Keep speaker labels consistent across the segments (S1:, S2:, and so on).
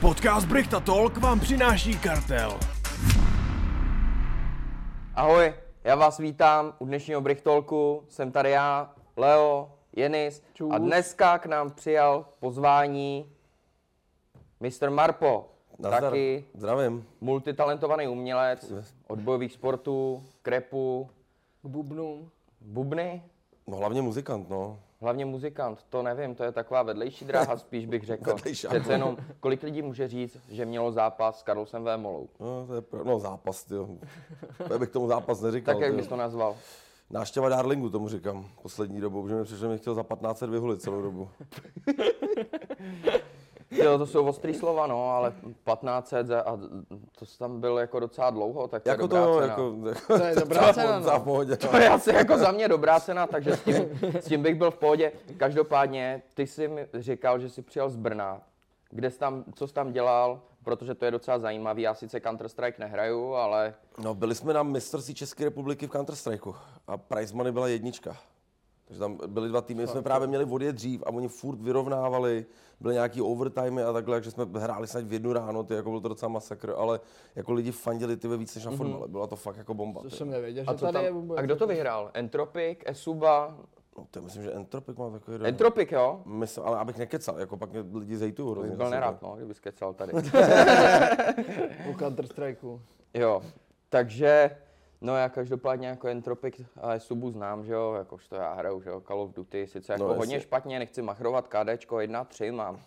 S1: Podcast Brichta Talk vám přináší kartel.
S2: Ahoj, já vás vítám u dnešního Brichtolku. Jsem tady já, Leo, Jenis. Čus. A dneska k nám přijal pozvání Mr. Marpo.
S3: Nazdar.
S2: Taky
S3: Zdravím.
S2: multitalentovaný umělec od bojových sportů, krepu,
S4: K bubnům.
S2: bubny.
S3: No hlavně muzikant, no.
S2: Hlavně muzikant, to nevím, to je taková vedlejší dráha, spíš bych řekl.
S3: Vedlejší, ano.
S2: Přece jenom, kolik lidí může říct, že mělo zápas s Karlosem Vémolou?
S3: No, to je pra... no zápas, jo. Já bych tomu zápas neříkal.
S2: Tak jak
S3: tyjo.
S2: bys to nazval?
S3: Náštěva Darlingu tomu říkám poslední dobou, protože mi přišlo, že mě chtěl za 15 vyhulit celou dobu.
S2: Jo, to jsou ostrý slova, no, ale 1500 za- a to jsi tam byl jako docela dlouho, tak to je
S3: jako
S2: dobrá
S3: to,
S2: cena.
S3: jako, jako
S4: To je dobrá
S3: za-
S4: cena,
S3: za
S4: no.
S3: pohodě.
S2: To je asi jako za mě dobrá cena, takže s tím, s tím bych byl v pohodě. Každopádně, ty jsi mi říkal, že jsi přijel z Brna. Kde jsi tam, co jsi tam dělal? Protože to je docela zajímavý. Já sice Counter-Strike nehraju, ale
S3: No, byli jsme na mistrovství České republiky v Counter Strikeu a prize money byla jednička. Takže tam byly dva týmy, jsme právě měli vody dřív a oni furt vyrovnávali, byly nějaký overtimey a takhle, takže jsme hráli snad v jednu ráno, ty jako byl to docela masakr, ale jako lidi fandili ty víc než na fotbale, byla to fakt jako bomba.
S4: To
S3: ty.
S4: jsem nevěděl,
S2: a,
S4: že
S2: co
S4: tady
S2: tam,
S4: je vůbec.
S2: a kdo to vyhrál? Entropic, Esuba?
S3: No, to je, myslím, že Entropic má takový dobrý.
S2: Entropic, jo?
S3: Myslím, ale abych nekecal, jako pak mě lidi zejtují hrozně.
S2: Bych byl
S3: zase,
S2: nerad, no, kdyby kecal tady.
S4: U Counter Strikeu.
S2: Jo, takže, no já každopádně jako Entropic a Subu znám, že jo, jakož to já hraju, že jo, Call of Duty, sice jako
S3: No, jasně.
S2: hodně špatně, nechci machrovat KDčko 1.3 mám.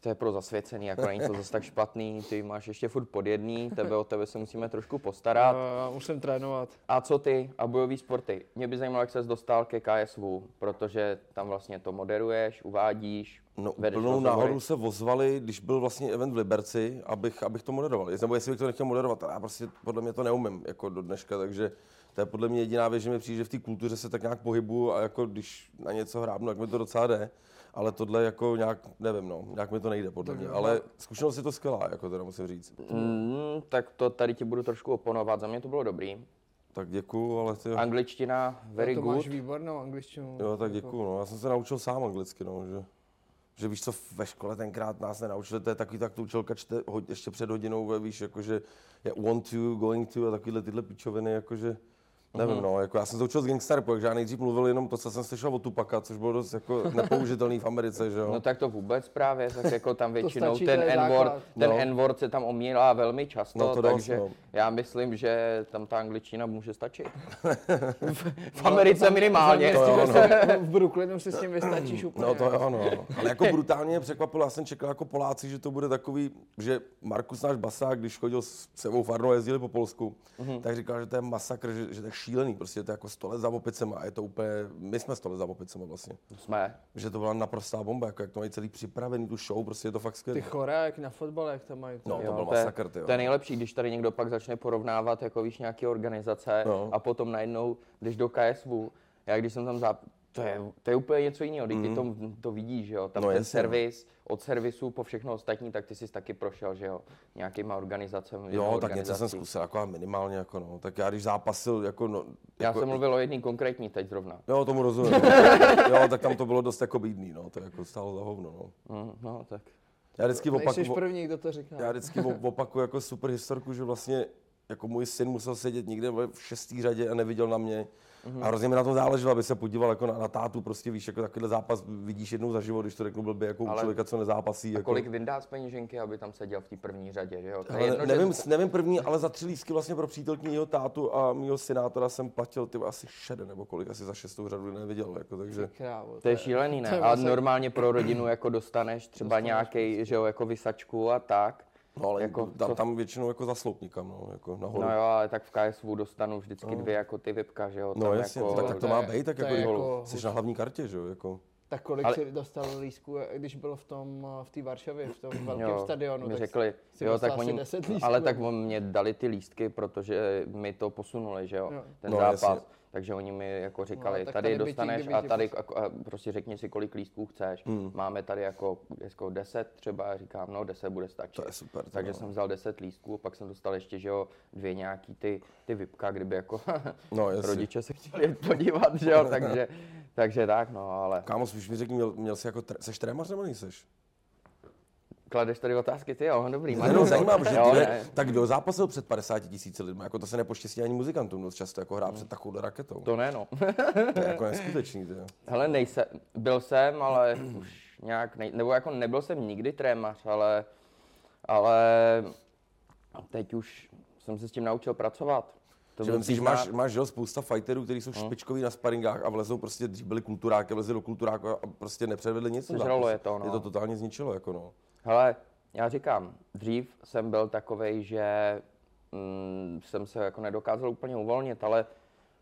S2: To je pro zasvěcený, jako není to zase tak špatný, ty máš ještě furt pod jedný, tebe o tebe se musíme trošku postarat.
S4: A musím trénovat.
S2: A co ty a bojový sporty? Mě by zajímalo, jak ses dostal ke KSV, protože tam vlastně to moderuješ, uvádíš,
S3: No,
S2: vedeš
S3: plnou
S2: rozhovory.
S3: náhodou se ozvali, když byl vlastně event v Liberci, abych, abych to moderoval. Jest- Nebo jestli bych to nechtěl moderovat, ale já prostě podle mě to neumím jako do dneška, takže to je podle mě jediná věc, že mi přijde, že v té kultuře se tak nějak pohybuju a jako když na něco hrábnu, tak mi to docela jde. Ale tohle jako nějak, nevím, no, nějak mi to nejde podle mě. Ale zkušenost je to skvělá, jako teda musím říct.
S2: Mm, tak to tady ti budu trošku oponovat, za mě to bylo dobrý.
S3: Tak děkuju, ale ty...
S2: Angličtina, very
S4: to
S2: good.
S4: máš výbornou angličtinu. jako-
S3: Jo, tak děkuju. No. Já jsem se naučil sám anglicky, no, že, že víš co, ve škole tenkrát nás nenaučili, to je takový, tak tu učilka čte ho- ještě před hodinou, ve- víš, jakože je want to, going to a takovýhle tyhle pičoviny, jakože, nevím, no, jako já jsem se učil z Gangsterpu, takže já nejdřív mluvil jenom to, co jsem slyšel o Tupaka, což bylo dost jako nepoužitelný v Americe, že jo.
S2: No tak to vůbec právě, tak jako tam většinou
S4: stačí,
S2: ten
S4: to je
S2: N-word,
S4: základ.
S2: ten
S3: No.
S2: N-word se tam omílá velmi často,
S3: No to dost,
S2: takže
S3: no.
S2: já myslím, že tam ta angličtina může stačit. v,
S3: No,
S2: v Americe minimálně.
S4: To
S3: jo,
S4: jo,
S3: no.
S4: no. V Brooklynu si s tím vystačíš úplně.
S3: No to jo, no. Ale jako brutálně mě překvapilo, já jsem čekal jako Poláci, že to bude takový, že Markus náš basák, když chodil s sebou farnou, jezdili po Polsku, tak říkal, že to je masakr, že, že to je šílený, prostě to je jako 100 let za opicema a je to úplně, my jsme 100 let za opicema vlastně.
S2: Jsme.
S3: Že to byla naprostá bomba, jako jak to mají celý připravený, tu show, prostě je to fakt
S4: Ty
S3: skvělé.
S4: choré, jak na fotbale, jak tam mají.
S3: No.
S4: No.
S3: to byl
S2: je-
S3: masakr, ty jo.
S2: to je nejlepší, když tady někdo pak začne porovnávat jako víš nějaké organizace
S3: No.
S2: a potom najednou jdeš do KSV. Já když jsem tam záp... to, je, to je úplně něco jiného, když ty to, to vidíš, že jo, tam
S3: Mm. No
S2: ten
S3: jasně, no.
S2: servis, od servisu po všechno ostatní, tak ty jsi taky prošel, že jo, nějakýma organizacemi.
S3: Jo,
S2: jednou
S3: tak něco jsem
S2: organizací.
S3: zkusil, jako a minimálně, jako no. Tak já když zápasil, jako no,
S2: Já
S3: jako,
S2: jsem mluvil o jedný konkrétní teď zrovna.
S3: Jo, tomu rozumím. no. jo, tak tam to bylo dost jako bídný, no, to jako stálo za hovno, no.
S2: Mm, No, tak.
S3: Já vždycky
S4: Nejsi
S3: opakuju,
S4: první, kdo to říká.
S3: Já vždycky op- opakuju jako super historku, že vlastně jako můj syn musel sedět někde vole, v šestý řadě a neviděl na mě.
S2: Mhm.
S3: A hrozně mi na to záleželo, aby se podíval jako na, na tátu, prostě víš, jako takovýhle zápas vidíš jednou za život, když to řeknu blbě, jako
S2: Ale-
S3: u člověka, co nezápasí. Jako.
S2: Kolik vyndá z peněženky, aby tam seděl v té první řadě, že jo? To je
S3: Ale
S2: jedno, že-
S3: nevím, nevím, první, ale za tři lísky vlastně pro přítelkyni jeho tátu a mýho synátora jsem platil ty vole, asi šede nebo kolik, asi za šestou řadu neviděl, jako, takže
S4: Krávo,
S2: To je šílený, ne?
S4: to je vlastně-
S2: A
S4: masakr.
S2: normálně pro rodinu jako dostaneš třeba nějaký, že jo, jako vysačku a tak.
S3: prostě. no, ale
S2: Jako
S3: jako, tam,
S2: co-
S3: tam, většinou jako za sloup nikam, no, jako nahoru.
S2: No jo, ale tak v KSV dostanu vždycky dvě jako ty vypka, že jo?
S3: No, jasně,
S2: jako,
S3: tak, tak to
S4: to
S3: má
S4: je-
S3: být, tak
S4: to je
S3: jako,
S4: jako-
S3: jako, jsi na hlavní kartě, že jo, jako.
S4: Tak kolik
S2: Ale-
S4: ale... si dostal lísku, když byl v tom, eh, v té Varšavě, v tom velkém
S2: jo,
S4: stadionu?
S2: mi
S4: tak
S2: řekli,
S4: si
S2: jo,
S4: dostal
S2: tak
S4: asi
S2: oni,
S4: 10 lístků,
S2: ale tak
S4: jako.
S2: oni mě dali ty lístky, protože mi to posunuli, že jo,
S4: Jo. No,
S2: ten
S3: No,
S2: zápas.
S3: jasně.
S2: Takže oni mi jako říkali,
S4: tak
S2: tady
S4: tady by ti,
S2: dostaneš
S4: kdyby
S2: a
S4: ti
S2: tady jako- a prostě řekni si, kolik lístků chceš.
S3: Hmm.
S2: Máme tady jako, jako 10 třeba, já říkám, no 10 bude stačit.
S3: To je super, to
S2: Takže
S3: jo.
S2: jsem vzal 10 lístků, pak jsem dostal ještě, že jo, dvě nějaký ty, ty vypka, kdyby jako
S3: No, jasně.
S2: rodiče se chtěli podívat, že jo, takže, takže tak, no, ale
S3: Kámo, spíš mi řekni, měl, měl jsi jako, tre- seš trémař nebo nejseš?
S2: kladeš tady otázky, ty jo, dobrý.
S3: Mě
S2: Manu,
S3: jenom
S2: tak-
S3: no, zajímá, protože
S2: jo,
S3: ty,
S2: ne.
S3: tak kdo zápasil před 50 tisíci lidmi, jako to se nepoštěstí ani muzikantům dost často, jako hrát před takovou raketou. To,
S2: No. To ne, no.
S3: je jako neskutečný, ty. jo.
S2: Hele, nejsem, byl jsem, ale už nějak, nej, nebo jako nebyl jsem nikdy trémař, ale, ale teď už jsem se s tím naučil pracovat. To
S3: Že
S2: byl
S3: vem si, že
S2: příznák-
S3: máš, máš jo, spousta fighterů, kteří jsou
S2: No.
S3: špičkoví na sparingách a vlezou prostě, dřív byli kulturáky, vlezli do kulturáku a prostě nepředvedli nic. na
S2: Sežralo
S3: zápase.
S2: je to, no.
S3: Je to totálně zničilo, jako no.
S2: Hele, já říkám, dřív jsem byl takovej, že mm, jsem se jako nedokázal úplně uvolnit, ale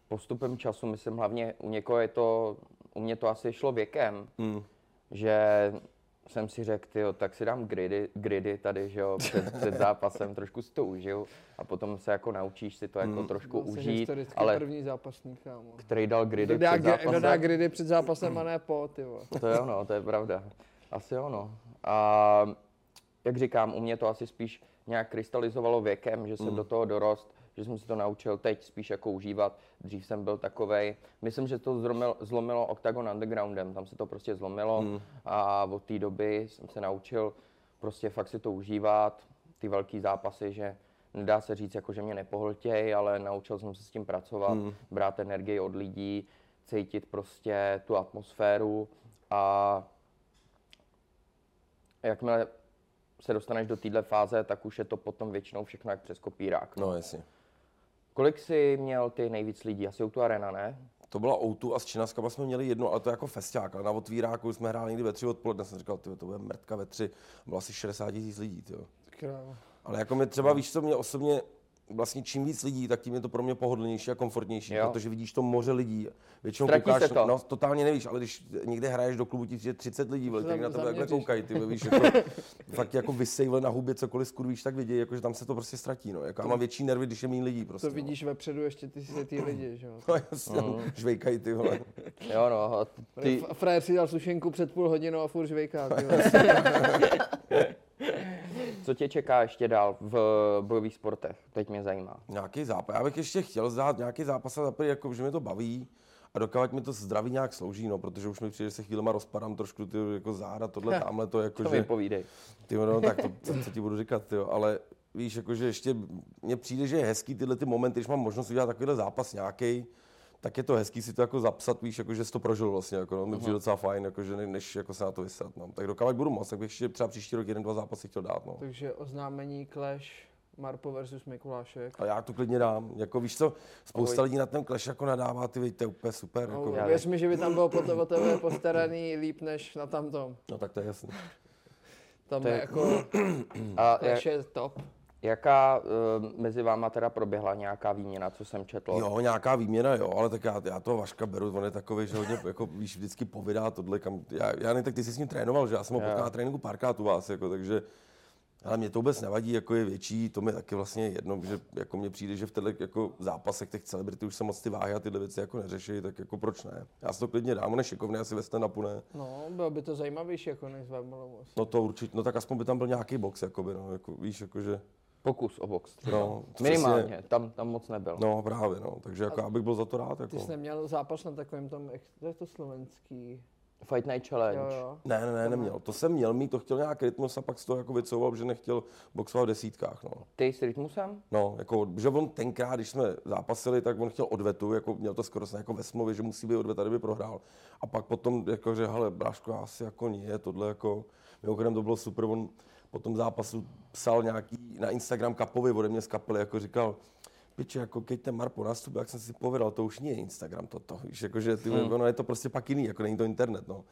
S2: postupem času, myslím hlavně u někoho je to, u mě to asi šlo věkem, že jsem si řekl, tyjo, tak si dám gridy, gridy tady, že jo, před, před zápasem, trošku si to užiju a potom se jako naučíš si to jako trošku
S4: Byl jsi
S2: užít,
S4: historicky
S2: ale
S4: první zápasník, kámo.
S2: který dal gridy
S4: Kdo dá,
S2: před
S4: gri- kdo dá
S2: zápasem.
S4: gridy před zápasem a ne po, ty vole.
S2: To jo, no, to je pravda. Asi jo, no. A jak říkám, u mě to asi spíš nějak krystalizovalo věkem, že jsem do toho dorost, že jsem si to naučil teď spíš jako užívat. Dřív jsem byl takovej. Myslím, že to zlomilo, zlomilo Octagon Undergroundem, tam se to prostě zlomilo a od té doby jsem se naučil prostě fakt si to užívat, ty velký zápasy, že nedá se říct, jako že mě nepohltěj, ale naučil jsem se s tím pracovat,
S3: Mm.
S2: brát energii od lidí, cítit prostě tu atmosféru a jakmile se dostaneš do téhle fáze, tak už je to potom většinou všechno jak přes kopírák.
S3: No, jasně.
S2: Kolik jsi měl ty nejvíc lidí? Asi u tu arena, ne?
S3: To byla Outu a s Činaskama jsme měli jedno, ale to jako festiák. Ale na otvíráku jsme hráli někdy ve tři odpoledne. Jsem říkal, ty to bude mrtka ve tři. Bylo asi 60 tisíc lidí, tyjo.
S4: Krávo.
S3: Ale jako mě třeba, víš co, mě osobně vlastně čím víc lidí, tak tím je to pro mě pohodlnější a komfortnější,
S2: Jo.
S3: protože vidíš to moře lidí. Většinou
S2: Ztratí
S3: koukáš,
S2: se to.
S3: no totálně nevíš, ale když někde hraješ do klubu, ti přijde 30 lidí, vole, kteří na tebe takhle
S4: zaměříš.
S3: koukají, ty vole, víš, jako, fakt jako vysejvil na hubě cokoliv skurvíš, tak vidí, jako, že tam se to prostě ztratí, no. Jako, já mám větší nervy, když je méně lidí prostě.
S4: To
S3: no.
S4: vidíš vepředu ještě ty si ty lidi, že jo.
S3: No, jasně, žvejkají ty vole.
S2: Jo, no. a Ty,
S4: F- Frajer si dal sušenku před půl hodinou a furt žvejká, ty vole.
S2: co tě čeká ještě dál v bojových sportech? Teď mě zajímá.
S3: Nějaký zápas. Já bych ještě chtěl zdát nějaký zápas a zaprvé, jako, že mě to baví. A dokávat mi to zdraví nějak slouží, no, protože už mi přijde, že se chvílema rozpadám trošku ty jako záda, tohle, tamhle, to jako,
S2: To
S3: že...
S2: mi povídej.
S3: Ty no, tak to, co, co ti budu říkat, jo, ale víš, jakože ještě mně přijde, že je hezký tyhle ty momenty, když mám možnost udělat takovýhle zápas nějaký, tak je to hezký si to jako zapsat, víš, jako že jsi to prožil vlastně, jako no, mi přijde docela fajn, jako že ne, než jako se na to vysat, no. Tak dokávat budu moc, tak bych ještě třeba příští rok jeden, dva zápasy chtěl dát, no.
S4: Takže oznámení Clash Marpo versus Mikulášek.
S3: A já to klidně dám, jako víš co, spousta lidí na ten clash jako nadává, ty víte, to je úplně super,
S4: No,
S3: jako,
S2: já-
S4: věř mi, že by tam bylo podle o tebe postaraný líp než na tamtom.
S3: no tak to je jasné.
S4: Tam
S2: To
S4: je
S2: je-
S4: jako
S3: Hmm.
S2: A jak,
S4: Clash je top.
S2: jaká eh, mezi váma teda proběhla nějaká výměna, co jsem četl?
S3: Jo, nějaká výměna, jo, ale tak já, já toho Vaška beru, on je takový, že hodně jako, víš, vždycky povídá tohle, kam, já, já ne, tak ty jsi s ním trénoval, že já jsem ho potkal na tréninku párkrát u vás, jako, takže, ale mě to vůbec nevadí, jako je větší, to mi taky vlastně jedno, že jako mně přijde, že v těchto jako zápasech těch celebrity už se moc ty váhy a tyhle věci jako neřeší, tak jako proč ne? Já si to klidně dám, on je šikovný, asi ve stand ne.
S4: No, bylo by to zajímavější jako než s Vemolou.
S3: No to určitě, no tak aspoň by tam byl nějaký box, jakoby, no, jako, víš, jakože,
S2: Pokus o box. třeba.
S3: no, přesně.
S2: Minimálně, tam, tam moc nebyl.
S3: No právě, no, takže jako já bych byl za to rád, jako.
S4: Ty jsi neměl zápas na takovém tom, jak to je to slovenský,
S2: Fight Night Challenge.
S4: jo jo.
S3: Ne, ne, ne, neměl. To jsem měl mít, to chtěl nějak rytmus a pak z toho jako vycouval, že nechtěl boxovat v desítkách. No.
S2: Ty s rytmusem?
S3: No, jako, že on tenkrát, když jsme zápasili, tak on chtěl odvetu, jako měl to skoro snad jako ve smlouvě, že musí být odveta, kdyby prohrál. A pak potom jako, že hele, bráško, já asi jako nie, tohle jako, mimochodem to bylo super, on po tom zápasu psal nějaký na Instagram kapovi ode mě z kapely, jako říkal, Piče, jako keď ten Marpo nastup, jak jsem si povedal, to už nie je Instagram toto, víš, jakože ty, hmm. ono je to prostě pak jiný, jako není to internet, no.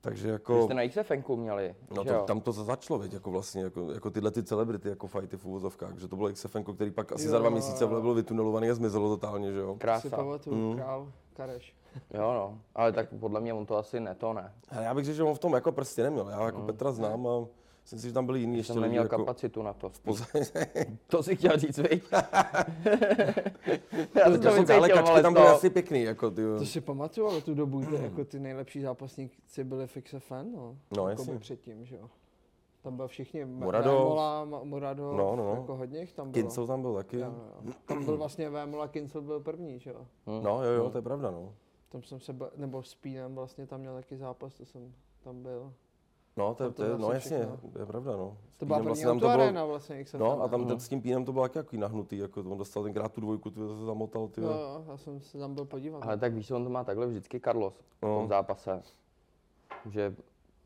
S3: Takže jako...
S2: Vy jste na XFNku měli,
S3: No
S2: že
S3: to,
S2: jo?
S3: tam to za- začalo, věď, jako vlastně, jako, jako tyhle ty celebrity, jako fajty v úvozovkách, že to bylo XFN, který pak asi jo, za dva
S4: Jo,
S3: měsíce vole, byl vytunelovaný a zmizelo totálně, že jo.
S4: Si
S2: Krása.
S4: pamatuju, král, Kareš.
S2: Jo no, ale tak podle mě on to asi ne, to ne.
S3: Ale já bych řekl, že on v tom jako prstě neměl, já jako Petra znám a myslím si, že tam byli jiní ještě
S2: Jsem neměl
S3: lidi, jako,
S2: kapacitu na to.
S3: Poza-
S2: To si chtěl říct, viď? Já
S3: to,
S2: jsem
S3: to jsou
S2: vycítil,
S3: dále kačky,
S2: ale
S3: tam
S2: to-
S3: byly asi pěkný, jako ty. jo.
S4: To si pamatuju, ale tu dobu, kdy jako ty nejlepší zápasníci byli fixe fan, no.
S3: No,
S4: jako
S3: jasně.
S4: by předtím, že jo. Tam byl všichni,
S3: Muradov.
S4: Vémola, Ma- Muradov,
S3: No, no, no.
S4: jako hodně jich tam bylo.
S3: Kincel tam byl taky.
S4: Jo, jo. Tam byl vlastně Vémola, Kincel byl první, že jo.
S3: No jo, jo, to je pravda, no.
S4: Tam jsem se, ba- nebo s Pínem vlastně tam měl taky zápas, to jsem tam byl.
S3: No, to, je-
S4: Tam
S3: to,
S4: to
S3: je,
S4: vlastně
S3: no jasně,
S4: všechno.
S3: to je pravda, no. S
S4: To byla
S3: Pínem vlastně
S4: první vlastně
S3: tam
S4: auto
S3: to bylo-
S4: arena vlastně, XFM.
S3: No a tam
S4: no.
S3: ten, s tím pínem to bylo taky jaký nahnutý, jako on dostal tenkrát tu dvojku, ty to zamotal, ty.
S4: Jo, jo, já jsem se tam byl podívat.
S2: Ale tak víš, on to má takhle vždycky Carlos v
S3: No.
S2: tom zápase. Že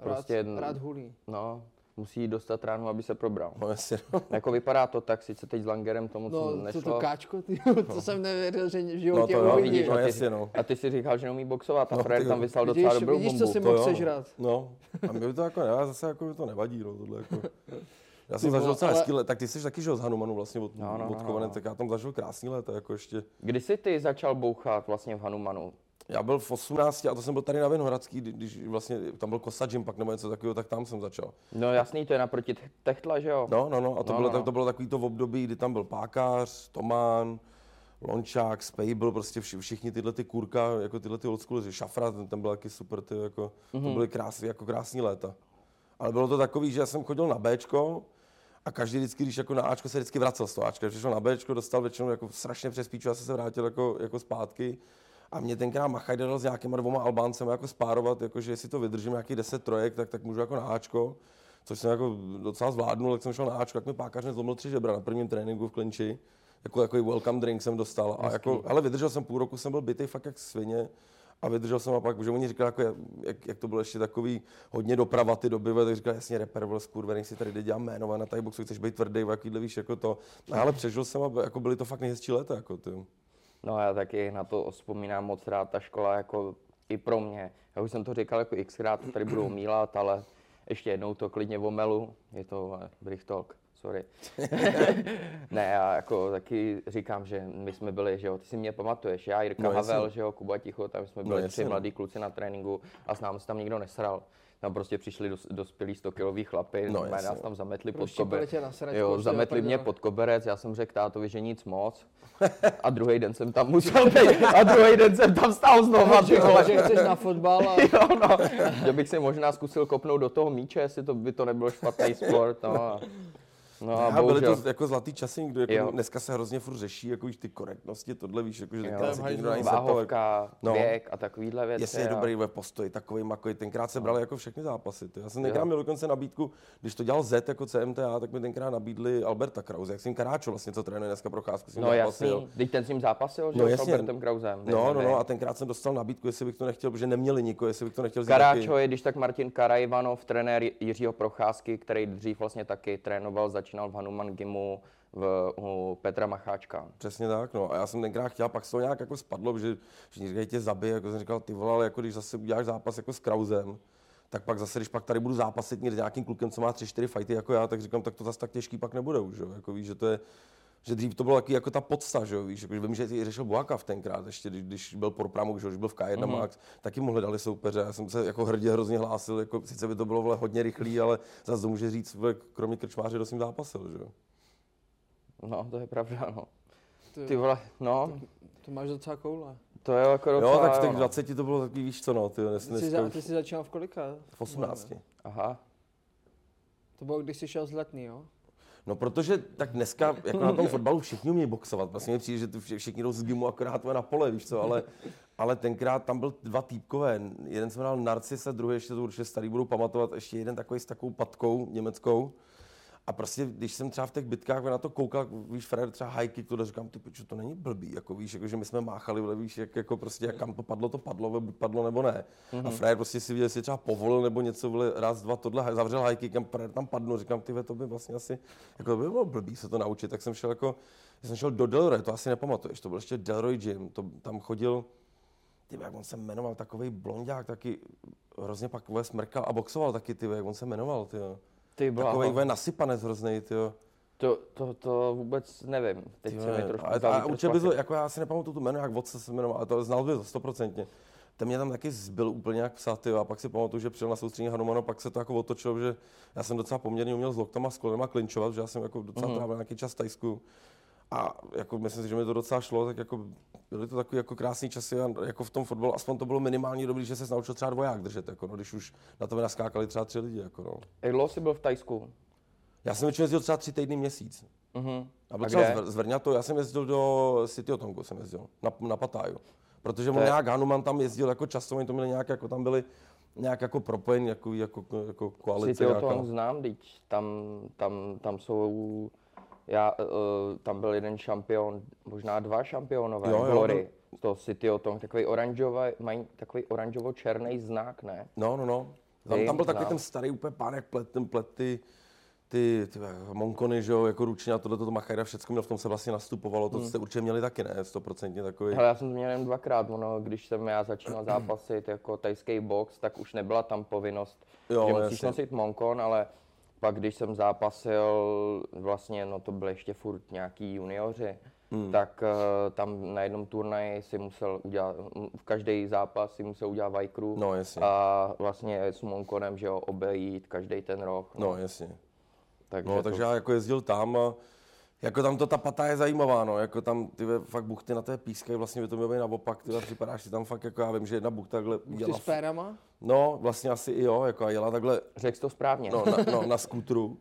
S2: prostě
S4: rád,
S2: jedn-
S4: rád hulí.
S2: no, musí dostat ránu, aby se probral.
S3: No jasně,
S2: jako vypadá to tak, sice teď s Langerem to moc
S4: No, to
S2: nešlo.
S4: to káčko, ty, to jsem nevěřil, že v
S3: no to
S4: životě
S3: jo,
S4: uvidím.
S3: vidíš,
S2: uvidíš,
S3: no
S2: a ty-
S3: jasně, no.
S2: A ty si říkal, že neumí boxovat a
S3: No,
S2: no,
S3: ty-
S2: Frér tam vyslal
S4: Vidíš,
S2: docela dobrou
S4: vidíš,
S2: bombu.
S4: co si
S3: To
S4: mohl
S3: jo.
S4: sežrat.
S3: No, a mě by to jako, já zase jako mi to nevadí, no, tohle jako. Já jsem
S4: Ty
S3: zažil
S4: vole,
S3: docela
S4: ale-
S3: hezký let, tak ty jsi taky žil z Hanumanu vlastně od,
S2: No, no, no,
S3: od Kované,
S2: no.
S3: tak já tam zažil krásný léta, jako ještě.
S2: Kdy jsi ty začal bouchat vlastně v Hanumanu?
S3: Já byl v 18 a to jsem byl tady na Vinohradský, kdy- když vlastně tam byl Kosa Gym pak nebo něco takového, tak tam jsem začal.
S2: No jasný, to je naproti Te- Techtla, že jo?
S3: No, no, no, a to,
S2: No,
S3: no, bylo,
S2: no,
S3: no.
S2: no.
S3: to bylo takový to období, kdy tam byl Pákař, Tomán, Lončák, Spejbl, prostě vši, všichni tyhle ty kurka, jako tyhle ty old school, že Šafra, ten, ten byl taky super, ty, jako, mm-hmm.
S2: Mhm.
S3: to byly krásný, jako krásný léta. Ale bylo to takový, že já jsem chodil na Bčko a každý vždycky, když jako na Ačko se vždycky vracel z toho Ačka, přišel na Bčko, dostal většinou jako strašně přes píču, já jsem se vrátil jako, jako zpátky. A mě tenkrát Machajda dal s nějakýma dvoma Albáncema jako spárovat, jako že jestli to vydržím nějaký 10 trojek, tak, tak můžu jako na Ačko. Což jsem jako docela zvládnul, jak jsem šel na Ačko, tak mi pákař hned zlomil tři žebra na prvním tréninku v klinči. Jako, jako i welcome drink jsem dostal. A jako, ale vydržel jsem půl roku, jsem byl bitý fakt jak svině. A vydržel jsem a pak, že oni říkali, jako, jak, jak, to bylo ještě takový hodně doprava ty doby, vole, tak říkal, jasně, reper, byl skurvený, si tady jde dělám jméno, a na tajboxu chceš být tvrdý, vole, jakýhle víš, jako to. No, ale přežil jsem a jako byly to fakt nejhezčí léta, jako ty.
S2: No já taky na to vzpomínám moc rád, ta škola jako i pro mě. Já už jsem to říkal jako xkrát, to tady budu omílat, ale ještě jednou to klidně omelu, je to eh, Brich Talk, sorry. ne, já jako taky říkám, že my jsme byli, že jo, ty si mě pamatuješ, já, Jirka
S3: No,
S2: no,
S3: jasně.
S2: Havel, že jo, Kuba Ticho, tam jsme byli
S3: jasně,
S2: tři
S3: no.
S2: mladí kluci na tréninku a s námi se tam nikdo nesral. Tam prostě přišli dos, dospělí 100 kilový chlapy, no,
S3: jasně.
S2: nás tam zametli pod
S4: Rozšípali
S2: koberec.
S4: Prostě tě na sračku, prostě
S2: Jo,
S4: už ty
S2: zametli mě
S4: napadlo.
S2: pod koberec, já jsem řekl tátovi, že nic moc. A druhý den jsem tam musel být. A druhý den jsem tam stál znova, ty vole.
S4: Že chceš na fotbal a
S2: Jo, no. Že bych si možná zkusil kopnout do toho míče, jestli to by to nebyl špatný sport. No, a- no a
S3: A byly
S2: bohužel.
S3: to jako zlatý časy, kdo jako
S2: Jo.
S3: dneska se hrozně furt řeší, jako víš, ty korektnosti, tohle víš, jako že
S2: Jo.
S3: tenkrát se tě někdo
S4: Hajzlu,
S3: ani zeptal, jak-
S2: Váhovka,
S3: No.
S2: věk a takovýhle věci.
S3: Jestli je
S2: a-
S3: dobrý ve postoji, takový makoji, tenkrát
S2: No.
S3: se brali jako všechny zápasy. Ty. Já jsem tenkrát měl dokonce nabídku, když to dělal Z jako CMTA, tak mi tenkrát nabídli Alberta Krause, jak jsem Karáčo vlastně, co trénuje dneska procházku s ním
S2: No
S3: zápasy, jo.
S2: jasný, teď ten s ním zápasil, že
S3: No
S2: jo, s
S3: jasně.
S2: Albertem Krausem.
S3: No, no, no, a tenkrát jsem dostal nabídku, jestli bych to nechtěl, protože neměli nikoho, jestli bych to nechtěl vzít taky.
S2: Karáčo je když tak Martin Karajvanov, trenér Ji- Jiřího Procházky, který dřív vlastně taky trénoval, začínal v Hanuman Gimu v, u Petra Macháčka.
S3: Přesně tak, no. A já jsem tenkrát chtěl, pak se to nějak jako spadlo, že všichni říkají, tě zabije, jako jsem říkal, ty vole, ale jako když zase uděláš zápas jako s Krausem, tak pak zase, když pak tady budu zápasit někde s nějakým klukem, co má 3-4 fighty jako já, tak říkám, tak to zase tak těžký pak nebude už, jo. Jako víš, že to je, že dřív to bylo taky jako ta podsta, že jo, víš, jako, že vím, že i řešil Bohakav tenkrát, ještě když, když byl pro Pramu, že jo, když byl v K1 mm-hmm. Max, taky mu hledali soupeře, já jsem se jako hrdě hrozně hlásil, jako sice by to bylo vole, hodně rychlý, ale zase to může říct, vole, kromě krčmáře, kdo s ním zápasil, že jo.
S2: No, to je pravda, no.
S4: Ty
S2: Ty vole, no,
S4: to máš docela koule.
S2: to je jako
S3: Jo,
S2: docela,
S3: tak v těch
S2: no.
S3: 20 to bylo takový, víš co, no, ty, jo, dnes,
S4: Ty jsi,
S3: dneska
S4: za,
S3: už
S4: ty jsi začínal v kolika?
S3: v 18.
S2: Aha.
S4: To bylo, když jsi šel z letný, jo?
S3: No protože tak dneska jako na tom fotbalu všichni umějí boxovat. Vlastně mi přijde, že tu vši- všichni jdou z gymu akorát na pole, víš co, ale, ale tenkrát tam byl dva týpkové. Jeden se jmenoval Narcis a druhý, ještě to určitě starý budou pamatovat, ještě jeden takový s takovou patkou německou. A prostě, když jsem třeba v těch bitkách na to koukal, víš, Fred třeba hajky, to říkám, ty piču, to není blbý, jako víš, jako, že my jsme máchali, vole, víš, jak, jako prostě, jak kam to padlo, to padlo, vole, buď padlo nebo ne. Mm-hmm. A Fred prostě si viděl, jestli třeba povolil nebo něco, vole, raz, dva, tohle, haj- zavřel hajky, kam Fred tam padnul, říkám, ty vole, to by vlastně asi, jako to by bylo blbý se to naučit, tak jsem šel jako, já jsem šel do Delroy, to asi nepamatuješ, to byl ještě Delroy Gym, to, tam chodil, ty vole, jak on se jmenoval, takový blondák, taky hrozně pak vole, smrkal a boxoval taky, ty vole, jak on se jmenoval, ty jo.
S2: Ty
S3: Takový
S2: bláho,
S3: vole, nasypanec hrozný, ty jo.
S2: to, to, to vůbec nevím, teď
S3: Ty
S2: se mi
S3: vole,
S2: trošku
S3: ale,
S2: zavítrá
S3: ale určitě by to,
S2: splasy.
S3: jako já si nepamatuju tu jméno, jak vodce se jmenoval, ale to znal by to stoprocentně. Ten mě tam taky zbyl úplně jak psa, tyjo, a pak si pamatuju, že přijel na soustředění Hanumano, pak se to jako otočilo, že já jsem docela poměrně uměl s loktama, s kolenama klinčovat, že já jsem jako docela
S2: Mhm.
S3: trávil nějaký čas v Tajsku. A jako myslím si, že mi to docela šlo, tak jako byly to takové jako krásné časy a jako v tom fotbalu, aspoň to bylo minimálně dobrý, že se naučil třeba dvoják držet, jako no, když už na tebe naskákali třeba tři lidi, jako no.
S2: Jak dlouho jsi byl v Tajsku?
S3: Já jsem většinou jezdil třeba tři týdny měsíc.
S2: Mhm.
S3: A byl
S2: A
S3: třeba
S2: kde?
S3: zvr- zvrňatou, já jsem jezdil do City Otongu, jsem jezdil, na, na Patáju. Protože on
S2: je-
S3: nějak Hanuman tam jezdil jako časově, to měli nějak, jako tam byli nějak jako propojen, jako, jako, jako
S2: Si
S3: koalice
S2: ty o tom
S3: nějaká.
S2: znám, teď tam, tam, tam jsou, já, uh, tam byl jeden šampion, možná dva šampionové,
S3: Jo, no. jo,
S2: Glory, z toho City o tom, takový oranžový, mají takový oranžovo-černý znak, ne?
S3: No, no, no. Tam,
S2: Vím,
S3: tam byl takový
S2: znám.
S3: ten starý úplně pán, jak plet, ten plet ty, ty, ty monkony, že jo, jako ručně a tohle, toto machajda, všechno měl, v tom se vlastně nastupovalo, to jste určitě měli taky, ne, stoprocentně takový.
S2: Hmm. Hele, já jsem to měl jen dvakrát, ono, když jsem já začínal zápasit jako tajský box, tak už nebyla tam povinnost,
S3: Jo,
S2: jo, že musíš
S3: jasně.
S2: nosit monkon, ale pak když jsem zápasil, vlastně, no to byly ještě furt nějaký junioři, hmm. tak eh, tam na jednom turnaji si musel udělat, m, v každý zápas si musel udělat vajkru
S3: No, jasně.
S2: a vlastně s monkonem, že jo, obejít každý ten roh, no,
S3: No, jasně.
S2: takže,
S3: No, takže já jako jezdil tam a jako tam to, ta pata je zajímavá, no, jako tam ty ve- fakt buchty na té píské, vlastně by to mělo být naopak, ty ve, připadáš si tam fakt jako, já vím, že jedna buchta takhle
S4: Ty
S3: udělala,
S4: s pérama?
S3: no, vlastně asi i jo, jako a jela takhle,
S2: to, řekl jsi to správně.
S3: no, na, no, na skutru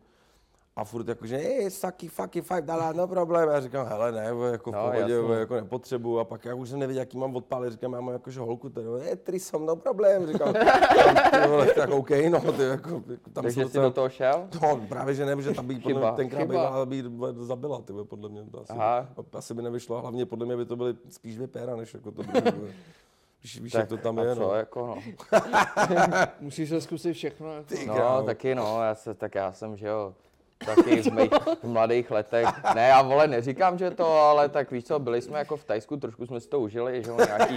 S3: a furt jako, že hey, sucky, fucky, five dollar, no problém, já říkám, hele, ne, vole, jako v
S2: No,
S3: pohodě,
S2: jasně.
S3: vole, jako nepotřebuju a pak já už jsem nevěděl, jaký mám odpálit, říkám, já mám jako jakože holku, tady, je, trisom, no problém, říkám, ty vole, tak OK, no, ty, jako, tam
S2: takže
S3: jsou
S2: jsi do toho šel?
S3: No, právě že ne, že tam by podle mě,
S2: Chyba,
S3: tenkrát bývala,
S4: chyba.
S3: by zabila, ty vole, podle mě. To asi,
S2: Aha.
S3: asi by nevyšlo, a hlavně podle mě by to byly spíš dvě péra, než jako to druhý, vole. Víš, víš jak to tam
S2: a
S3: je,
S2: co,
S3: no.
S2: jako no.
S4: Musíš se zkusit všechno. Jako.
S3: Ty
S2: No,
S3: krávo.
S2: taky no, já se, tak já jsem, že jo, taky v, mých, v mladých letech. Ne, já vole, neříkám, že to, ale tak víš co, byli jsme jako v Tajsku, trošku jsme si to užili, že jo, nějaký,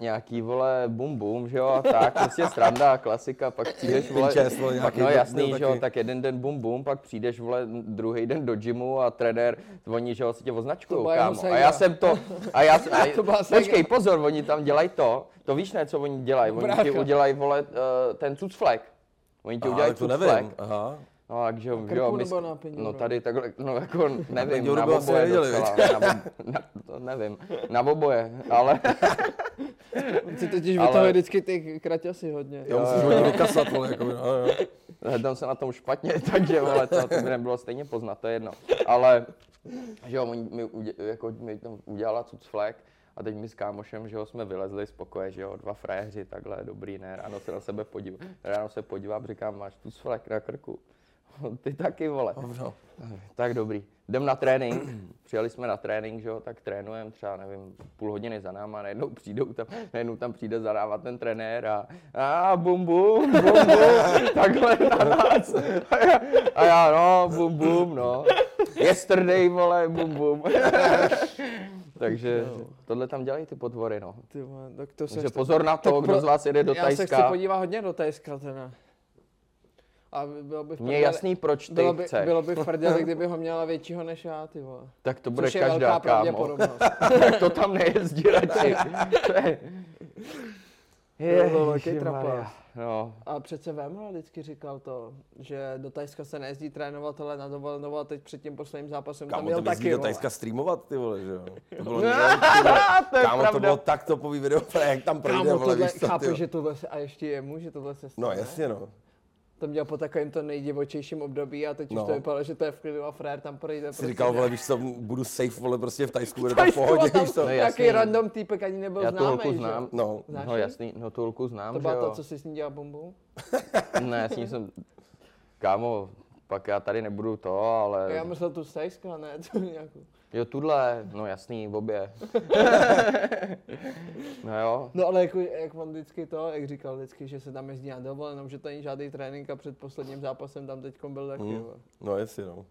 S2: nějaký vole, bum bum, že jo, a tak, prostě sranda, klasika, pak přijdeš, vole,
S3: čest, vole,
S2: pak,
S3: nějaký
S2: no
S3: měl
S2: jasný, že jo,
S3: taky.
S2: tak jeden den bum bum, pak přijdeš, vole, druhý den do gymu a trenér, oni, že jo, si tě označkují,
S4: To byla
S2: kámo,
S4: jeho
S2: a já
S4: sajga.
S2: jsem to, a já, s- a,
S4: To byla sajga.
S2: počkej, pozor, oni tam dělají to, to víš ne, co oni dělají, oni ti
S4: Brácha.
S2: udělají, vole, eh, ten cucflek. Oni ti
S3: Aha,
S2: udělají
S3: tak to
S2: cucflek.
S3: nevím. Aha.
S2: No a že jo, že jo,
S4: krku
S2: my
S4: nebo
S2: jsme-
S4: na penděru?
S2: no tady takhle, no jako nevím,
S3: penděru
S2: na,
S3: by asi
S2: oboje
S3: neděli,
S2: docela, na, na, to nevím, na oboje, ale
S4: On si totiž
S2: Ale-
S4: vytahuje vždycky ty kraťasy hodně.
S3: Já musíš hodně vykasat, vole, jako, no, jo.
S2: tam se na tom špatně, takže vole, to, to by nebylo stejně poznat, to je jedno, ale že jo, oni mi, udě, jako, mi tam udělala cucflek, a teď my s kámošem, že jo, jsme vylezli z pokoje, že jo, dva frajeři, takhle, dobrý, ne, ráno se na sebe podívám, ráno se podívám, říkám, máš cucflek na krku, ty taky, vole.
S3: Dobro.
S2: Tak dobrý. Jdem na trénink. Přijeli jsme na trénink, že jo, tak trénujeme třeba, nevím, půl hodiny za náma, najednou, přijdou tam, najednou tam přijde zadávat ten trenér a, a bum bum, bum bum, takhle na nás. A já, a já no, bum bum, no. Yesterday, vole, bum bum. Takže tohle tam dělají ty potvory, no.
S4: Ty vole, tak to se
S2: Takže
S4: chce-
S2: pozor na to,
S4: Tak
S2: kdo
S4: pro-
S2: z vás jede do
S4: Já se chci
S2: Tajska.
S4: podívat hodně do Tajska teda. A bylo by v
S2: Mně je
S4: prdeli-
S2: jasný, proč ty
S4: bylo by,
S2: chceš.
S4: bylo by v prdeli, kdyby ho měla většího než já, ty vole.
S2: Tak to bude
S4: Což je
S2: každá,
S4: velká
S2: kámo.
S4: pravděpodobnost.
S2: tak to tam nejezdí radši. To je-
S4: To byl
S2: Ježišmarja.
S4: velký trapas.
S2: No,
S4: A přece Vémola vždycky říkal to, že do Tajska se nejezdí trénovat, ale na dovolenou a teď před tím posledním zápasem tam
S3: Kámo,
S4: měl
S3: to bys
S4: taky,
S3: do
S4: vole.
S3: Tajska streamovat, ty vole, že jo. To bylo nejlepší, vole.
S2: to je
S3: Kámo, to
S2: pravda.
S3: bylo tak topový video, vole, jak tam projde,
S4: Kámo,
S3: vole,
S4: tohle,
S3: víš co, ty
S4: chápu,
S3: vole.
S4: že tohle se, a ještě jemu, že tohle se stane.
S3: No, jasně, no.
S4: To měl po takovém to nejdivočejším období a teď
S3: No.
S4: už to vypadalo, že to je v klidu a frér tam projde. prostě
S3: Jsi říkal, vole, víš co, budu safe, vole, prostě v Tajsku, bude to v pohodě, víš co.
S2: No,
S4: Nějaký
S2: jasný.
S4: random týpek ani nebyl
S2: já tu
S4: známý,
S2: holku
S4: že?
S2: znám.
S3: No,
S4: Znáš
S2: No
S4: ji?
S2: jasný, no tu holku znám,
S4: To
S2: že
S4: byla
S2: jo.
S4: ta, co si s ní dělal bombu?
S2: Ne, s ní jsem... Kámo, pak já tady nebudu to, ale...
S4: Já myslel tu Sejska, ne? Tu nějakou.
S2: Jo, tuhle, no jasný, v obě. no jo,
S4: No ale jako, jak on vždycky to, jak říkal vždycky, že se tam jezdí na dovolenou, že to není žádný trénink a před posledním zápasem tam teď byl taky. Mm.
S3: no, jasně, no.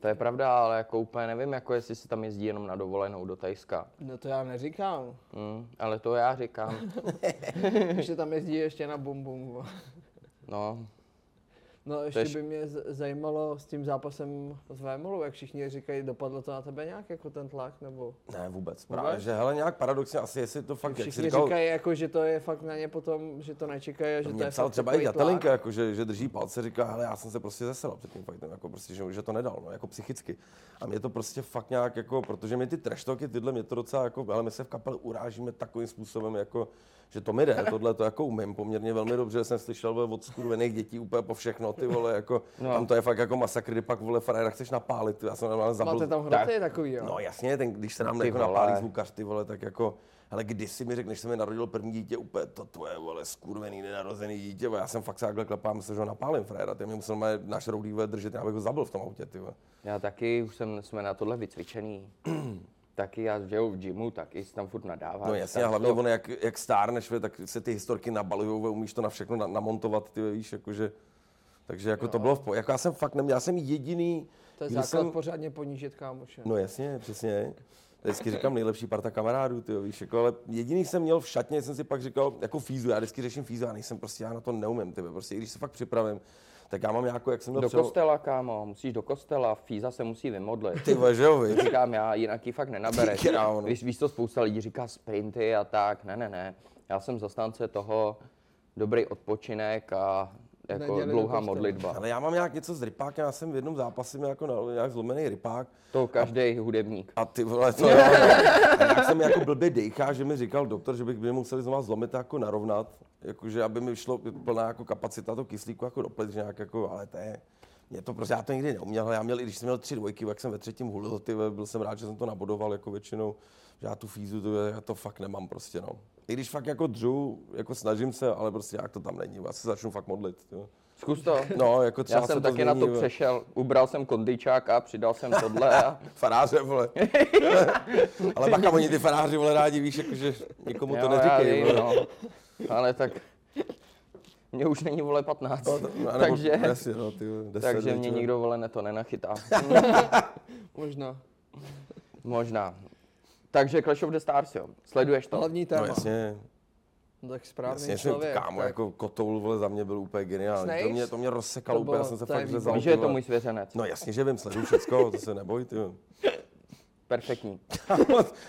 S2: to je pravda, ale jako úplně nevím, jako jestli se tam jezdí jenom na dovolenou do Tajska.
S4: No to já neříkám,
S2: Mm, ale to já říkám,
S4: že tam jezdí ještě na bum bum. vole.
S2: no.
S4: No ještě
S2: š-
S4: by mě z- zajímalo s tím zápasem s Vémolou, jak všichni říkají, dopadlo to na tebe nějak jako ten tlak, nebo
S3: Ne, vůbec. Právě, že hele, nějak paradoxně, asi jestli to fakt, jak jsi
S4: všichni
S3: říkal,
S4: říkají jako, že to je fakt na ně potom, že to nečekají a že to
S3: mě
S4: je
S3: psal
S4: fakt
S3: třeba i
S4: takový
S3: Jatelinka,
S4: tlak.
S3: jako, že, že, drží palce, říká, hele, já jsem se prostě zesel před tím fightem, jako prostě, že, že, to nedal, no, jako psychicky. A mě to prostě fakt nějak, jako, protože mě ty trash talky, tyhle, mě to docela, jako, ale my se v kapele urážíme takovým způsobem, jako, že to mi jde, tohle to jako umím poměrně velmi dobře, jsem slyšel vole, od skurvených dětí úplně po všechno, ty vole, jako, no. tam to je fakt jako masakr, kdy pak vole frajera chceš napálit, ty, já jsem normálně zabil.
S4: Máte tam hroty takový, jo?
S3: jako- No jasně, ten, když se nám
S2: Ty
S3: jako
S2: vole.
S3: napálí zvukař, ty vole, tak jako, ale když si mi řekneš, že se mi narodil první dítě, úplně to tvoje, vole, skurvený, nenarozený dítě, vole, já jsem fakt se takhle klepám, se, že ho napálím, frajera, ty mě musel mé náš roudíve držet, já bych ho zabil v tom autě, ty vole.
S2: Já taky, už jsem, jsme na tohle vycvičený. taky já, že jo, v gymu, taky si tam furt nadává.
S3: No jasně, a hlavně on jak, jak stárneš, vole, tak se ty historky nabalujou, vole, umíš to na všechno na, namontovat, ty vole, víš, jakože, takže jako to bylo v po, jako já jsem fakt neměl, já jsem jediný,
S4: To je
S3: kdy
S4: základ
S3: jsem-
S4: pořádně ponížit kámoše.
S3: No jasně, přesně. Vždycky říkám nejlepší parta kamarádů, ty víš, jako, ale jediný jsem měl v šatně, jsem si pak říkal, jako fízu, já vždycky řeším fízu, já nejsem prostě, já na to neumím, ty vole, prostě, i když se fakt připravím, tak já mám nějakou, jak jsem měl
S2: Do
S3: přelo-
S2: kostela, kámo, musíš do kostela, Fíza se musí vymodlit.
S3: Ty vole, že jo, víš?
S2: Říkám já, jinak ji fakt nenabereš.
S3: Ty krávo, no.
S2: Víš, víš, to spousta lidí říká sprinty a tak, ne, ne, ne. Já jsem zastánce toho, dobrý odpočinek a jako
S4: Neděli do
S2: dlouhá
S4: kostela.
S2: modlitba.
S3: Ale já mám nějak něco s rypákem, já jsem v jednom zápase měl jako na- nějak zlomený rypák,
S2: To každý hudebník.
S3: A ty vole, to já, a jak jsem jako blbě dejchá, že mi říkal doktor, že bych mě museli znovu zlomit a jako narovnat, jakože aby mi šlo plná jako kapacita to kyslíku jako do plic, že nějak jako, ale to je, mě to prostě, já to nikdy neuměl, ale já měl, i když jsem měl tři dvojky, jak jsem ve třetím hulil, ty vole, byl jsem rád, že jsem to nabodoval jako většinou, že já tu fízu, to, já to fakt nemám prostě, no. I když fakt jako dřu, jako snažím se, ale prostě jak to tam není, já se začnu fakt modlit, jo.
S2: Zkus to.
S3: No, jako třeba
S2: Já jsem
S3: se
S2: taky na
S3: změní,
S2: to
S3: vole.
S2: přešel, ubral jsem kondičáka, přidal jsem tohle a
S3: Faráře, vole. Ale bacha, oni ty faráři, vole, rádi, víš, jakože nikomu to
S2: Jo, já
S3: neříkej,
S2: vím,
S3: vole.
S2: no. Ale tak mě už není vole 15,
S3: No, to- no, nebo-
S2: takže,
S3: Jasně, no, ty, vole, deset,
S2: takže
S3: viď,
S2: mě
S3: vole.
S2: nikdo vole ne to nenachytá.
S4: Možná.
S2: Možná. Takže Clash of the Stars, jo. Sleduješ to?
S4: Hlavní
S3: No
S4: téma.
S3: jasně,
S4: No, tak správný
S3: jasně, jsem,
S4: člověk.
S3: kámo,
S4: tak.
S3: jako kotoul, vole, za mě byl úplně geniální. To
S4: Snakes?
S3: mě, to mě rozsekalo
S4: To
S3: úplně, já
S4: bylo-
S3: jsem se
S4: to je
S3: fakt
S4: výborný.
S3: řezal.
S2: Víš,
S3: ty
S2: že je to
S3: vole.
S2: můj svěřenec.
S3: No jasně, že vím, sleduju všecko, to se neboj, ty. vole.
S2: Perfektní.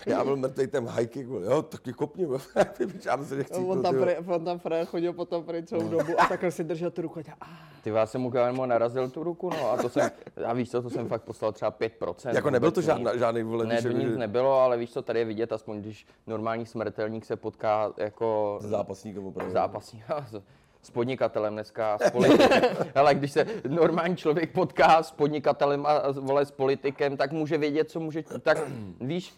S3: Já byl mrtvý ten high kick, vole, jo, tak mě kopni, vole, ty pič, já myslím, že chci. No.
S4: No, on, tam pre, on tam frajer chodil potom pryč celou dobu a takhle si držel tu ruku a dělal, "Ah."
S2: Ty já jsem mu kámo narazil tu ruku, no a to jsem, a víš co, to jsem fakt poslal třeba 5%.
S3: Jako nebyl to
S2: vůbec nic.
S3: žádná, žádný, vole,
S2: Ne,
S3: víš,
S2: to
S3: jakože-
S2: nic nebylo, ale víš co, tady je vidět, aspoň když normální smrtelník se potká jako
S3: s zápasníkem opravdu.
S2: zápasní s- s podnikatelem dneska, s politikem. Ale když se normální člověk potká s podnikatelem a- a vole s politikem, tak může vědět, co může, tak víš,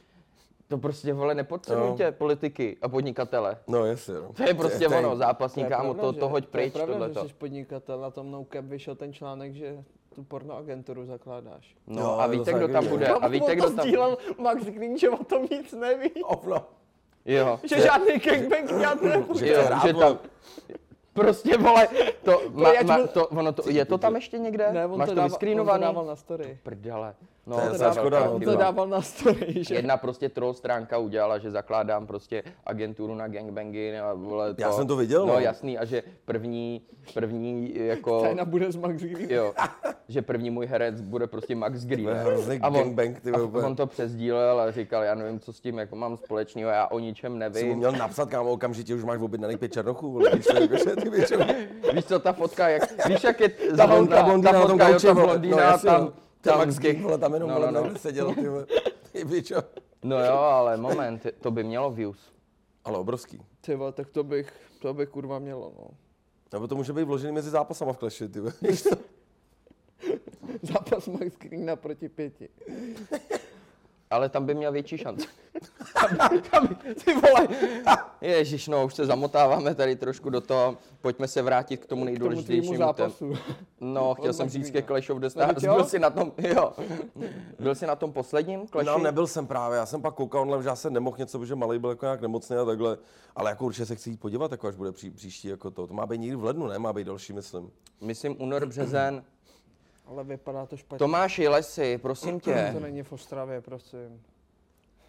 S2: to prostě vole nepotřebujte no. politiky a podnikatele.
S3: No jasně, no.
S2: To je prostě
S3: je-
S2: ono,
S4: To je
S2: zápasník, kámo,
S4: pravda,
S2: to,
S4: že-
S2: to hoď pryč,
S4: To je pravda,
S2: tohleto.
S4: že jsi podnikatel, na tom NoCap vyšel ten článek, že tu pornoagenturu zakládáš.
S2: No,
S3: Jo,
S2: a
S3: to
S2: víte,
S3: jsem
S2: kdo
S3: taky
S2: tam
S3: viděl.
S2: bude, a víte, kdo tam...
S4: sdílel Max Green, že o tom nic neví.
S3: Ovno.
S2: Jo.
S4: Že žádný gangbang dělat nebude.
S3: Že
S2: Jo,
S3: to rád,
S2: že tam, prostě vole, to, ma,
S4: jak
S2: ma,
S4: byl-
S2: to, ono to, je to tam ještě někde?
S4: Ne, on
S2: Máš
S4: to,
S2: to,
S4: dával, on to
S2: vyskrínovaný?
S4: dával na story.
S2: Prdele. No,
S3: To je
S2: to
S3: docela
S2: je
S3: škoda,
S2: velká
S3: no,
S4: On
S3: ty
S4: to
S3: vole.
S2: chyba.
S4: dával na story, že?
S2: Jedna prostě troll stránka udělala, že zakládám prostě agenturu na gangbangy a vole to.
S3: Já jsem to viděl,
S2: No
S3: no.
S2: jasný a že první, první jako,
S4: Tajna bude s Max Green.
S2: jo, že první můj herec bude prostě Max Green.
S3: To je hrozný
S2: a on,
S3: gangbang, ty
S2: a
S3: vole, úplně.
S2: on to přezdílel a říkal, já nevím, co s tím jako mám společného, já o ničem
S3: Jsi mu
S2: nevím.
S3: měl napsat, kámo, okamžitě už máš objednaných pět černochů, vole, víš co, jakože ty většinou.
S2: Víš co, ta fotka, jak, víš jak je
S3: Ta blondýna,
S2: ta
S3: blondýna na tom
S2: fotka, jo,
S3: gauči,
S2: ta
S3: vole,
S2: blondýna,
S3: no, jasně,
S2: tam,
S3: no. Ten Max King, vole, tam jenom,
S2: No,
S3: vole,
S2: no, no.
S3: takhle seděl, ty vole. Ty pičo.
S2: No jo, ale moment, to by mělo views.
S3: Ale obrovský.
S4: Ty vole, tak to bych, to by kurva mělo, no.
S3: Nebo to může být vložený mezi zápasama v kleši, ty vole.
S4: Zápas Max Greena proti pěti.
S2: Ale tam by měl větší šanci. Tam, tam, ty vole. Ježíš, no, už se zamotáváme tady trošku do toho. Pojďme se vrátit k tomu
S4: K tomu tvýmu
S2: nejdůležitějšímu. tém-
S4: zápasu.
S2: No, chtěl jsem
S4: Max
S2: říct ke
S4: Greena.
S2: Clash
S3: No,
S2: of the Stars.
S4: jo?
S2: Byl jsi na tom, jo. Byl jsi na tom posledním Clashi?
S3: No, nebyl jsem právě, já jsem pak koukal online, že já jsem nemohl něco, protože malý byl jako nějak nemocný a takhle. Ale jako určitě se chci jít podívat, jako až bude pří, příští, jako to. To má být někdy v lednu, ne? Má být další, myslím.
S2: Myslím únor, březen.
S4: Ale vypadá to špatně.
S2: Tomáš Lesy, prosím tě.
S4: To není v Ostravě, prosím.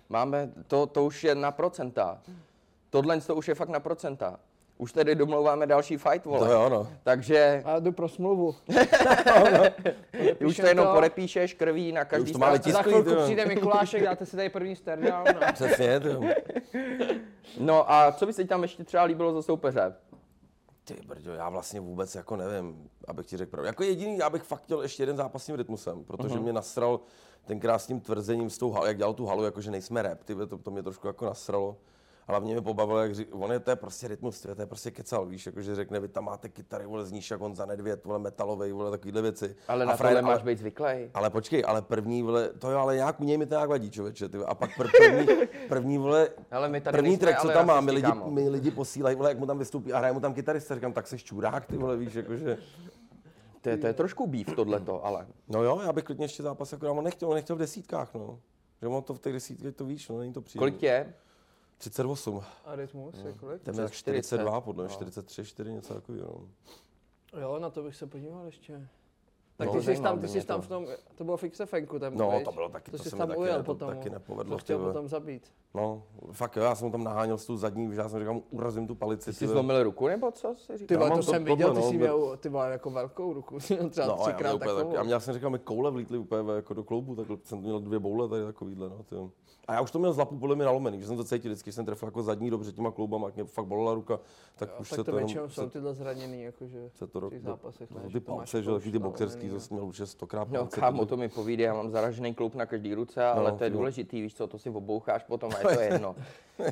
S2: Máme, to, to už je na procenta. Tohle to už je fakt na procenta. Už tedy domlouváme další fight,
S3: To
S2: vole.
S3: jo, no.
S2: Takže
S4: A já jdu pro smlouvu.
S2: už to jenom
S4: to.
S2: podepíšeš krví na každý
S3: Už to máme
S2: stránce.
S3: Tiskový,
S4: Za chvilku
S3: ty jo.
S4: přijde Mikulášek, dáte si tady první sternál. No.
S3: Přesně, ty jo.
S2: No a co by se ti tam ještě třeba líbilo za soupeře?
S3: Ty brďo, já vlastně vůbec jako nevím, abych ti řekl pravdu. Jako jediný, já bych fakt chtěl ještě jeden zápas s tím rytmusem, protože
S2: Mhm.
S3: mě nasral tenkrát s tím tvrzením, s tou halou, jak dělal tu halu, jakože nejsme rap, ty, vole, to, to mě trošku jako nasralo. A hlavně mě pobavilo, jak řík, on je, to je prostě rytmus, to je, to je prostě kecal, víš, jakože řekne, vy tam máte kytary, vole, zníš jak on za nedvěd, vole, metalovej, vole, takovýhle věci.
S2: Ale
S3: A
S2: na
S3: frajer-
S2: tohle máš
S3: ale-
S2: být zvyklý.
S3: ale počkej, ale první, vole, to jo, ale nějak u něj mi to nějak vadí, člověče, ty, vole. a pak pr- první, první, vole,
S2: Hele, my tady
S3: první
S2: nejsme
S3: track, co
S2: ale
S3: tam má,
S2: rasisti,
S3: mi lidi,
S2: kámo.
S3: mi lidi posílají, vole, jak mu tam vystoupí a hraje mu tam kytarista, říkám, tak seš čurák, ty vole, víš, jakože,
S2: To je, to je trošku býv tohleto, ale
S3: no jo, já bych klidně ještě zápas, jako on nechtěl, on nechtěl v desítkách, no. Že on to v těch desítkách, to víš, no, není to příjemné.
S2: kolik tě?
S3: 38,
S4: A rytmus je kolik?
S3: téměř
S2: 40,
S3: 42, podle
S2: no.
S3: mě, 43, 4, něco takového, no.
S4: Jo, na to bych se podíval ještě. Tak
S2: No,
S4: ty jsi
S2: zajímalo
S4: tam,
S2: by
S4: ty
S2: mě
S4: jsi tam
S2: to.
S4: v tom, to bylo fixe fenku tam,
S3: No,
S4: viď?
S3: to bylo taky, to
S4: jsi
S3: se mi
S4: tam
S3: taky
S4: ujel
S3: ne- to
S4: potom. no.
S3: taky nepovedlo,
S4: To chtěl
S3: ty vole.
S4: potom zabít.
S3: No, fakt jo, já jsem ho tam naháněl s tou zadní, že já jsem říkal, mu urazím tu palici.
S2: Ty jsi
S3: vole.
S2: zlomil ruku nebo co jsi
S4: Ty
S2: říkal?
S4: vole,
S3: mám
S4: to
S3: to-
S4: jsem
S3: tohle,
S4: viděl, ty
S3: no,
S4: jsi
S3: byl-
S4: měl, ty vole, jako velkou ruku, třeba
S3: No, já, měl
S4: třikrát
S3: úplně tak,
S4: takovou.
S3: já měl jsem říkal, mi koule vlítly úplně jako do kloubu, tak jsem měl dvě boule tady takovýhle. No, ty. jo. A já už to měl z lapu podle mě nalomený, že jsem to cítil vždycky, když jsem trefil jako zadní dobře těma kloubama, jak mě fakt bolela ruka, tak už
S4: tak
S3: se
S4: to
S3: to, jenom-
S4: většinou
S3: se,
S4: jsou tyhle zraněný, jakože
S3: se to
S4: v těch zápasech. ne,
S3: no,
S4: že
S3: ty
S4: to máš
S3: palce, že
S4: jako
S3: taky
S4: už
S3: ty boxerský,
S4: nalomený,
S3: to
S4: no.
S3: jsem měl už stokrát
S2: No,
S3: palce,
S2: kámo,
S3: tyhle.
S2: to mi povídej, já mám zaražený kloup na každý ruce, ale
S3: No,
S2: to je
S3: ty vole.
S2: důležitý, víš co, to si oboucháš potom a je to jedno.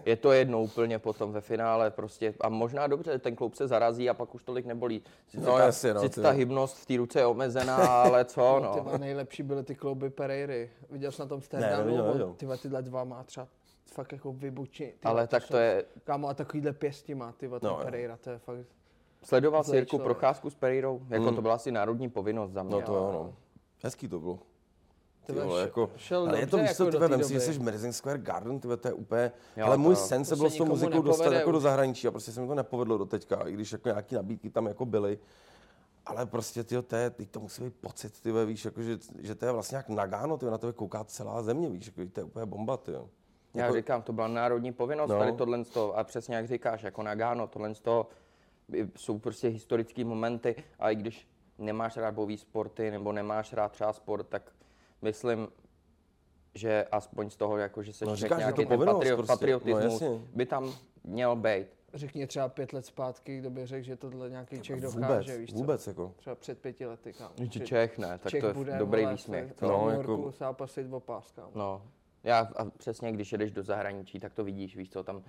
S2: Je to jedno úplně potom ve finále prostě a možná dobře, ten kloup se zarazí a pak už tolik nebolí. Sice
S3: No,
S2: ta,
S3: jasně, no,
S2: sice
S3: ty
S2: ta
S3: jo.
S2: hybnost v té ruce je omezená, ale co,
S4: Ty
S2: no.
S4: vole, nejlepší byly ty klouby Pereiry. Viděl jsi na tom stand
S3: Ne, neviděl, neviděl.
S4: Ty vole, tyhle dva má třeba fakt jako vybučení.
S2: Ale tak to je,
S4: Kámo, a takovýhle pěsti má, ty vole, ten
S3: No, jo.
S4: Pereira, to je fakt...
S2: sledoval
S4: Zlej
S2: Sirku
S4: člověk.
S2: procházku s Pereirou, jako to byla asi národní povinnost za mě.
S3: No to jo, no. Hezký to bylo.
S4: Ty
S3: Ty
S4: vole,
S3: vole,
S4: š-
S3: jako,
S4: šel
S3: ale je to,
S4: dobře
S3: víš co,
S4: jako
S3: ty
S4: do
S3: vole,
S4: té
S3: vem si, že
S4: doby.
S3: jsi v Madison Square Garden, ty vole, to je úplně,
S2: Jo,
S3: ale
S2: to
S3: můj
S2: jo.
S3: sen se
S4: To
S3: byl
S4: se
S3: s tou
S4: nikomu
S3: muzikou dostat
S4: nepovede
S3: jako do
S4: už.
S3: zahraničí a prostě se mi to nepovedlo do teďka, i když jako nějaký nabídky tam jako byly. Ale prostě ty to je, teď to musí být pocit, ty vole, víš, jako, že, že, to je vlastně jak nagáno, ty vole, na tebe kouká celá země, víš, jako, to je úplně bomba, ty jo.
S2: Já
S3: Jako-
S2: říkám, to byla národní povinnost,
S3: No.
S2: tady tohle z toho, a přesně jak říkáš, jako Nagano, tohle z toho i- jsou prostě historické momenty a i když nemáš rád bojové sporty nebo nemáš rád třeba sport, tak myslím, že aspoň z toho, jako, že se
S3: No, říkáš, že to
S2: ten
S3: povinnost
S2: patrio-
S3: prostě. No,
S2: patriotismus
S3: jasně.
S2: by tam měl být.
S4: Řekni třeba pět let zpátky, kdo by řekl, že tohle nějaký Čech
S3: Vůbec,
S4: dokáže, víš co?
S3: vůbec, jako.
S4: Třeba před pěti lety, kámo.
S2: Že Čech ne, tak
S4: Čech
S2: to je
S4: bude,
S2: dobrý
S4: vole,
S2: výsměch.
S4: v
S2: co?
S4: New
S3: No,
S4: Yorku
S3: jako-
S4: zápasit o pás, kámo.
S2: No, já a přesně, když jedeš do zahraničí, tak to vidíš, víš co, tam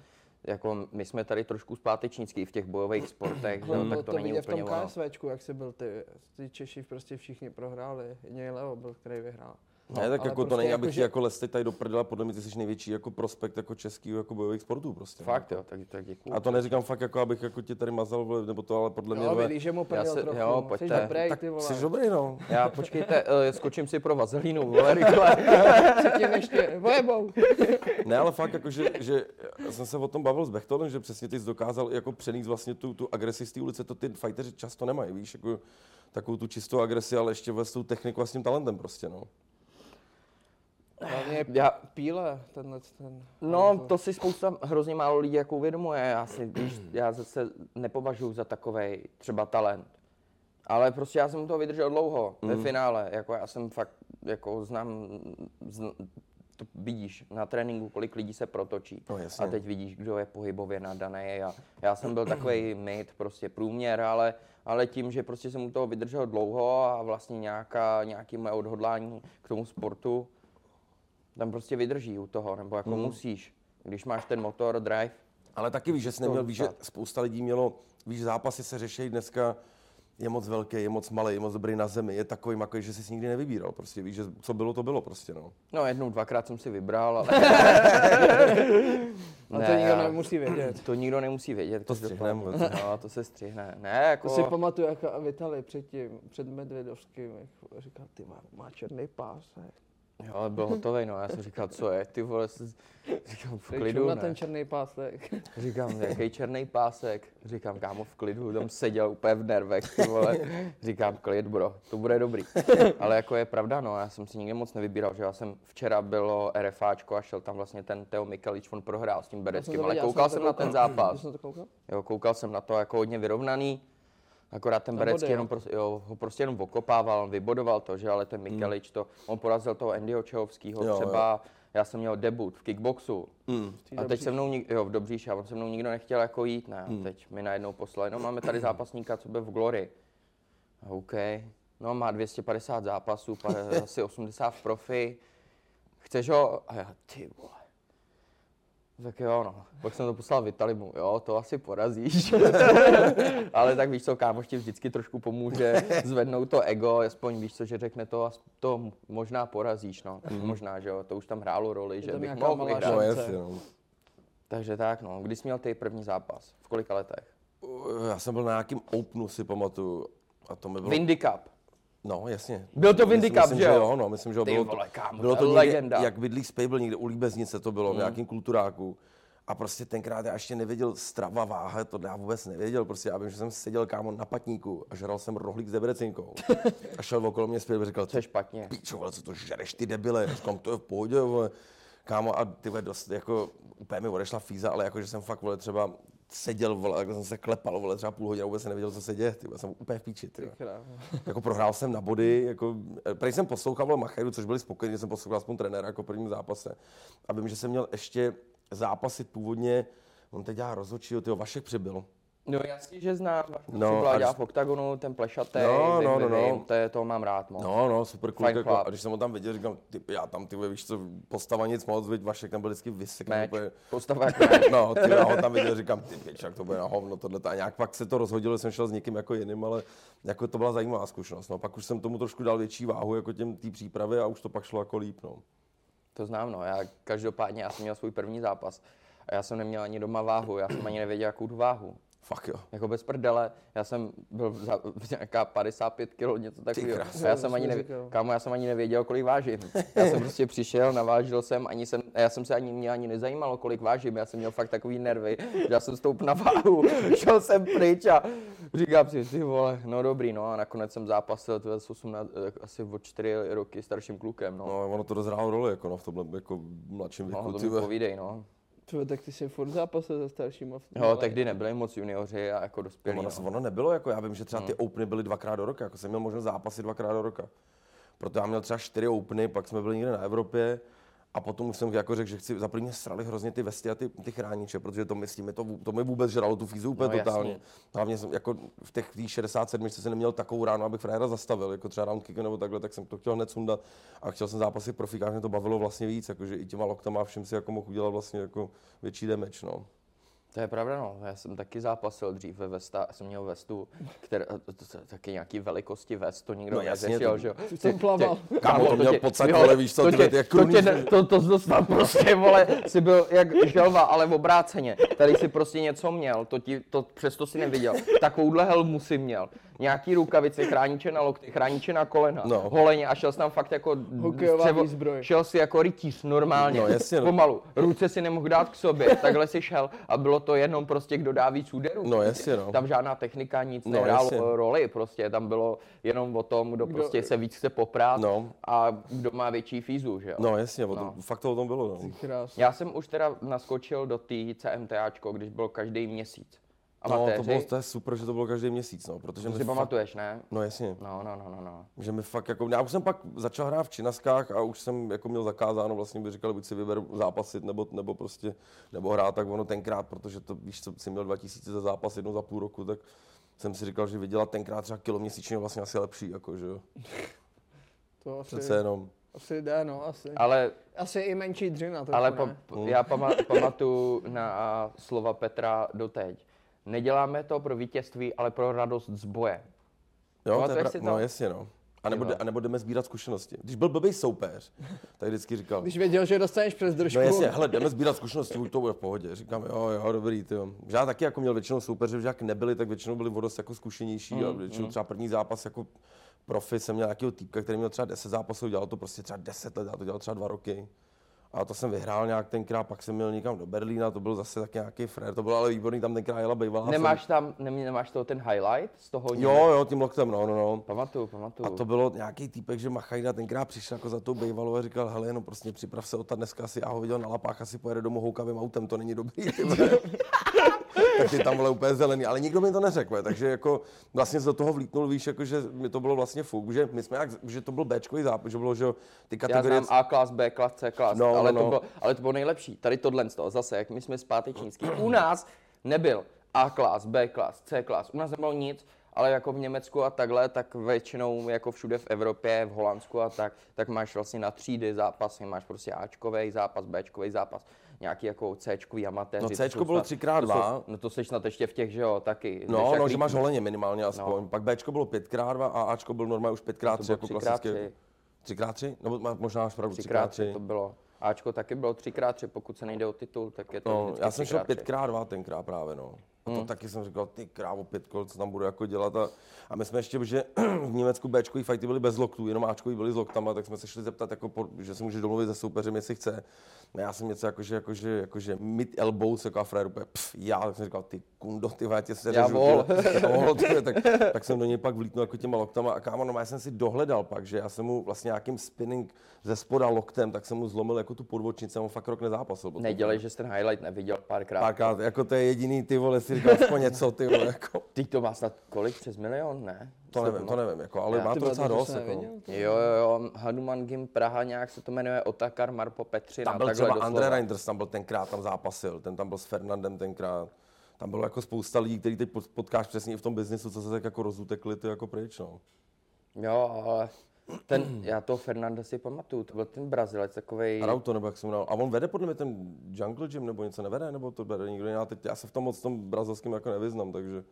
S2: jako my jsme tady trošku zpátečnický v těch bojových sportech, že jo,
S3: Hmm.
S4: Ale
S2: tak to,
S4: to
S2: není
S4: vidět v
S2: úplně
S4: tom
S2: ono.
S4: KSVčku, jak se byl ty, ty Češi prostě všichni prohráli. Jedině Leo byl, který vyhrál.
S3: ne, tak
S4: ale
S3: jako
S4: prostě
S3: to není, aby
S4: jako,
S3: ti
S4: že-
S3: jako lesli tady do prdela, podle mě ty jsi největší jako prospekt jako českýho jako bojových sportů prostě. no.
S2: Fakt jo, tak, tak děkuju.
S3: A to neříkám fakt, jako abych jako tě tady mazal, vole, nebo to, ale podle mě...
S4: Jo,
S3: vole,
S4: vidíš, že mu
S2: Já
S4: prdel
S2: se-
S4: trochu.
S2: jo,
S4: no.
S2: pojďte.
S4: Jsi dobrý,
S3: tak
S4: ty vole.
S3: jsi dobrý, no.
S2: Já, počkejte, eh, skočím si pro vazelínu, vole, rychle.
S4: Předtím ještě, vojebou.
S3: Ne, ale fakt, jako, že, že já jsem se o tom bavil s Bechtolem, že přesně ty jsi dokázal jako přenést vlastně tu, tu agresi z té ulice, to ty fighteři často nemají, víš, jako takovou tu čistou agresi, ale ještě vlastně s tou technikou a s tím talentem prostě, no.
S4: Hlavně
S2: Já,
S4: píle, tenhle ten.
S2: no, to si spousta, hrozně málo lidí jako uvědomuje. Já, si, víš, já se nepovažuji za takovej třeba talent. Ale prostě já jsem u toho vydržel dlouho
S3: Mhm.
S2: ve finále. Jako já jsem fakt, jako znám, zn, to vidíš na tréninku, kolik lidí se protočí.
S3: No, jasně.
S2: A teď vidíš, kdo je pohybově nadaný. A já jsem byl takový mid, prostě průměr, ale, ale tím, že prostě jsem u toho vydržel dlouho a vlastně nějaká, nějaký moje odhodlání k tomu sportu, tam prostě vydrží u toho, nebo
S3: Mhm.
S2: jako musíš. Když máš ten motor, drive,
S3: Ale taky víš, že jsi neměl, víš, že spousta lidí mělo, víš, zápasy se řeší dneska, je moc velký, je moc malý, je moc dobrý na zemi, je takový makový, že jsi si nikdy nevybíral, prostě víš, že co bylo, to bylo prostě, no.
S2: no jednou, dvakrát jsem si vybral, ale...
S4: A to nikdo nemusí vědět.
S2: To nikdo nemusí vědět.
S3: To
S2: každopádně.
S3: střihneme,
S2: No, to se střihne. Ne, jako...
S4: To si pamatuju, jak Vitali předtím, před Medvědovským, jak říkal, ty má, má černý pás. ne?
S2: jo, ale byl hotový, no. Já jsem říkal, co je, ty vole, jsi... říkám, v
S4: Teď
S2: klidu,
S4: šel na
S2: ne.
S4: ten černý pásek.
S2: Říkám, jaký černý pásek. Říkám, kámo, v klidu, tam seděl úplně v nervech, ty vole. Říkám, klid, bro, to bude dobrý. Ale jako je pravda, no, já jsem si nikdy moc nevybíral, že já jsem včera bylo RFáčko a šel tam vlastně ten Teo Mikalič, on prohrál s tím
S4: No,
S2: Bereckým, ale koukal jsem na ten zápas.
S4: Jsem to koukal?
S2: Jo, koukal jsem na to jako hodně vyrovnaný, akorát ten
S4: Na body,
S2: Berecký
S4: jo. Hmm.
S2: jenom, pro, jo, ho prostě jenom okopával, on vybodoval to, že ale ten Mikelič to, on porazil toho Andyho Čehovského
S3: Jo, Hmm.
S2: třeba, já jsem měl debut v kickboxu a teď
S4: Dobříši.
S2: se mnou, nik, jo, v Dobříši, a on se mnou nikdo nechtěl jako jít, ne,
S3: Hmm.
S2: a teď mi najednou poslali, no máme tady zápasníka, co byl v Glory. A OK, no má 250 zápasů, pa- asi 80 v profi, chceš ho? A já, ty vole. Tak jo, no. Pak jsem to poslal Vitalimu, jo, to asi porazíš. Ale tak víš co, kámoš ti vždycky trošku pomůže zvednout to ego, aspoň víš co, že řekne to, as- to možná porazíš, no. Tak
S3: Mhm.
S2: možná, že jo, to už tam hrálo roli, že
S4: tam
S2: bych
S4: nějaká
S2: mohl
S4: malá
S2: vyhrát.
S3: No,
S4: šance.
S3: jasně, no.
S2: Takže tak, no. Kdy jsi měl ty první zápas? V kolika letech?
S3: Uh, Já jsem byl na nějakým Openu, si pamatuju. A to mi bylo...
S2: Windy Cup.
S3: No, jasně.
S2: Byl to
S3: Myslím-
S2: Windy Cup,
S3: myslím,
S2: že jo?
S3: no, myslím, že jo.
S2: Ty
S3: Bylo
S2: vole, kámo,
S3: bylo
S2: to
S3: to
S2: je
S3: někde,
S2: legenda. Mhm.
S3: jak bydlí Spable, někde u Líbeznice to bylo, v nějakým kulturáku. A prostě tenkrát já ještě nevěděl strava, váha, to já vůbec nevěděl. Prostě já vím, že jsem seděl kámo na patníku a žral jsem rohlík s debrecinkou. A šel okolo mě Spable a říkal,
S2: To je špatně.
S3: píčo, vole, co to žereš ty debile, já říkám, to je v pohodě, vole. Kámo, a ty vole, dost, jako, úplně mi odešla fíza, ale jakože jsem fakt, vole, třeba seděl, vole, jako jsem se klepal, vole, třeba půl hodiny, vůbec jsem nevěděl, co se děje, ty vole, jsem úplně v píči, ty vole.
S4: Krávo.
S3: Jako prohrál jsem na body, jako, eh, prej jsem poslouchal vole, Machajdu, což byli spokojení, že jsem poslouchal aspoň trenéra jako v prvním zápase. A vím, že jsem měl ještě zápasit původně, on teď dělá rozhodčího, tyho Vašek přibyl.
S2: No jasně, že znám.
S3: No,
S2: No,
S3: a
S2: dělá
S3: když-
S2: v oktagonu, ten plešatý,
S3: No,
S2: vím,
S3: no, no,
S2: vím,
S3: no.
S2: To je, toho mám rád, moc.
S3: No, no, super kluk.
S2: Fajn
S3: Jako,
S2: chlap.
S3: a když jsem ho tam viděl, říkám, ty, já tam, ty vole, víš co, postava nic moc, viď, Vašek tam byl vždycky vysekaný.
S2: Meč.
S3: úplně.
S2: Postava jako meč.
S3: No, ty, já ho tam viděl, říkám, ty pič, jak to bude na hovno tohle. A nějak pak se to rozhodilo, jsem šel s někým jako jiným, ale jako to byla zajímavá zkušenost. No, pak už jsem tomu trošku dal větší váhu, jako těm té přípravy a už to pak šlo jako líp. No.
S2: To znám, no. Já každopádně, já jsem měl svůj první zápas. A já jsem neměl ani doma váhu, já jsem ani nevěděl, jakou tu váhu.
S3: Fakt jo.
S2: Jako bez prdele, já jsem byl za, nějaká 55 kg, něco takového.
S3: krása.
S2: A já
S4: To
S2: jsem
S4: jsi
S2: ani
S4: mi
S2: nevěděl,
S4: říkal.
S2: kámo, já jsem ani nevěděl, kolik vážím. Já jsem prostě přišel, navážil jsem, ani jsem, a já jsem se ani, mě ani nezajímalo, kolik vážím, já jsem měl fakt takový nervy, že já jsem stoup na váhu, šel jsem pryč a říkám si, ty vole, no dobrý, no a nakonec jsem zápasil tyhle s 18, eh, asi o 4 roky starším klukem, no.
S3: No, ono to dozrálo roli, jako no, v tomhle jako mladším věku.
S2: No, to
S3: ty
S2: mi
S3: vole.
S2: povídej, no.
S4: Ty vole, tak ty jsi furt zápasil se staršíma. v-
S2: Jo, tehdy nebyli moc junioři a jako dospělí.
S3: ono,
S2: No.
S3: ono nebylo, jako já vím, že třeba ty openy byly dvakrát do roka, jako jsem měl možnost zápasy dvakrát do roka. Proto já měl třeba čtyři openy, pak jsme byli někde na Evropě a potom už jsem jako řekl, že chci, za první mě srali hrozně ty vesty a ty, ty chrániče, protože to mi, s tím, to, vů- to mi vůbec žralo tu fízu úplně
S2: No, jasně.
S3: totálně. Hlavně jsem jako v těch tý 67 jsem neměl takovou ránu, abych frajera zastavil, jako třeba round kicku nebo takhle, tak jsem to chtěl hned sundat a chtěl jsem zápasy profíkách, mě to bavilo vlastně víc, jakože i těma loktama a všem si jako mohl udělat vlastně jako větší damage, no.
S2: To je pravda, no. Já jsem taky zápasil dřív ve vesta, jsem měl vestu, které, to, to, to, taky nějaký velikosti vest, to nikdo
S3: No
S2: no,
S3: jasně,
S2: neřešil,
S3: to-
S2: že jo.
S4: Ty jsem plaval.
S3: Kámo, to měl
S2: tě-
S3: pocak,
S2: jo,
S3: vole, víš co,
S2: to
S3: tyhle
S2: tě-
S3: ty jak
S2: to, tě,
S3: krůníš.
S2: ne- to, to dostal prostě, vole, jsi byl jak želva, ale obráceně. Tady si prostě něco měl, to, ti, to přesto si neviděl. Takovouhle helmu si měl. Nějaký rukavice, chrániče na lokty, chrániče na kolena,
S3: No.
S2: holeně a šel jsi tam fakt jako...
S4: Hokejová
S2: střevo-
S4: výzbroj.
S2: Šel si jako rytíř normálně,
S3: No, jasně, no.
S2: pomalu. Ruce si nemohl dát k sobě, takhle si šel a bylo to jenom prostě, kdo dá víc úderů.
S3: No, jasně, no.
S2: Tam žádná technika, nic
S3: No,
S2: no, nehrálo
S3: jasně.
S2: eh, roli, prostě tam bylo jenom o tom, kdo, prostě se víc chce poprát
S3: No.
S2: a kdo má větší fízu, že jo.
S3: No jasně, o
S2: No.
S3: tom, fakt to o tom bylo, no.
S4: Krás.
S2: Já jsem už teda naskočil do té CMTAčko, když byl každý měsíc.
S3: No,
S2: Amatéři,
S3: to, bylo, to je super, že to bylo každý měsíc, no, protože
S2: to
S3: mi
S2: si
S3: fakt,
S2: pamatuješ, ne?
S3: no jasně,
S2: No, no, no, no, no.
S3: že mi fakt jako, já už jsem pak začal hrát v činaskách a už jsem jako měl zakázáno, vlastně by říkali, buď si vyber zápasit, nebo, nebo prostě, nebo hrát, tak ono tenkrát, protože to, víš, co, jsem měl 2000 za zápas jednou za půl roku, tak jsem si říkal, že vydělat tenkrát třeba kilo měsíčně je vlastně asi lepší, jako, že jo,
S4: To asi,
S3: přece jenom.
S4: asi jde, no, asi.
S2: Ale,
S4: Asi i menší dřina trochu,
S2: ale
S4: ne?
S2: pa, já
S3: Mm.
S2: pama, pamatuju na slova Petra doteď. Neděláme to pro vítězství, ale pro radost z boje.
S3: Jo, to je
S2: Pamatuješ
S3: pra...
S2: si to?
S3: no jasně, no. A nebo,
S2: Ty vole.
S3: a nebo jdeme sbírat zkušenosti. Když byl blbý soupeř, tak vždycky říkal,
S4: Když věděl, že dostaneš přes držku.
S3: No jasně, hele, jdeme sbírat zkušenosti, už to bude v pohodě. Říkám, jo, jo, dobrý, ty jo. Že Já taky jako měl většinou soupeře, že jak nebyli, tak většinou byli o dost jako zkušenější a většinou třeba první zápas jako profi jsem měl nějakého týpka, který měl třeba 10 zápasů, dělal to prostě třeba 10 let, já to dělal třeba 2 roky. A to jsem vyhrál nějak tenkrát, pak jsem měl někam do Berlína, to byl zase taky nějaký frér, to bylo ale výborný, tam tenkrát jela bývalá.
S2: Nemáš tam, nem, nemáš to ten highlight z toho?
S3: Jo, jo, tím loktem, no, no, no.
S2: Pamatuju, pamatuju.
S3: A to bylo nějaký týpek, že Machajda tenkrát přišel jako za tou bejvalou a říkal, hele, no prostě připrav se o ta dneska asi, já ho viděl na lapách, asi pojede domů houkavým autem, to není dobrý. ty vole." tak ty tam vole úplně zelený, ale nikdo mi to neřekl, vole, takže jako vlastně se do toho vlítnul, víš, jako že mi to bylo vlastně fuk, že my jsme jak, že to byl Bčkový zápas, že bylo, že jo, ty
S2: Já
S3: kategorie,
S2: znám A klas, B klas, C klas,
S3: No,
S2: no, ale,
S3: no,
S2: no.
S3: no.
S2: To bylo, ale to bylo nejlepší. Tady tohle z toho, zase, jak my jsme zpátečnický. U nás nebyl A klas, B klas, C klas, u nás nebylo nic. ale jako v Německu a takhle, tak většinou jako všude v Evropě, v Holandsku a tak, tak máš vlastně na třídy zápasy, máš prostě Ačkový zápas, Bčkový zápas, nějaký jako Cčkový amatéři.
S3: No,
S2: to
S3: Cčko
S2: jsou
S3: bylo
S2: snad-
S3: třikrát
S2: to jsou-
S3: dva.
S2: No to seš na ještě v těch, že jo, taky.
S3: No,
S2: Jdeš
S3: no,
S2: jak
S3: že máš
S2: líp.
S3: holeně minimálně aspoň. No. Pak Bčko bylo 5x2 a Ačko bylo normálně už 5x3
S2: bylo
S3: jako
S2: třikrát
S3: klasické.
S2: tři.
S3: 3x3? Nebo má- možná máš pravdu,
S2: Třikrát tři
S3: 3x3.
S2: to bylo. Ačko taky bylo třikrát tři, pokud se nejde o titul, tak je to
S3: No,
S2: vždycky
S3: já jsem šel
S2: třikrát tři. Hmm.
S3: 5x2 tenkrát právě, no. A to taky jsem říkal, ty krávo, pět kol, co tam budu jako dělat. A, a my jsme ještě, že v Německu Bčkový fajty byly bez loktů, jenom Ačkový byly s loktama, tak jsme se šli zeptat, jako, po- že se může domluvit se soupeřem, jestli chce. No, já jsem něco jakože, jakože, jakože mid jako, elbows, jako a frajer úplně, pff, já, tak jsem říkal, ty kundo, ty vole, já tě seřežu.
S2: Já
S3: ty
S2: vol.
S3: vole. Já vol, ty vole, tak, tak, jsem do něj pak vlítnul jako těma loktama a kámo, no já jsem si dohledal pak, že já jsem mu vlastně nějakým spinning ze spoda loktem, tak jsem mu zlomil jako tu podvočnici a on fakt rok nezápasil. potom.
S2: Nedělej, že jsi ten highlight neviděl párkrát.
S3: Tak a jako to je jediný ty vole, si říkal aspoň něco ty vole, jako.
S2: Ty to má snad kolik? Přes milion? Ne?
S3: To nevím, to nevím, jako, ale má to
S4: vole,
S3: docela
S4: to jsem
S3: dost. Jako.
S4: nevěděl.
S2: Jo, jo, jo, Hanuman Gym Praha nějak se to jmenuje, Otakar, Marpo Petřina,
S3: Tam byl
S2: takhle
S3: třeba
S2: doslova.
S3: André Reinders, tam byl tenkrát, tam zápasil, ten tam byl s Fernandem tenkrát. Tam bylo jako spousta lidí, který teď pot- potkáš přesně i v tom biznisu, co se tak jako rozutekli, ty jako pryč, no.
S2: Jo, ale ten, já toho Fernanda si pamatuju, to byl ten Brazilec, takovej,
S3: Arauto, nebo jak se jmenoval. A on vede podle mě ten Jungle Gym, nebo něco nevede, nebo to vede nikdo jiný. Já, teď, já se v tom moc v tom brazilském jako nevyznám, takže.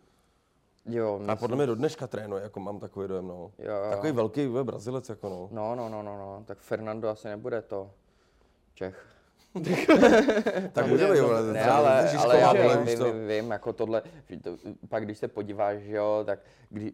S2: jo,
S3: A
S2: myslím-
S3: podle mě do dneška trénuje, jako mám takový dojem, no.
S2: Jo, jo.
S3: Takový velký vole, Brazilec, jako no.
S2: no, no, no, no, no, tak Fernando asi nebude to Čech.
S3: Tak bude být, vole,
S2: no, Ne,
S3: třeba
S2: ale,
S3: Žižková,
S2: ale já
S3: vole,
S2: vím,
S3: víš
S2: vím,
S3: to.
S2: vím, vím, jako tohle, že to, pak když se podíváš, že jo, tak když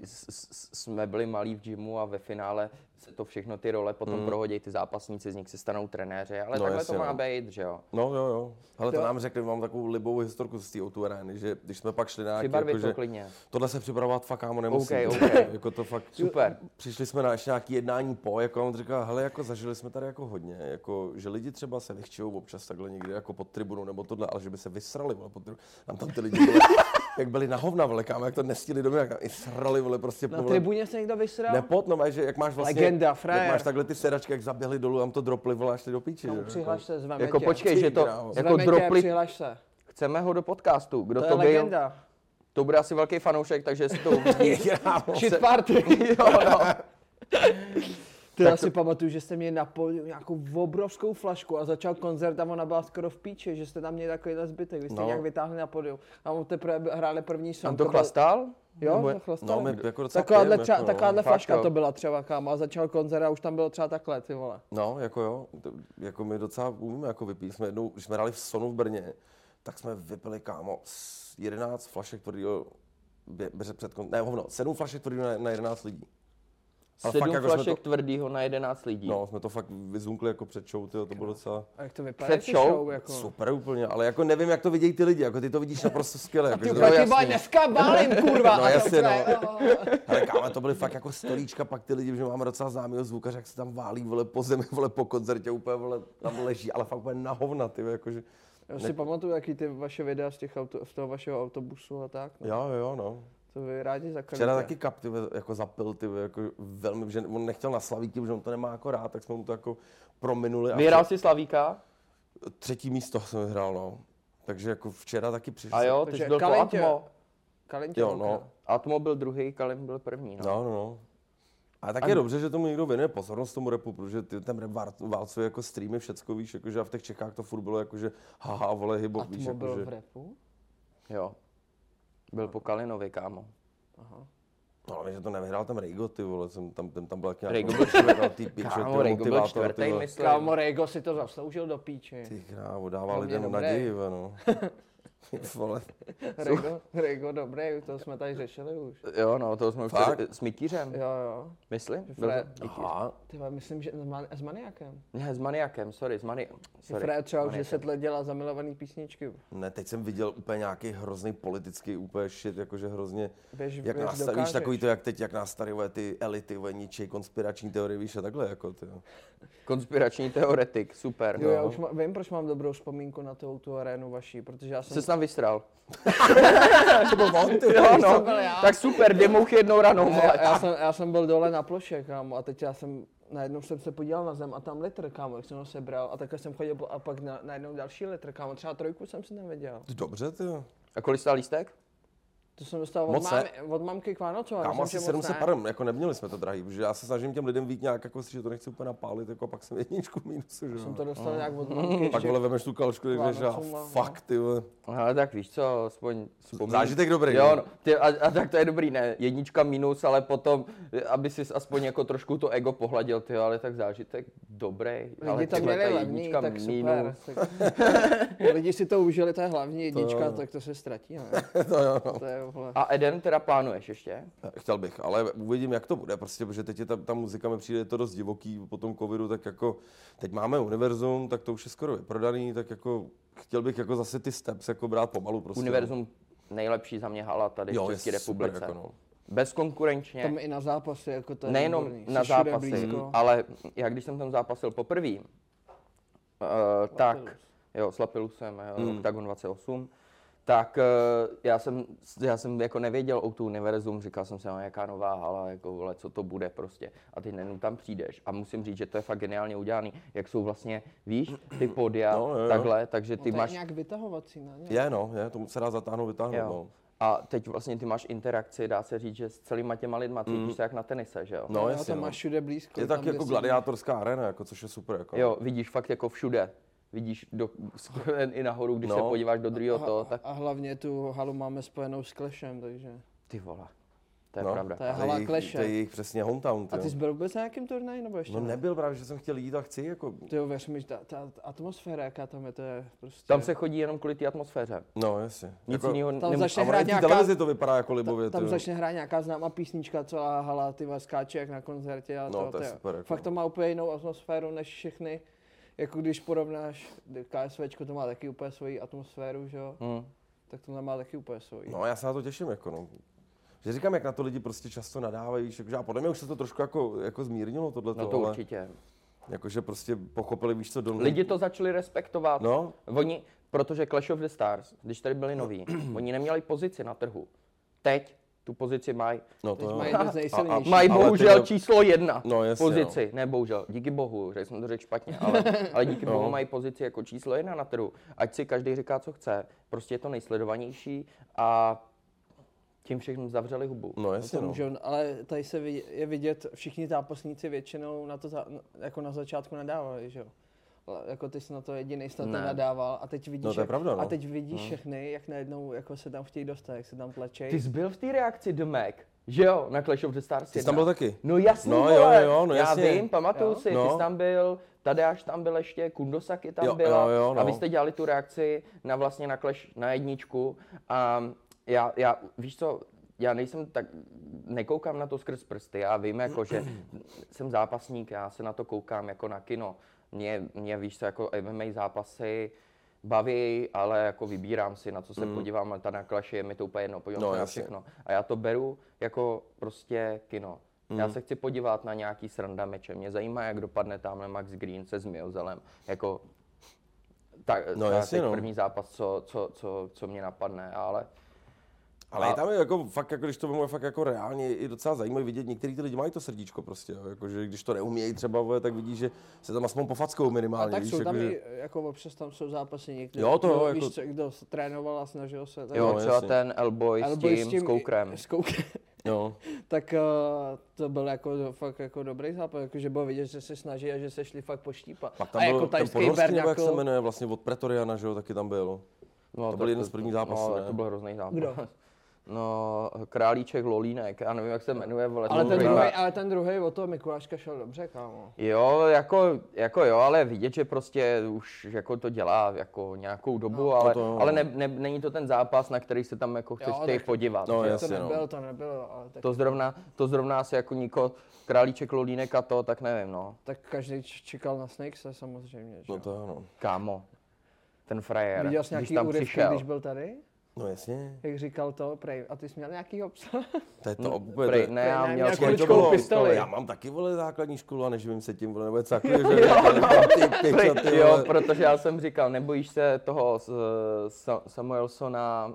S2: jsme byli malí v gymu a ve finále se to všechno ty role potom prohodí, ty zápasníci, z nich se stanou trenéři, ale
S3: Hmm. No,
S2: takhle
S3: jasně,
S2: to má
S3: no.
S2: být, že jo.
S3: No jo, jo. Ale to
S4: To-
S3: nám řekli, mám takovou libovou historku z té O2 arény, že když jsme pak šli na nějaký,
S2: Přibarvit to
S3: jakože-
S2: klidně.
S3: tohle se připravovat fakt kámo nemusí.
S2: OK,
S3: to-
S2: OK.
S3: jako to fakt,
S2: Super.
S3: Přišli jsme na ještě nějaký jednání po, jako a on říkal, hele, jako zažili jsme tady jako hodně, jako, že lidi třeba se vychčují občas takhle někde jako pod tribunou nebo tohle, ale že by se vysrali, vole, pod tribunou. Tam tam ty lidi, byli, jak byli na hovna, vole, kámo, jak to nestihli domů, jak tam i srali, vole, prostě po,
S4: Na
S3: vole,
S4: tribuně se někdo vysral?
S3: Nepot, no, máš, že jak máš vlastně,
S4: Legenda,
S3: jak
S4: frajer.
S3: máš takhle ty sedačky, jak zaběhli dolů, tam to dropli, vole, až ty do píči. že
S4: Tomu
S3: jo,
S4: No, přihlaš se, zveme
S2: Jako
S4: tě.
S2: počkej, že to
S3: krávo.
S2: jako
S4: Zveme tě,
S2: dropli,
S4: přihlaš se.
S2: chceme ho do podcastu, kdo
S4: To,
S2: to,
S4: je
S2: byl,
S4: legenda.
S2: to bude asi velký fanoušek, takže jestli to uvidí,
S3: Kámo.
S4: Shit party. jo, jo. Ty, já si pamatuju, že jste měli na pódiu nějakou obrovskou flašku a začal koncert a ona byla skoro v píči, že jste tam měli takovýhle zbytek, vy jste
S3: No.
S4: no. nějak vytáhli na pódiu a on teprve by- hráli první song.
S2: tam to
S4: byl-
S2: chlastal?
S4: Jo,
S2: Nebo-
S4: to chlastali.
S3: No, my jako docela
S4: Takováhle,
S3: pijeme,
S4: třeba,
S3: jako, no.
S4: takováhle
S2: Fakt,
S4: flaška
S2: jo.
S4: to byla třeba, kámo, a začal koncert a už tam bylo třeba takhle, ty vole.
S3: No, jako jo, to- jako my docela umíme jako vypít. Jsme jednou, když jsme hráli v Sonu v Brně, tak jsme vypili, kámo, s 11 flašek tvrdýho, bě- bře- před, kon- ne, hovno, 7 flašek tvrdýho na, na 11 lidí. Ale
S2: Sedm
S3: fakt jako jsme
S2: flašek
S3: to-
S2: tvrdýho na 11 lidí.
S3: No, jsme to fakt vyzunkli jako před show, tyjo, to bylo docela
S4: A jak to vypadá?
S2: Před
S4: jak ty
S2: show?
S4: jako.
S3: super úplně, ale jako nevím, jak to vidějí ty lidi, jako ty to vidíš naprosto skvěle. Jako,
S4: Ty
S3: že to-
S4: úplně,
S2: no,
S4: ty vole,
S2: jasně.
S4: dneska válím, kurva.
S3: No,
S4: a to
S3: jasně,
S4: úplně,
S3: no. Ale kámo, to byly fakt jako stolíčka, pak ty lidi, že máme docela známýho zvukaře, jak se tam válí, vole, po zemi, vole, po koncertě, úplně, vole, tam leží, ale fakt úplně na hovna, ty, jakože,
S4: Já si pamatuju, jaký ty vaše videa z, těch auto, z toho vašeho autobusu a tak. No.
S3: jo, jo, no.
S4: To vy rádi zakrvíte.
S3: Včera taky kap, ty, vole, jako zapil, ty, vole, jako velmi, že on nechtěl na Slavíky, že on to nemá jako rád, tak jsme mu to jako prominuli. a
S2: Vyhrál si Slavíka?
S3: včera- Třetí místo jsem vyhrál, no. Takže jako včera taky přišel.
S2: A jo, ty
S4: Takže
S2: jsi byl po
S4: Kalin tě-
S2: Atmo.
S4: Kalintě,
S3: Jo, no.
S2: Atmo byl druhý, Kalim byl první. No.
S3: No, no, no. A tak je dobře, že tomu někdo věnuje pozornost tomu repu, protože ty, ten rap vár- válcuje jako streamy, všecko víš, jakože a v těch Čechách to furt bylo jakože haha, vole, hip-hop, víš, jako,
S4: Atmo byl
S3: jakože.
S4: v repu?
S2: Jo. Byl po Kalinovi, kámo.
S3: No, ale že to nevyhrál tam Rejgo, ty vole, jsem tam, ten tam byl jak
S2: Rejgo
S3: nějaký
S2: byl
S3: čtvrtý, ty pičo, ty
S2: Kámo,
S3: vole,
S2: Rego byl
S3: motivátor, ty
S2: čtvrtý,
S3: vole.
S2: myslím.
S4: Kámo, Rego si to zasloužil do píči.
S3: Ty krávo, dává
S4: Pro mě
S3: no, lidem
S4: dobrý.
S3: naději, ve, no. vole.
S4: Rego, Rego, dobrý, to jsme tady řešili už.
S2: Jo, no, to jsme už
S3: Fakt?
S2: tady, s Mitířem,
S4: Jo, jo.
S2: myslím?
S4: Že
S2: Byl to-
S4: Fred-
S2: Mitíř.
S3: Aha,
S4: Ty vole, myslím, že s mani- s maniakem.
S2: Ne, s Maniakem, sorry, s Mani...
S4: Že
S2: Sorry.
S4: Fred třeba už
S2: Maniakem.
S4: 10 let dělá zamilovaný písničky.
S3: Ne, teď jsem viděl úplně nějaký hrozný politický úplně shit, jakože hrozně,
S4: Běž-
S3: jak
S4: běž
S3: nás, víš,
S4: dokážeš.
S3: takový to, jak teď, jak nás tady vole, ty elity, vole, ničí, konspirační teorie, víš, a takhle, jako, ty. jo.
S2: Konspirační teoretik, super. no.
S4: Jo, já
S3: no.
S2: Jo.
S4: už má, vím, proč mám dobrou vzpomínku na tu, tu arénu vaší, protože já jsem...
S2: Se tam vystral.
S3: To byl on, ty.
S2: Jo, no,
S4: to byl já.
S2: tak super, demouch jednou ranou,
S4: Ne,
S2: vole.
S4: já, jsem, já jsem byl dole na ploše, kámo, a teď já jsem, najednou jsem se podíval na zem a tam litr, kámo, jak jsem ho sebral, a takhle jsem chodil, po- a pak na, najednou další litr, kámo, třeba trojku jsem si tam viděl.
S3: Dobře, ty. jo.
S2: A kolik stál lístek?
S4: To jsem dostal od,
S3: Moc ne.
S4: mámy, od mamky k Vánocům. ale
S3: Kámo,
S4: myslím,
S3: asi
S4: že moc
S3: 700
S4: ne.
S3: parem, jako neměli jsme to drahý, protože já se snažím těm lidem víc nějak, jako si, že to nechci úplně napálit, jako a pak jsem jedničku minusu, že
S4: Jsem
S3: jo.
S4: to dostal nějak od mamky.
S3: Pak
S4: ještě.
S3: vole, vemeš tu kalšku, řekneš, a
S4: Vánocům, no.
S3: fuck, ty vole.
S2: Ale tak víš co, aspoň vzpomín...
S3: Zážitek dobrý,
S2: Jo,
S3: no.
S2: no, ty, a, a, tak to je dobrý, ne, jednička minus, ale potom, eh, aby si aspoň jako trošku to ego pohladil, ty, ale tak zážitek dobrý. ale
S4: Lidi to
S2: ty vole,
S4: měli
S2: ta
S4: levný,
S2: jednička
S4: tak super. Tak, lidi si to užili, to je hlavní jednička, tak to se ztratí, ne?
S3: no.
S4: to, je vole.
S2: A Eden teda plánuješ ještě?
S3: Chtěl bych, ale uvidím, jak to bude, prostě, protože teď je ta, ta muzika mi přijde je to dost divoký po tom covidu, tak jako teď máme univerzum, tak to už je skoro vyprodaný, tak jako chtěl bych jako zase ty steps jako brát pomalu prostě. no.
S2: Univerzum nejlepší za mě hala tady
S3: Jo,
S2: v
S3: je
S2: České
S3: super,
S2: republice.
S3: jako no.
S2: Bezkonkurenčně.
S4: Tam i na zápasy, jako to je
S2: nejenom
S4: výborný.
S2: na
S4: Jsi všude
S2: zápasy,
S4: blízko.
S2: ale já když jsem tam zápasil poprvé, uh, tak, jo, s Lapilusem,
S3: Hmm.
S2: mm. Octagon 28, tak uh, já, jsem, já jsem jako nevěděl o tu univerzum, říkal jsem si, no, jaká nová hala, jako vole, co to bude prostě. A ty jenom tam přijdeš a musím říct, že to je fakt geniálně udělaný, jak jsou vlastně, víš, ty podia,
S3: No,
S2: no,
S3: jo, jo.
S2: takhle, takže ty
S4: No, to je
S2: máš
S4: nějak vytahovací, ne? Nějak.
S3: Je, no, je, to se dá zatáhnout, vytáhnout,
S2: Jo.
S3: no.
S2: A teď vlastně ty máš interakci, dá se říct, že s celýma těma lidma cítíš se jak na tenise, že jo?
S3: Hmm. No,
S4: jo,
S3: jasně,
S4: tam
S3: no.
S4: máš všude blízko.
S3: Je
S4: tam,
S3: tak
S4: kde
S3: jako
S4: si-
S3: gladiátorská arena, jako, což je super. Jako.
S2: Jo, vidíš fakt jako všude. Vidíš do, i nahoru, když no. se
S3: No.
S2: podíváš do druhého toho, tak
S4: A hlavně tu halu máme spojenou s Clashem, takže...
S2: ty vole. To je
S3: No.
S2: pravda.
S4: To je
S3: To je
S4: hala
S3: jejich,
S4: Clashe.
S3: to je jejich přesně hometown.
S4: A
S3: jo.
S4: ty jsi byl vůbec na nějakém turnaji, nebo ještě
S3: No
S4: ne?
S3: nebyl právě, že jsem chtěl jít a chci, jako...
S4: Ty jo, věř mi, že ta, ta, ta atmosféra, jaká tam je, to je prostě...
S2: Tam se chodí jenom kvůli té atmosféře.
S3: No, jasně.
S2: Nic
S3: jako,
S2: jiného
S4: Tam
S2: nemůžeš.
S4: začne
S3: A
S4: hrát
S3: v té
S4: nějaká...
S3: televizi to vypadá jako libově,
S4: tam
S3: ty jo.
S4: začne hrát nějaká známá písnička, celá hala, ty vás skáče jak na koncertě. A
S3: No,
S4: to,
S3: to je super, jako.
S4: Fakt to má úplně jinou atmosféru než všechny. Jako když porovnáš KSVčko, to má taky úplně svoji atmosféru, že jo?
S2: Hm.
S4: Tak to má taky úplně svoji.
S3: Hmm. No, já se na to těším, jako no. Že říkám, jak na to lidi prostě často nadávají, víš, jakože, a podle mě už se to trošku jako, jako zmírnilo tohle,
S2: No to určitě.
S3: jakože prostě pochopili, víš co, Don...
S2: Lidi to začali respektovat.
S3: Mm. No,
S2: Oni, protože Clash of the Stars, když tady byli noví, oni neměli pozici na trhu. Teď tu pozici mají.
S3: no to
S4: Teď
S3: jo.
S4: mají jednu z nejsilnějších.
S2: Mají
S3: Ale
S2: bohužel
S3: tyhle-
S2: číslo jedna
S3: No, jasně,
S2: pozici. Ne bohužel, díky bohu, že jsem to řekl špatně, ale, ale díky bohu
S3: No.
S2: mají pozici jako číslo jedna na trhu. Ať si každý říká, co chce, prostě je to nejsledovanější a tím všechno zavřeli hubu.
S3: No jasně,
S4: To
S3: no.
S4: můžou, ale tady se vidě- je vidět, všichni zápasníci většinou na to za, jako na začátku nadávali, že jo? Ale Jako ty jsi na to jediný snad
S2: Ne.
S4: ne. nadával a teď vidíš,
S3: No to je
S4: jak,
S3: pravda, no.
S4: a teď vidíš všechny, jak najednou jako se tam chtějí dostat, jak se tam tlačí.
S2: Ty jsi byl v té reakci The Mac, že jo, na Clash of the Stars
S3: Ty jsi
S2: 1.
S3: tam byl taky?
S2: No jasně,
S3: No, jo, jo, jo, no
S2: já
S3: jasně.
S2: vím, pamatuju
S4: Jo.
S2: si, ty
S3: No.
S2: jsi tam byl, Tadeáš tam byl ještě, Kundosaki tam
S3: Jo,
S2: byla
S3: jo, jo,
S2: a vy
S3: no.
S2: jste dělali tu reakci na vlastně na Clash na jedničku a já, já víš co, já nejsem tak, nekoukám na to skrz prsty, já vím jako, že jsem zápasník, já se na to koukám jako na kino. Mě, mě víš co, jako MMA zápasy baví, ale jako vybírám si, na co se podívám, ale ta na Clash je mi to úplně jedno, podívám
S3: Mm. No,
S2: se na
S3: jasně.
S2: všechno všechno. A já to beru jako prostě kino. Mm. Já se chci podívat na nějaký sranda meče. Mě zajímá, jak dopadne tamhle Max Green se Zmiozelem. Jako tak,
S3: No,
S2: to je
S3: jasně,
S2: teď
S3: no.
S2: první zápas, co, co, co, co mě napadne, ale
S3: Ale
S2: A-
S3: je tam je jako fakt, jako, když to vemu, je fakt jako reálně je docela zajímavé vidět, některý ty lidi mají to srdíčko prostě, jo. jako, že když to neumějí třeba, vole, tak vidíš, že se tam aspoň pofackou
S4: a
S3: minimálně.
S4: tak
S3: víš,
S4: jsou tam
S3: jako,
S4: i, jako občas tam jsou zápasy někdo,
S3: Jo, to
S4: kdo,
S3: jo,
S4: víš,
S3: jako-
S4: co, kdo s- trénoval a snažil se. Tak
S2: jo,
S3: No,
S2: třeba
S3: jasně.
S2: ten Elboy,
S4: Ale
S2: s tím, s Koukrem.
S4: S koukrem.
S3: jo.
S4: tak uh, to byl jako do- fakt jako dobrý zápas, jako, že bylo vidět, že se snaží a že se šli fakt poštípat.
S3: Pak tam
S4: a
S3: byl
S4: jako
S3: ten
S4: tajský
S3: podhorský, nebo jak se
S4: berňakl,
S3: jmenuje, vlastně od Pretoriana, že jo, taky tam byl.
S2: No,
S3: To byl jeden z prvních zápasů,
S2: No,
S3: ne?
S2: to byl hrozný zápas.
S4: Kdo?
S2: No, Králíček, Lolínek, já nevím, jak se jmenuje, vole,
S4: ale
S2: to
S4: ten,
S2: byl
S4: druhý, ale ten druhý o toho Mikuláška šel dobře, kámo.
S2: Jo, jako, jako jo, ale vidět, že prostě už jako to dělá jako nějakou dobu, no, ale,
S3: to jo.
S2: ale ne, ne, není to ten zápas, na který se tam jako chceš
S4: Jo,
S2: ty
S4: tak-
S2: podívat.
S3: No,
S2: že jo.
S3: jasně,
S4: to
S3: no.
S4: nebylo, to nebylo, ale tak,
S2: to, zrovna, to zrovna se jako niko králíček, lolínek a to, tak nevím, no.
S4: tak každý č- čekal na Snakese samozřejmě, že?
S3: No
S4: No
S3: to ano.
S2: Kámo, ten frajer,
S4: Viděl jsi
S2: když
S4: nějaký
S2: tam
S4: úryvky,
S2: přišel.
S4: když byl tady?
S3: No jasně,
S4: Jak říkal to, prej, a ty jsi měl nějakýho psa?
S3: to je to
S2: Prej,
S3: úplně. to je-
S2: ne, jako já
S4: ne,
S2: měl
S4: nějakou
S2: skoro-
S3: to
S4: Kuličkou
S3: bylo-
S4: pistoli.
S3: Já mám taky, vole, základní školu a neživím se tím, vole, nebo něco takového, že ty pičo, ty,
S2: jo,
S3: vole.
S2: protože já jsem říkal, nebojíš se toho s- Sa- Samuelsona,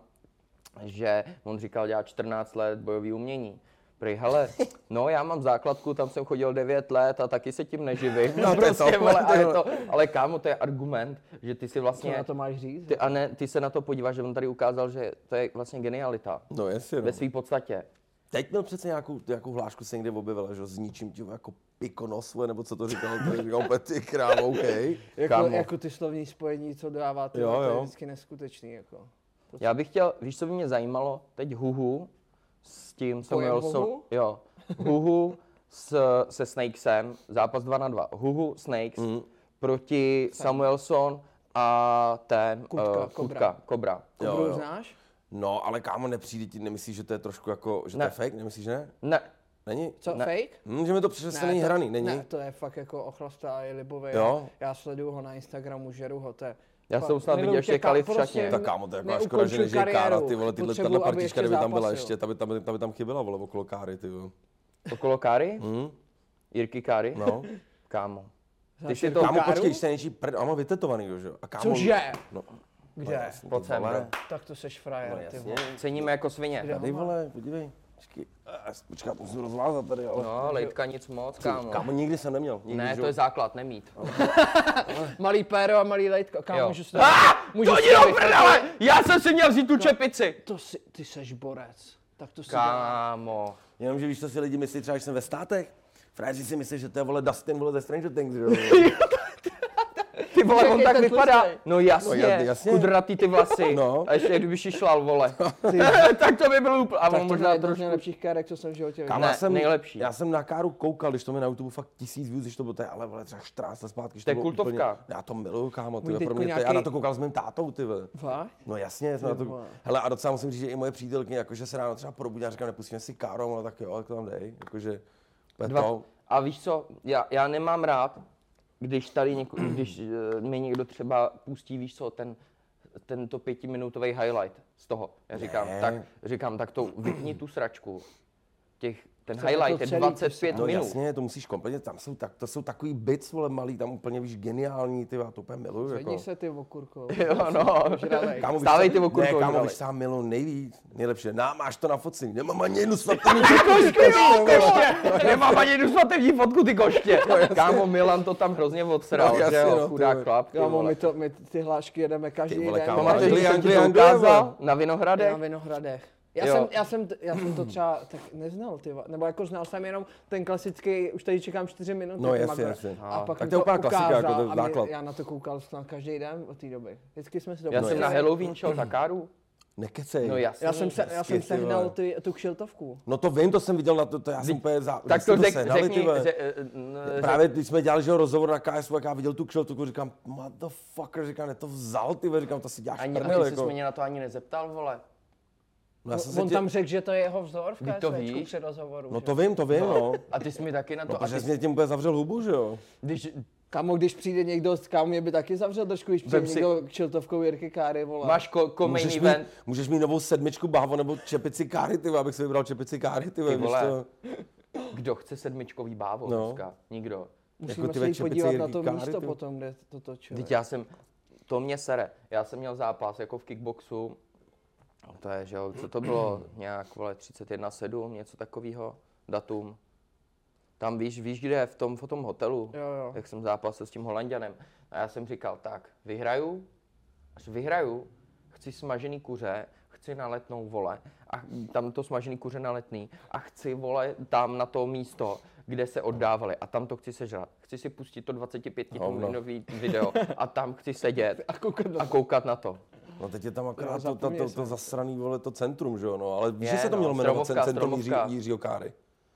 S2: že on říkal, dělá 14 let bojový umění. Prej, hele, no já mám základku, tam jsem chodil 9 let a taky se tím neživím. No,
S3: to je
S2: prostě,
S3: to,
S2: vole, a je
S3: no.
S2: to, ale kámo, to je argument, že ty si
S4: Co
S2: vlastně,
S4: na to máš říct?
S2: ty, a ne, ty se na to podíváš, že on tady ukázal, že to je vlastně genialita.
S3: No jasně, no.
S2: Ve své podstatě.
S3: Teď měl přece nějakou, nějakou hlášku se někde objevila, že jo, s ničím tím jako pikonosle, nebo co to říkal, to říkal úplně ty krávo, OK.
S4: Jako,
S2: Kámo.
S4: jako ty slovní spojení, co dáváte,
S3: Jo,
S4: jo, to
S3: jo.
S4: je vždycky neskutečný. Jako.
S2: Já bych chtěl, víš, co by mě zajímalo, teď Huhu s tím Samuelson.
S4: Huhu?
S2: Jo. Huhu s, se Snakesem, zápas 2 na 2. Huhu, Snakes
S3: Mhm.
S2: mm. proti Samuelson a ten
S4: Kutka,
S2: eh,
S4: Kobra.
S2: Kutka, Kobra.
S3: Jo,
S4: Kobru
S3: jo.
S4: znáš?
S3: No, ale kámo, nepřijde ti, nemyslíš, že to je trošku jako, že
S2: Ne.
S3: to je fake, nemyslíš, ne?
S2: Ne,
S3: Není?
S4: Co,
S2: Ne.
S4: fake?
S3: Hm, že mi to přišlo, že to není
S4: to-
S3: hraný, není?
S4: Ne, to je fakt jako ochlasta a je libový.
S3: Jo.
S4: Já sleduju ho na Instagramu, žeru ho, to je...
S2: Já
S4: fakt-
S2: jsem snad viděl
S4: miluju
S2: ještě
S4: tě, ka-
S2: Kalif v
S4: prostě
S2: šatně.
S3: tak kámo, to je jako
S4: neukončil
S3: škoda, že nežije Kára,
S4: kariéru.
S3: ty vole, tyhle,
S4: Potřebuju,
S3: tahle
S4: aby
S3: partička, kdyby tam byla
S4: zápasil.
S3: ještě, ta by tam, ta by tam chyběla, vole, okolo Káry, ty vole.
S2: okolo Káry,
S3: Hm?
S2: Jirky Káry.
S3: No.
S2: Kámo. Ty
S4: Znáš
S2: si to
S4: Jirku
S3: Kámo,
S4: Káru?
S3: počkej, když se něčí prd, a má vytetovaný, jo, a kámo...
S4: Cože?
S3: No,
S4: Kde?
S2: pojď sem,
S3: vole.
S2: bro.
S4: Tak to seš frajer,
S3: No,
S4: ty
S3: jasně.
S4: vole.
S2: Ceníme jako svině.
S4: Kde?
S3: Tady, vole, podívej. Počkej, eh, počkej, já to musím rozvázat tady, ale...
S2: No, lejtka nic moc, kámo.
S3: Kámo, nikdy jsem neměl. Nikdy,
S2: Ne,
S3: že
S2: to
S3: jo.
S2: je základ, nemít.
S4: Malý péro a malý lejtko, kam
S2: Jo.
S4: můžu se...
S3: Ah!
S4: Můžu si No. to vyfotit.
S2: Já jsem si měl vzít tu čepici!
S4: To si, ty seš borec. Tak to si dělá.
S2: Kámo.
S3: Jenomže víš, co si lidi myslí, třeba, že jsem ve státech? Fráři si myslí, že to je vole Dustin vole ze Stranger Things, že jo?
S2: Ty vole, on
S4: Čekej,
S2: tak
S4: ten
S2: vypadá.
S4: tlustej.
S2: No
S3: No,
S2: jasně,
S3: jas- jasně.
S2: kudratý ty vlasy.
S3: No.
S2: A ještě kdyby šišlal, vole.
S4: Ty-
S2: tak to by byl úplně... A
S4: Tak
S2: on
S4: to možná
S2: možná
S4: je jeden z
S2: trošku...
S4: nejlepších kárek, co jsem v životě viděl.
S2: Kam- Ne, nejlepší.
S3: Já jsem na Káru koukal, když to mi na YouTube fakt tisíc views, když to bylo, to je ale vole třeba 14 let zpátky. když
S2: To je
S3: bylo úplně-
S2: kultovka.
S3: Já to miluju, kámo, ty
S4: Můj
S3: vole, pro
S4: dědko
S3: mě to, já
S4: nějakej-
S3: na to koukal s mým tátou, ty vole.
S4: Fakt?
S3: No jasně, jsme na to,
S4: vole.
S3: hele a docela musím říct, že i moje přítelkyně, jakože se ráno třeba probudí a říkám, nepustíme si Káru, ale tak jo, tak to tam dej, jakože, to je
S2: Dva,
S3: to.
S2: a víš co, já, já nemám rád, když tady něko, když eh, mi někdo třeba pustí, víš co, ten, tento pětiminutový highlight z toho. Já říkám,
S3: Ne.
S2: tak, říkám, tak to vypni tu sračku. Těch, ten
S4: Chcete
S2: highlight
S4: to
S2: je
S4: celý
S2: 25
S3: No
S2: minut.
S3: jasně, to musíš kompletně, tam jsou, tak, to jsou takový bits, vole, malý, tam úplně, víš, geniální, ty, vole, já to úplně miluju,
S4: Zvedni
S3: jako.
S4: se ty okurkou.
S2: Jo, no.
S4: Žralej.
S3: Kámo, víš
S2: Stávej
S3: co-
S2: ty okurkou,
S3: Ne, kámo,
S2: žralej.
S3: víš, sám milu nejvíc, nejlepší. Na, máš to na focení, nemám ani jednu svatinu.
S2: koště! Nemám ani jednu svatební fotku, ty koště! Kámo, Milan to tam hrozně odsral,
S3: No, jasně,
S2: že jo,
S3: no, ty
S2: chudák
S3: vole.
S2: chlap, ty
S4: Kámo,
S2: vole.
S4: my, to, my ty hlášky jedeme každý
S3: Ty vole,
S4: den.
S3: kámo,
S2: Pamatuješ, když
S3: Anglie,
S2: jsem ti to
S3: Anglie, Anglie,
S2: ukázal?
S3: vole.
S2: Na Vinohradech?
S4: Na Vinohradech.
S2: Jo.
S4: Já jsem, já, jsem, t- já jsem to třeba tak neznal, ty, va- nebo jako znal jsem jenom ten klasický, už tady čekám čtyři minuty.
S3: No,
S4: ty
S3: jasně,
S4: magor.
S3: jasně.
S4: A pak
S3: Tak
S4: mi
S3: to je úplná klasika, jako
S4: ukázal
S3: to je
S4: a
S3: základ.
S4: My, já na to koukal snad každý den od té doby. Vždycky jsme si to
S2: Já
S4: pustili.
S3: No,
S2: jsem na Halloween šel na káru.
S3: Nekecej.
S2: No jasně.
S4: Já jsem, se, já
S3: Hezky,
S4: jsem
S3: ty vole.
S4: sehnal ty, tu kšiltovku.
S3: No to vím, to jsem viděl na to, to já jsem úplně za... vy
S2: Tak
S3: jste
S2: to řek,
S3: sehnali, ty
S2: řekni,
S3: vole.
S2: ře- eh, n-
S3: Právě když jsme dělali že jo, rozhovor na KSU, jak já viděl tu kšeltuku, říkám, motherfucker, říkám, ne, to vzal, ty vole, říkám, to si děláš
S2: Ani, a
S3: prdel,
S2: ty jsi
S3: jako.
S2: mě na to ani nezeptal, vole.
S3: No, já jsem se
S4: On
S3: tě-
S4: tam řekl, že to je jeho vzor v
S2: Vždyť to
S4: KSVčku
S2: víš.
S4: před rozhovoru.
S3: No
S4: že?
S3: to vím, to vím, no.
S2: A ty jsi mi taky na to... a
S3: Protože
S2: ty,
S3: jsi mě tím úplně zavřel hubu, že jo?
S2: když,
S4: Kámo, když přijde někdo, s- kámo mě by taky zavřel trošku, když přijde
S2: Vem si-
S4: někdo k kšiltovkou Jirky Káry, vole.
S2: máš ko, ko main
S3: Můžeš mít,
S2: event,
S3: můžeš mít novou sedmičku bávo nebo čepici káry, ty vole, abych si vybral čepici káry, ty, vole,
S2: Ty
S3: víš
S2: vole.
S3: to?
S2: kdo chce sedmičkový bávo
S3: No.
S2: dneska? Nikdo.
S4: Musíme
S3: jako ty
S4: se jít
S3: večepice
S4: podívat na
S3: Jirky
S4: to
S3: Káry,
S4: místo
S3: ty-
S4: potom, kde to točil.
S2: Teď já jsem, to mě sere. Já jsem měl zápas jako v kickboxu, to je, že jo, co to bylo, nějak, vole, 31,7, něco takového, datum. Tam víš, víš kde, je? v tom, v tom hotelu,
S4: Jo, jo.
S2: jak jsem zápasil s tím Holandianem. A já jsem říkal, tak, vyhraju, až vyhraju, chci smažený kuře, chci naletnou vole, a tam to smažený kuře naletný, a chci vole tam na to místo, kde se oddávali a tam to chci sežrat. Chci si pustit to 25 minutový video a tam chci sedět
S4: A koukat na
S2: a koukat na to.
S3: No teď je tam akorát to, to,
S4: zapomněl
S3: to,
S4: jsem.
S3: to zasraný, vole, to centrum, že jo, no, ale víš,
S2: Je,
S3: že se to
S2: no,
S3: mělo jmenovat
S2: Stromovka,
S3: cen- centrum Jiří-
S2: Stromovka.
S3: Jiřího Káry.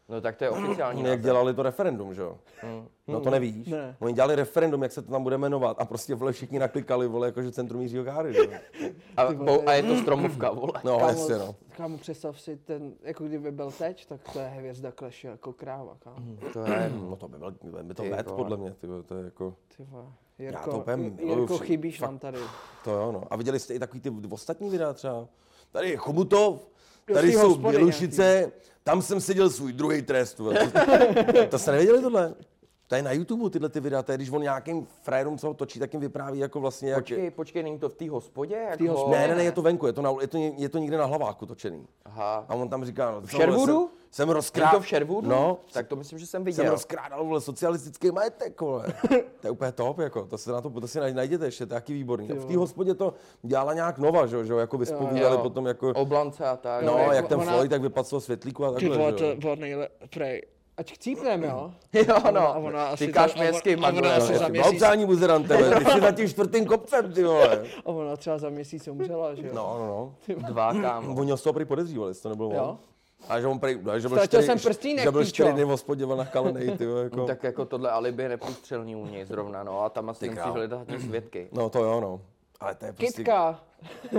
S2: No tak to je oficiální
S3: Jak
S2: název.
S3: dělali to referendum, že jo?
S2: Hmm.
S3: No to nevíš.
S4: Ne.
S3: Oni dělali referendum, jak se to tam bude jmenovat a prostě vole všichni naklikali, vole, jakože centrum Jiřího Káry, že jo?
S2: A, bou- a je to stromovka, vole.
S3: No,
S4: Kámo,
S3: jasně, no.
S4: kámo, představ si ten, jako kdyby byl teď, tak to je hvězda Clash jako kráva, kámo.
S2: To je,
S3: No to by byl, by to
S2: Ty
S3: let,
S2: vole.
S3: podle mě, ty, vole, to je jako,
S4: Ty vole,
S3: to
S4: Jirko,
S3: úplně
S4: J-
S3: miluju
S4: Jirko
S3: vši-
S4: chybíš nám tady.
S3: to jo, no. A viděli jste i takový ty ostatní videa třeba? Tady je Chomutov, tady
S4: ty
S3: jsou
S4: hospody
S3: Bělušice, tam jsem seděl svůj druhý trest, vole. To, to jste nevěděli tohle? To je na YouTube tyhle ty videa, to je, když on nějakým frajerům, co ho točí, tak jim vypráví jako vlastně, jak,
S2: počkej, počkej, není to v té hospodě? Jako?
S4: té hospodě.
S3: Ne, ne, ne, je to venku, je to, na, uli- je to, ně- je to někde na hlaváku točený.
S2: Aha.
S3: A on tam říká, no, v
S2: Sherwoodu?
S3: Jsem
S2: Krá...
S3: rozkrál...
S2: to v Sherwoodu?
S3: No,
S2: tak to myslím, že jsem
S3: jsem
S2: viděl.
S3: rozkrádal, vole, socialistický majetek, vole. to je úplně top, jako, to se na to, to si naj- najděte ještě, to je taky výborný. A v té hospodě to dělala nějak nova, že jo, že jo, jako vyspovídali
S2: Jo.
S3: potom, jako,
S2: Oblance a tak.
S3: no,
S4: jako
S3: jak ten
S4: ona-
S3: Floyd, tak vypadl z toho světlíku a
S4: Ty vole,
S3: takhle, že
S4: to
S3: jo.
S4: bylo nejle... Prej. Ať chcípneme, jo?
S2: Jo,
S4: A
S2: no.
S4: ona asi
S2: Říkáš
S4: to-
S2: mi
S4: a ona-
S2: hezký
S4: a ona
S2: magor.
S4: asi
S2: no,
S4: za
S2: jestli-
S4: měsíc.
S3: Blahopřání buzerant, ty jsi za tím čtvrtým kopcem, ty vole.
S4: A ona třeba za měsíc umřela, že jo?
S3: No, no, no.
S2: Dva, kámo.
S3: Oni ho z toho prý podezřívali, jestli to nebylo
S4: Jo.
S3: on. A že on prý, no, že byl
S4: Ztratil
S3: čtyři,
S4: jsem prstínek,
S3: že byl
S4: pičo.
S3: čtyři dny v hospodě na kalenej, ty vole, jako.
S2: Tak jako tohle alibi je neprůstřelný u něj zrovna, no. A tam asi musíš
S3: král.
S2: hledat ty svědky.
S3: No to jo, no. Ale to je prostě...
S4: Kytka!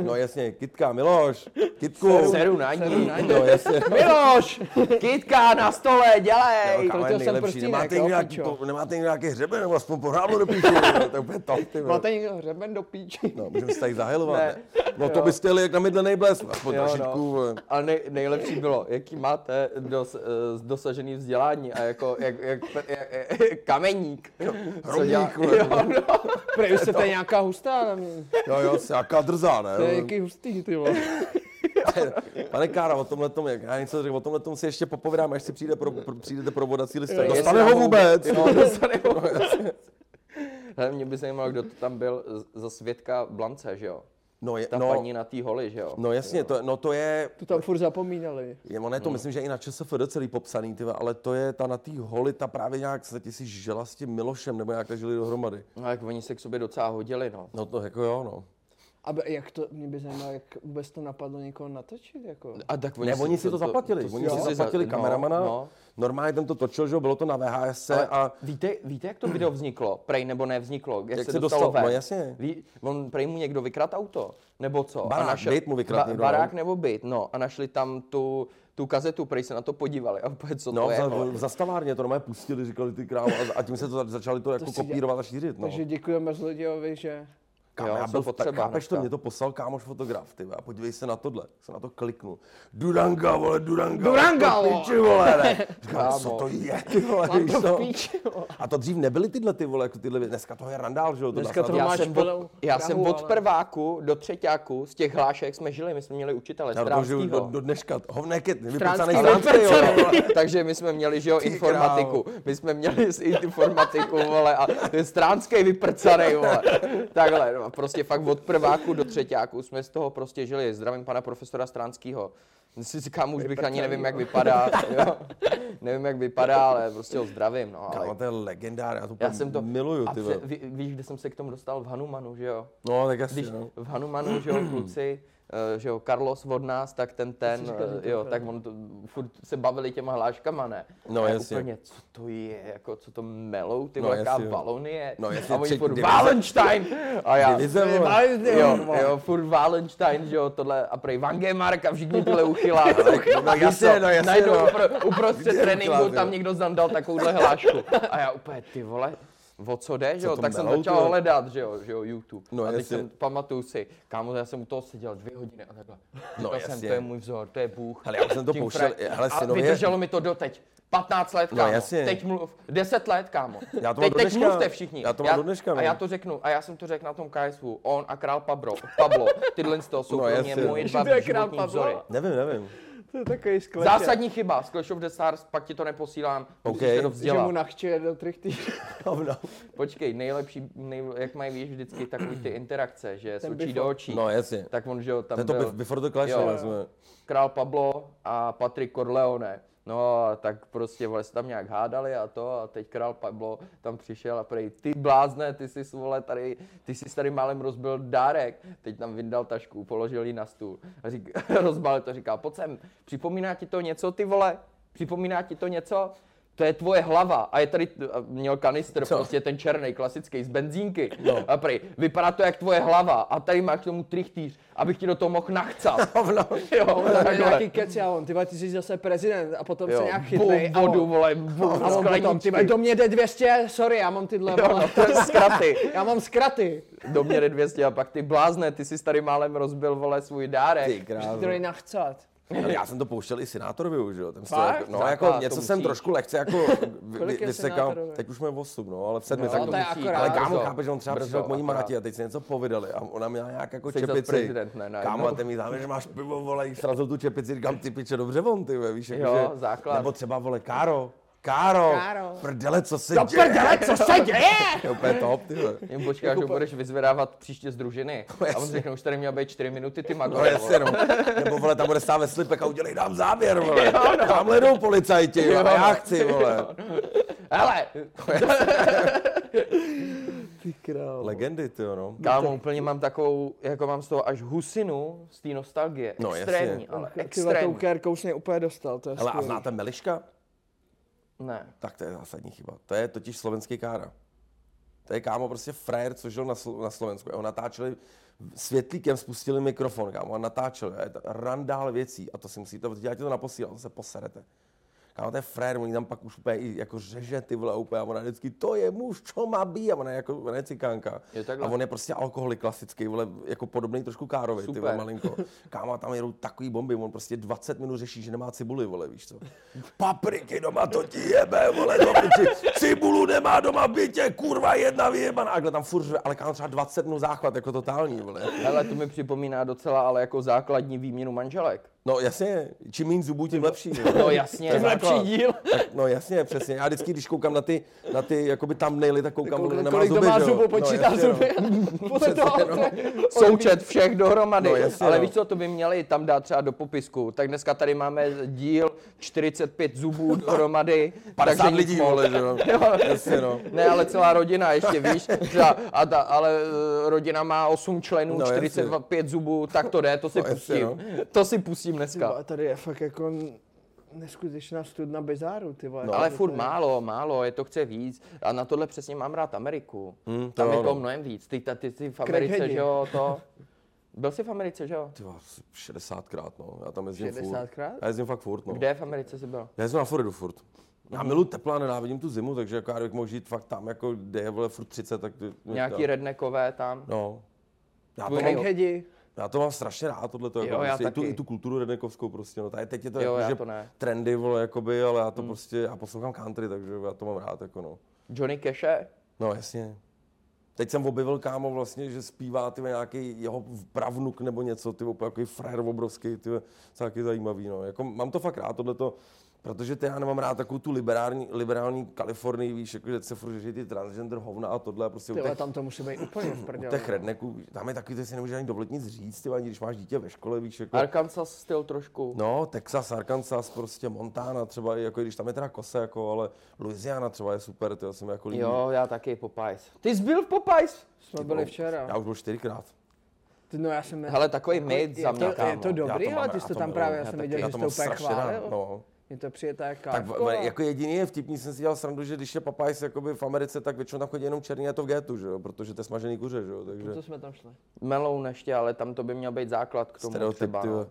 S3: No jasně, Kitka, Miloš, Kitku.
S2: Seru na ní.
S3: No jasně.
S2: Miloš! Kytka na stole, dělej!
S3: No, kámo, je
S4: Ztratil jsem
S3: nejlepší.
S4: prostě prstínek,
S3: Nemáte
S4: jo,
S3: někdo nějaký,
S4: pičo.
S3: po- nemáte někdo nějaký hřeben, nebo aspoň pořádlo do píšu, jo, to je úplně top, ty vole.
S4: Máte někdo hřeben do píči?
S3: No, můžeme se tady zahajlovat,
S2: Ne.
S3: ne? No to byste jeli jak na mydlenej blesk, aspoň
S2: Jo,
S3: na
S2: no.
S3: šitku, vole.
S2: Ale nej, nejlepší bylo, jaký máte dos, eh, dosažený vzdělání a jako jak, jak, jak, jak kameník. Co dělá-
S3: Hromník, vole.
S4: Prej, už se to je nějaká hustá na mě.
S3: Jo, jo, jsi jaká drzá, ne?
S4: To je jaký hustý, ty vole.
S3: Pane Kára, o tomhle tom, já něco řekl, o tomhle tom si ještě popovídám, až si přijde pro, pro, přijdete pro vodací listek.
S2: jestli
S3: Dostane
S2: nám
S3: ho vůbec.
S2: Jo, dostane ho vůbec. Hele, mě by zajímalo, kdo to tam byl z- za svědka Blance, že jo?
S3: No, je,
S2: Ta no.
S3: no,
S2: paní na té holi, že jo?
S3: no jasně, to, je- no to je,
S4: Tu tam furt zapomínali.
S3: je ono je to myslím, že i na ČSFD celý popsaný, tyva, ale to je ta na té holi, ta právě nějak se ti si žila s tím Milošem, nebo nějak tak žili dohromady.
S2: No, jak oni se k sobě docela hodili, no.
S3: No to jako jo, no.
S4: A b- jak to, mě by zajímalo, jak vůbec to napadlo někoho natočit, jako.
S2: A tak
S3: Oni ne, oni si to, zaplatili, oni si
S2: za-
S3: zaplatili
S2: no,
S3: kameramana,
S2: no.
S3: normálně ten to točil, že jo, bylo to na VHS
S2: Ale
S3: a
S2: víte, víte, jak to video vzniklo? Prej nebo nevzniklo? Jak,
S3: Jak
S2: se
S3: se
S2: dostalo
S3: dostal-
S2: ven?
S3: no jasně.
S2: Ví, on prej mu někdo vykrat auto, nebo co?
S3: Barák, byt mu vykradl někdo,
S2: Barák
S3: no.
S2: nebo byt, no. A našli tam tu, tu kazetu, prej se na to podívali. A úplně, co
S3: No,
S2: to je?
S3: za,
S2: vole?
S3: v zastavárně to normálně pustili, říkali ty krávo, a, a tím se to za- začali to jako
S4: si dělá-
S3: kopírovat a šířit. No.
S4: Takže děkujeme Zlodějovi, že...
S3: Kámo,
S2: Jo,
S3: já
S2: jsou
S3: byl
S2: potřeba
S3: potřeba, tak, chápeš, to
S2: hnedka.
S3: mě to poslal kámoš fotograf, ty vole, a podívej se na tohle, tak jsem na to kliknul. Duranga, vole, Duranga,
S4: Duranga,
S3: vole, to
S4: vole.
S3: piči, vole, ne. Říkám, co
S2: Kámo.
S3: to je, ty vole,
S4: Mám
S3: víš
S4: to
S3: co?
S4: v píči, vole.
S3: A to dřív nebyly tyhle, ty vole, jako tyhle, věci. dneska to je randál, že jo, to dá
S4: Dneska
S3: se
S4: Jako to
S3: na
S2: já
S4: máš
S2: jsem,
S4: plnou
S2: od, já
S4: Prahu,
S2: jsem od
S4: ale-
S2: prváku do třeťáku, z těch hlášek jsme žili, my jsme měli učitele
S3: já to žiju
S2: strávskýho.
S3: do, do dneška, hovneket,
S4: Stránský
S3: vyprcanej stránský, jo.
S4: vyprcanej.
S2: Takže my jsme měli, že jo, informatiku. My jsme měli s informatiku, vole, a ten stránský vyprcanej, vole. Takhle, no, prostě fakt od prváku do třetíku jsme z toho prostě žili. Zdravím pana profesora Stránskýho. Si říkám, už bych ani nevím, jak vypadá, jo. Nevím, jak vypadá, ale prostě ho zdravím, no,
S3: Kámo,
S2: ale...
S3: to je legendár, já to,
S2: Já jsem to
S3: miluju,
S2: a
S3: ty
S2: pře-
S3: vole.
S2: ví, víš, kde jsem se k tomu dostal? V Hanumanu, že jo?
S3: No, tak jasně,
S2: Když
S3: no.
S2: v Hanumanu, že jo, kluci, eh, že jo, Carlos od nás, tak ten ten,
S4: jsi říkal, že
S2: eh,
S4: to
S2: jo,
S4: je
S2: tak on to, furt se bavili těma hláškama, ne?
S3: No,
S2: A já
S3: jasně.
S2: Úplně, co to je, jako, co to melou, ty
S3: No,
S2: no, jaká
S3: jasně, jo.
S2: Valonie.
S3: No, jasně,
S2: a oni
S3: tři-
S2: furt
S3: divize.
S2: Valenstein! A já,
S3: Divize, vole.
S2: jo, jo, furt Valenstein, že jo, tohle, a prej Vangemark a všichni tyhle Jako, uchylá.
S3: no jasně, no jasně,
S2: Najednou
S3: no.
S2: upr- uprostřed
S3: Uchylá,
S2: tréninku
S3: jo.
S2: tam někdo zandal takovouhle hlášku. A já úplně, ty vole, o co jde, že jo,
S3: to
S2: tak jsem
S3: melou, ty
S2: začal
S3: vole?
S2: hledat, že jo, že jo, YouTube.
S3: No,
S2: a teď
S3: jasně.
S2: jsem, pamatuju si, kámo, já jsem u toho seděl dvě hodiny a takhle. No, jsem,
S3: jasně.
S2: to je můj vzor, to je Bůh.
S3: Hele, já už jsem to
S2: Tím
S3: pouštěl,
S2: fra-
S3: hele,
S2: a
S3: synově- No,
S2: vydrželo mi to doteď. 15 let, kámo.
S3: jasně.
S2: Teď mluv. 10 let, kámo.
S3: Já to mám
S2: teď,
S3: do
S2: teď
S3: dneška.
S2: mluvte všichni.
S3: Já to mám do dneška,
S2: A
S3: no.
S2: já to řeknu. A já jsem to řekl na tom KSV. On a král Pablo. Pablo. Tyhle z toho jsou
S3: No,
S2: pro mě
S3: jasně, no.
S2: moje
S4: Že
S2: dva
S4: to je král
S2: životní
S4: Pablo?
S2: vzory.
S3: Nevím, nevím.
S4: To je takový sklepě.
S2: Zásadní chyba. Z Clash of the Stars, pak ti to neposílám.
S3: OK.
S2: Musíš se to
S4: Že
S2: vzdělat.
S4: mu nachče do trichty.
S3: Hovno.
S2: Počkej, nejlepší, nej, jak mají víš vždycky takový ty interakce, že z
S4: Ten
S2: očí
S4: before.
S2: do očí.
S3: No jasně.
S2: Tak on, že jo,
S3: To je
S2: tam
S3: to
S2: byl
S3: be- before the clash,
S2: Jo.
S3: ale jsme.
S2: král Pablo a Patrik Corleone. No, a tak prostě vole, se tam nějak hádali a to a teď král Pablo tam přišel a prej, ty blázne, ty jsi vole tady, ty jsi tady málem rozbil dárek. Teď tam vyndal tašku, položil ji na stůl a řík, rozbalil to, říká, pojď sem, připomíná ti to něco ty vole, připomíná ti to něco? To je tvoje hlava a je tady, a měl kanistr,
S3: Co?
S2: prostě ten černý, klasický, z benzínky. No. A prej, vypadá to jak tvoje hlava a tady máš k tomu trichtýř, abych ti do toho mohl nachcat.
S3: Hovno.
S2: Jo,
S4: Tam nějaký keci a on, ty vole, ty jsi zase prezident a potom se nějak chytnej.
S2: Bum, vodu, vole, bum,
S4: A on potom, ty vole, do mě jde 200, sorry, já mám tyhle,
S2: no,
S4: vole,
S2: Zkraty.
S4: já mám zkraty.
S2: Do mě jde 200 a pak ty blázne, ty jsi tady málem rozbil, vole, svůj dárek.
S3: Ty
S4: Ty to
S3: krávo.
S4: nej nachcat.
S3: Ale já jsem to pouštěl i senátorovi, že jo? Ten se,
S4: Fakt?
S3: jako, no,
S2: Základ,
S3: jako
S2: to
S3: něco
S2: musíš.
S3: jsem trošku lehce, jako vy-
S4: Kolik je
S3: vysekal.
S4: senátorovi?
S3: Teď už mám 8, no, ale v sedmi
S2: No,
S3: jsem
S4: to je akorát.
S3: Ale kámo,
S2: Brzo,
S3: chápeš, že on třeba
S2: brzo,
S3: přišel k mojí
S2: akorát.
S3: máti a teď se něco povídali a ona měla nějak jako
S2: Jsi zas
S3: čepici.
S2: prezident, ne, najednou.
S3: Kámo, a ten mi závěr, že máš pivo, vole, jí srazil tu čepici, říkám, ty piče, dobře on, ty vole, víš, jako,
S2: Jo,
S3: že,
S2: základ.
S3: Nebo třeba, vole, Káro, Káro,
S4: Káro.
S3: prdele, co se
S4: Do
S3: děje?
S4: prdele, co se děje?
S3: Je úplně top, ty vole.
S2: Jim počkáš, že ho budeš vyzvedávat příště z družiny. A on
S3: jasně.
S2: řekne, už tady měl být 4 minuty, ty mago.
S3: No jasně, no. Nebo vole, tam bude stát ve slipek a udělej nám záběr, vole. Tamhle jdou policajti, jo, a já chci, vole.
S2: Hele,
S4: Ty král.
S3: Legendy, ty jo, no.
S2: kámo, úplně mám takovou, jako mám z toho až husinu z té nostalgie.
S3: No, jasně.
S2: extrémní, ale
S4: Ty vole, tou
S2: extrémní.
S4: kérkou jsi mě úplně dostal, to je
S3: Hele, a
S2: Prostě-
S4: skvělý.
S3: znáte Meliška?
S2: Ne.
S3: Tak to je zásadní chyba. To je totiž slovenský kára. To je kámo prostě frajer, co žil na, Slo- na Slovensku. Jeho natáčeli, světlíkem spustili mikrofon, kámo, a natáčeli. A je to randál věcí. A to si musíte, já ti to naposílám, to se poserete. Kámo, to je frajer, oni tam pak už úplně i jako řeže ty vole úplně, a ona vždycky, to je muž, co má být, a ona je jako, ona je cikánka.
S2: Je takhle.
S3: a on je prostě alkoholik klasický, vole, jako podobný trošku Károvi, ty vole,
S2: Super.
S3: malinko. Kámo, a tam jedou takový bomby, on prostě 20 minut řeší, že nemá cibuli, vole, víš co. Papriky doma, to ti jebe, vole, do piči. Cibulu nemá doma v bytě, kurva, jedna vyjebaná. A takhle tam furt řve, ale kámo, třeba 20 minut záchvat, jako totální, vole.
S2: Hele, to mi připomíná docela, ale jako základní výměnu manželek.
S3: No jasně, čím méně zubů, tím lepší. vole.
S2: No jasně,
S3: To je
S4: jako-
S2: lepší
S3: základ.
S2: díl.
S3: Tak, no jasně, přesně. Já vždycky, když koukám na ty, na ty jakoby tam nejli, tak koukám, kdo
S4: Kolik-
S3: nemá
S4: Kolik
S3: zuby,
S4: to má
S3: že jo?
S4: zubu, počítá
S3: no, jasně,
S4: zuby.
S3: No.
S4: Podle toho,
S3: Přesně,
S4: to je-
S2: Součet všech dohromady.
S3: No, jasně,
S2: ale
S3: no.
S2: víš co, to by měli tam dát třeba do popisku. Tak dneska tady máme díl 45 zubů dohromady.
S3: 50
S2: takže nic
S3: lidí,
S2: moc.
S3: vole, že jo.
S2: Jo.
S3: Jasně, no.
S2: Ne, ale celá rodina ještě, víš. Třeba, a ta, ale eh, rodina má 8 členů,
S3: No,
S2: no,
S3: jasně.
S2: 45 zubů, tak to jde, to si
S3: No, jasně,
S2: pustím. To si pustím
S4: Ty vole,
S2: dneska.
S4: tady je fakt jako n- neskutečná studna bezáru, ty vole.
S2: No, ale
S4: To
S2: furt
S4: je-
S2: málo, málo, je to chce víc. A na tohle přesně mám rád Ameriku.
S3: Hmm, to
S2: Tam
S3: jo,
S2: je toho
S3: no.
S2: mnohem víc. Ty, ta- ty jsi v Americe,
S4: Crackheadi.
S2: že jo, to. Byl jsi v Americe, že jo?
S3: Ty vole, asi 60krát, no. Já tam jezdím furt.
S2: 60krát?
S3: Já jezdím fakt furt, no.
S2: Kde v Americe jsi byl?
S3: Já jezdím na Floridu furt. Já miluji tepla, nenávidím tu zimu, takže jako já bych mohl žít fakt tam, jako kde je vole furt 30, tak... to-
S2: Nějaký
S3: já-
S2: redneckové tam.
S3: No. Já to,
S2: Tvůj
S3: mám,
S2: reg-
S4: Crackheadi.
S3: já to mám strašně rád, tohle to, jako
S2: Jo, já
S3: prostě, i, tu,
S2: taky.
S3: i tu kulturu rednekovskou prostě, no, tady teď je to,
S2: Jo,
S3: jako,
S2: já
S3: že
S2: to ne. Hmm.
S3: trendy, vole, jakoby, ale já to prostě, já poslouchám country, takže já to mám rád, jako no.
S2: Johnny Cashe?
S3: No jasně. Teď jsem objevil kámo vlastně, že zpívá ty vole, nějaký jeho pravnuk nebo něco, ty vole, úplně jako frajer obrovský, ty vole, to je taky zajímavý, no. Jako, mám to fakt rád tohleto, protože ty já nemám rád takovou tu liberální, liberální Kalifornii, víš, jako, že se furt řeší ty transgender hovna a tohle, a prostě
S4: Ty
S3: u
S4: vole,
S3: těch,
S4: tam to musí být úplně v
S3: u
S4: prdeli.
S3: těch redneků, víš, tam je takový, že si nemůžeš ani dovolit nic říct, ty vole, ani když máš dítě ve škole, víš, jako,
S2: Arkansas styl trošku.
S3: No, Texas, Arkansas, prostě Montana třeba, i jako i když tam je teda kose, jako, ale Louisiana třeba je super, to se mi jako líbí.
S2: Jo, já taky Popeyes. Ty jsi byl v Popeyes?
S4: Jsme byli
S3: Já
S4: včera.
S3: už byl čtyřikrát.
S4: Ty, no já jsem...
S2: Hele, takový mate
S4: je
S2: za mě,
S4: to- je
S2: kámo.
S4: to do-
S3: Já
S4: Dobrý,
S3: mám
S4: ale
S3: rád,
S4: ty jsi to
S3: já
S4: tam
S3: miluju,
S4: právě, já
S3: já
S4: jsem
S3: taky,
S4: viděl,
S3: já
S4: že
S3: to
S4: jsi to
S3: mám
S4: úplně
S3: strašně rád,
S4: chválil.
S3: no.
S4: Mě to přijde tak jako...
S3: Tak ve- jako jediný je vtipný, jsem si dělal srandu, že když je Popeyes jakoby v Americe, tak většinou tam chodí jenom černý a to v getu, že jo, protože to je smažený kuře, že jako jo, takže
S4: No To jsme tam šli.
S2: Meloun ještě, ale tam to by měl být základ k tomu
S3: stereotyp,
S2: třeba.
S3: ty.
S2: no.
S3: jo.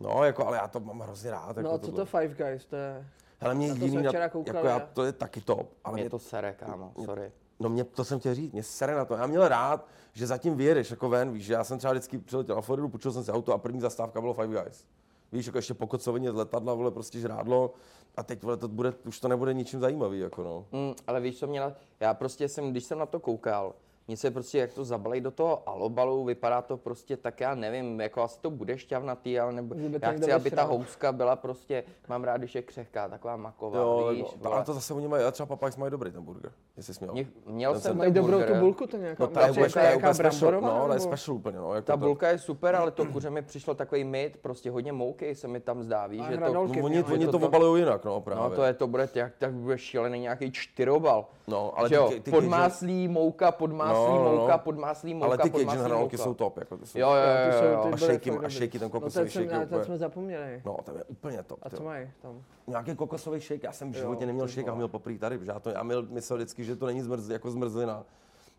S3: No, jako, ale já to mám hrozně rád. Jako
S4: No a co
S3: tohle.
S4: to Five Guys, to je...
S3: Hele, mě
S4: na to
S3: jiný,
S4: jsme
S3: na-
S4: včera koukali,
S3: jako já,
S4: jo.
S3: to je taky top, ale mě,
S2: Mě to sere, kámo, sorry.
S3: No mě, to jsem chtěl říct, mě sere na to. Já měl rád, že zatím vyjedeš jako ven, víš, že já jsem třeba vždycky přiletěl na Floridu, půjčil jsem si auto a první zastávka bylo Five Guys. Víš, jako ještě pokocoveně z letadla, vole, prostě žrádlo a teď, vole, to bude, už to nebude ničím zajímavý, jako no.
S2: Mm, ale víš, co mě na... Já prostě jsem, když jsem na to koukal, mně se prostě, jak to zabalej do toho alobalu, vypadá to prostě tak, já nevím, jako asi to bude šťavnatý, ale nebo
S4: Kdyby to
S2: já
S4: někdo
S2: chci, aby ta
S4: vysral.
S2: houska byla prostě, mám rád, když je křehká, taková maková,
S3: Jo,
S2: víš,
S3: no, ale to zase oni mají, ale třeba Popeyes mají dobrý ten burger, jestli jsi měl.
S2: Mě- měl
S3: Ten
S2: jsem
S3: jsem-
S4: Mají dobrou tu
S2: burger.
S4: bulku, to nějaká...
S3: No, ta je úplně,
S4: Přijde jako
S3: ta je
S4: nějaká
S3: úplně special,
S4: bramborová,
S3: no, ale je
S4: nebo-
S3: special úplně, no. Jako
S2: Ta
S3: to-
S2: bulka je super, ale to kuře mi přišlo takový mít, prostě hodně mouky se mi tam zdá, víš,
S4: A
S2: že to,
S4: hranolky.
S3: No, oni,
S4: Je
S3: oni
S2: to
S3: to
S2: to-
S3: obalují jinak, no, právě.
S2: no to je, to bude, jak tak bude šílený nějaký čtyrobal.
S3: No, ale
S2: Že
S3: ty-
S2: jo,
S3: ty- ty-
S2: podmáslí, mouka, podmáslí,
S3: No, no, no.
S2: mouka, podmáslí, mouka,
S3: ale ty Cajun
S2: podmáslí,
S3: hranolky
S2: mouka.
S3: jsou top, jako ty jsou.
S2: Jo, jo,
S4: Jo, ty
S2: jo,
S4: jsou-
S2: jo,
S4: ty
S2: jo.
S3: A
S4: byly
S3: shaky-
S4: fakt
S3: a
S4: dobrý.
S3: shaky, ten
S4: No
S3: kokosový
S4: ten jsem,
S3: shake je
S4: ale ten
S3: úplně-
S4: jsme zapomněli.
S3: No, tam je úplně top.
S4: A
S3: ty
S4: co mají tam?
S3: Nějaký kokosový shake, já jsem v životě
S4: Jo,
S3: neměl
S4: ty
S3: shake,
S4: vole.
S3: já měl poprý tady, protože já, to, já měl, myslel vždycky, že to není zmrz, jako zmrzlina.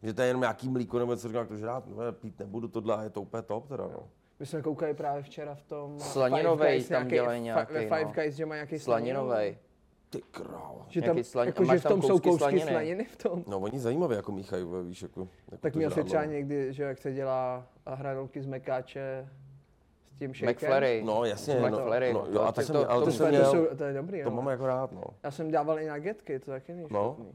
S3: Že to je jenom nějaký mlíko nebo co říkám, jak to žrát, no, ne, pít nebudu tohle a je to úplně top teda, no.
S4: My jsme koukali právě včera v tom... uh,
S2: Slaninovej
S4: Five Guys
S2: tam dělají
S4: fa-
S2: nějaký,
S4: Ve Five
S2: no.
S4: Guys, že má nějaký
S2: Slaninovej.
S3: Ty kráva.
S4: Že tam,
S2: Nějaký slanin-
S4: jako, že
S2: máš
S4: v
S2: tam
S4: tom jsou
S2: kousky
S4: kousky slaniny.
S2: slaniny.
S4: v tom.
S3: No, oni zajímavě jako míchají, vole, víš, jako, jako
S4: Tak
S3: to
S4: měl se
S3: žrádlo,
S4: třeba
S3: no.
S4: někdy, že jo, jak se dělá hranolky z mekáče, z tím shakem.
S2: McFlurry.
S3: No jasně,
S2: Jsme
S3: no,
S2: Flery.
S3: no, jo, a to,
S2: To-
S3: jsem,
S2: to-
S3: ale
S2: to
S3: to,
S2: už
S3: jsem
S4: To,
S2: jsme-
S3: měl,
S4: to, jsou, to je dobrý,
S3: to
S4: no.
S3: mám jako rád, no.
S4: Já jsem dával i nagetky, to taky není
S3: No.
S4: špatný.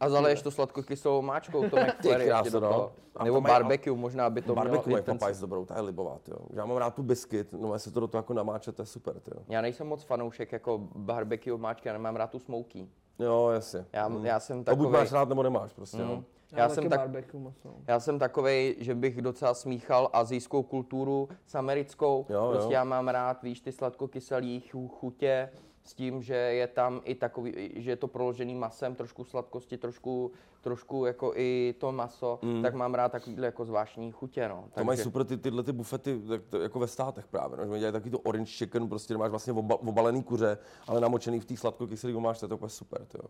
S2: A zaleješ to sladkokyselou máčkou, to McFlurry
S3: krásno,
S2: ještě do
S3: no.
S2: toho.
S3: A
S2: Nebo
S3: to mají-
S2: barbecue možná by to
S3: Barbecue
S2: mělo
S3: je
S2: i ten...
S3: Popeyes dobrou, ta je libová, tyjo. Já mám rád tu biskit, no a se to do toho jako namáče, to je super, tyjo.
S2: Já nejsem moc fanoušek jako barbecue máčky, já nemám rád tu smoky.
S3: Jo, jasně.
S2: Já,
S3: Hm.
S2: já jsem
S3: To buď
S2: takovej,
S3: máš rád, nebo nemáš prostě,
S2: Hm.
S3: no.
S2: já, jsem tak,
S4: Barbecue moc, no.
S2: já jsem takovej, že bych docela smíchal azijskou kulturu s americkou.
S3: Jo,
S2: prostě
S3: jo.
S2: já mám rád, víš, ty sladkokyselý chu- chutě s tím, že je tam i takový, že je to proložený masem, trošku sladkosti, trošku, trošku jako i to maso, tak mám rád takovýhle jako zvláštní chutě, no.
S3: Mm. To mají super ty, tyhle ty bufety tak to, jako ve státech právě, no, že mají dělají taky to orange chicken, prostě kde máš vlastně oba, obalený kuře, ale namočený v té sladkokyselý máš, to je to úplně super, tyjo.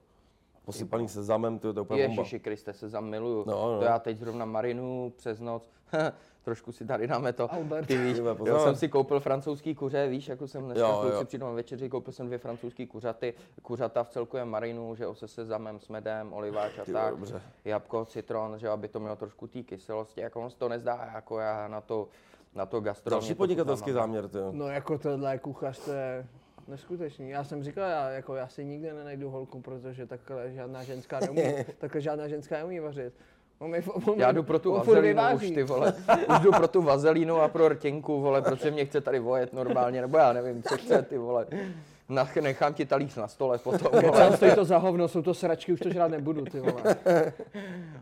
S3: Posypaný sezamem, tyjo, to je úplně bomba.
S2: Ježíši Kriste, se zamiluju.
S3: No, no.
S2: To já teď zrovna marinu přes noc. Trošku si tady dáme to.
S4: Albert.
S2: Ty víš,
S3: Tyhle, pozor.
S2: já jsem si koupil francouzský kuře, víš, jako jsem dneska
S3: Jo,
S2: jo, kluci
S3: jo.
S2: přijdu na večeři, koupil jsem dvě francouzský kuřaty. Kuřata v celku je marinu, že jo, se sezamem, s medem, oliváč a
S3: Ty
S2: tak.
S3: dobře.
S2: Jabko, citron, že jo, aby to mělo trošku té kyselosti. Jako on se to nezdá, jako já na to, na to gastro.
S3: Další
S2: mě to
S3: podnikatelský
S2: chutná, mám.
S3: záměr, tyjo.
S4: no jako tohle kuchař, to je neskutečný. Já jsem říkal, já, jako, já si nikde nenajdu holku, protože takhle žádná ženská neumí, takhle žádná ženská neumí vařit. On mi, on
S2: Já
S4: mi-
S2: jdu pro tu
S4: on furt
S2: vazelínu už,
S4: vyváží.
S2: ty vole. Už jdu pro tu vazelínu a pro rtěnku, vole, protože mě chce tady vojet normálně, nebo já nevím, co chce, ty vole. Nach, nechám ti talíř na stole potom, vole.
S4: Kecám, Jako, stojí to za hovno, jsou to sračky, už to žrát nebudu, ty vole.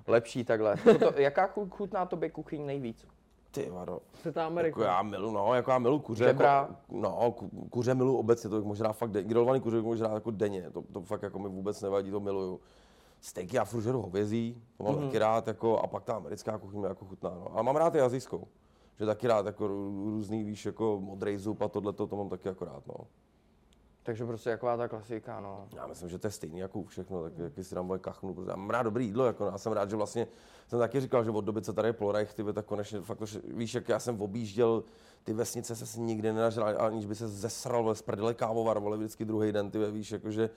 S2: Lepší takhle. Co to, jaká chu- chutná tobě kuchyň nejvíc?
S3: Ty vado.
S4: Se ta
S3: Jako
S4: Amerika.
S3: já milu, no, jako já milu kuře. Jako,
S2: Žebra.
S3: no, ku, kuře milu obecně, to bych možná fakt, de- grilovaný kuře bych možná jako denně, to, to fakt jako mi vůbec nevadí, to miluju. Steaky já furt žeru hovězí, to mám taky rád, jako, a pak ta americká kuchyně mi jako chutná, no. A mám rád i azijskou, že taky rád jako rů- různý, víš, jako modrý zup a tohle to mám taky jako rád, no.
S2: Takže prostě jaková ta klasika, no.
S3: Já myslím, že to je stejný jako u všechno, tak taky si dám moje kachnu, protože já mám rád dobrý jídlo, jako no, já jsem rád, že vlastně jsem taky říkal, že od doby, co tady je Plorajch, ty vole, tak konečně fakt, už, víš, jak já jsem objížděl ty vesnice, se si nikdy nenažral, aniž by se zesral, vole, z prdele kávovar, vole, vždycky druhý den, ty vole, víš, jakože,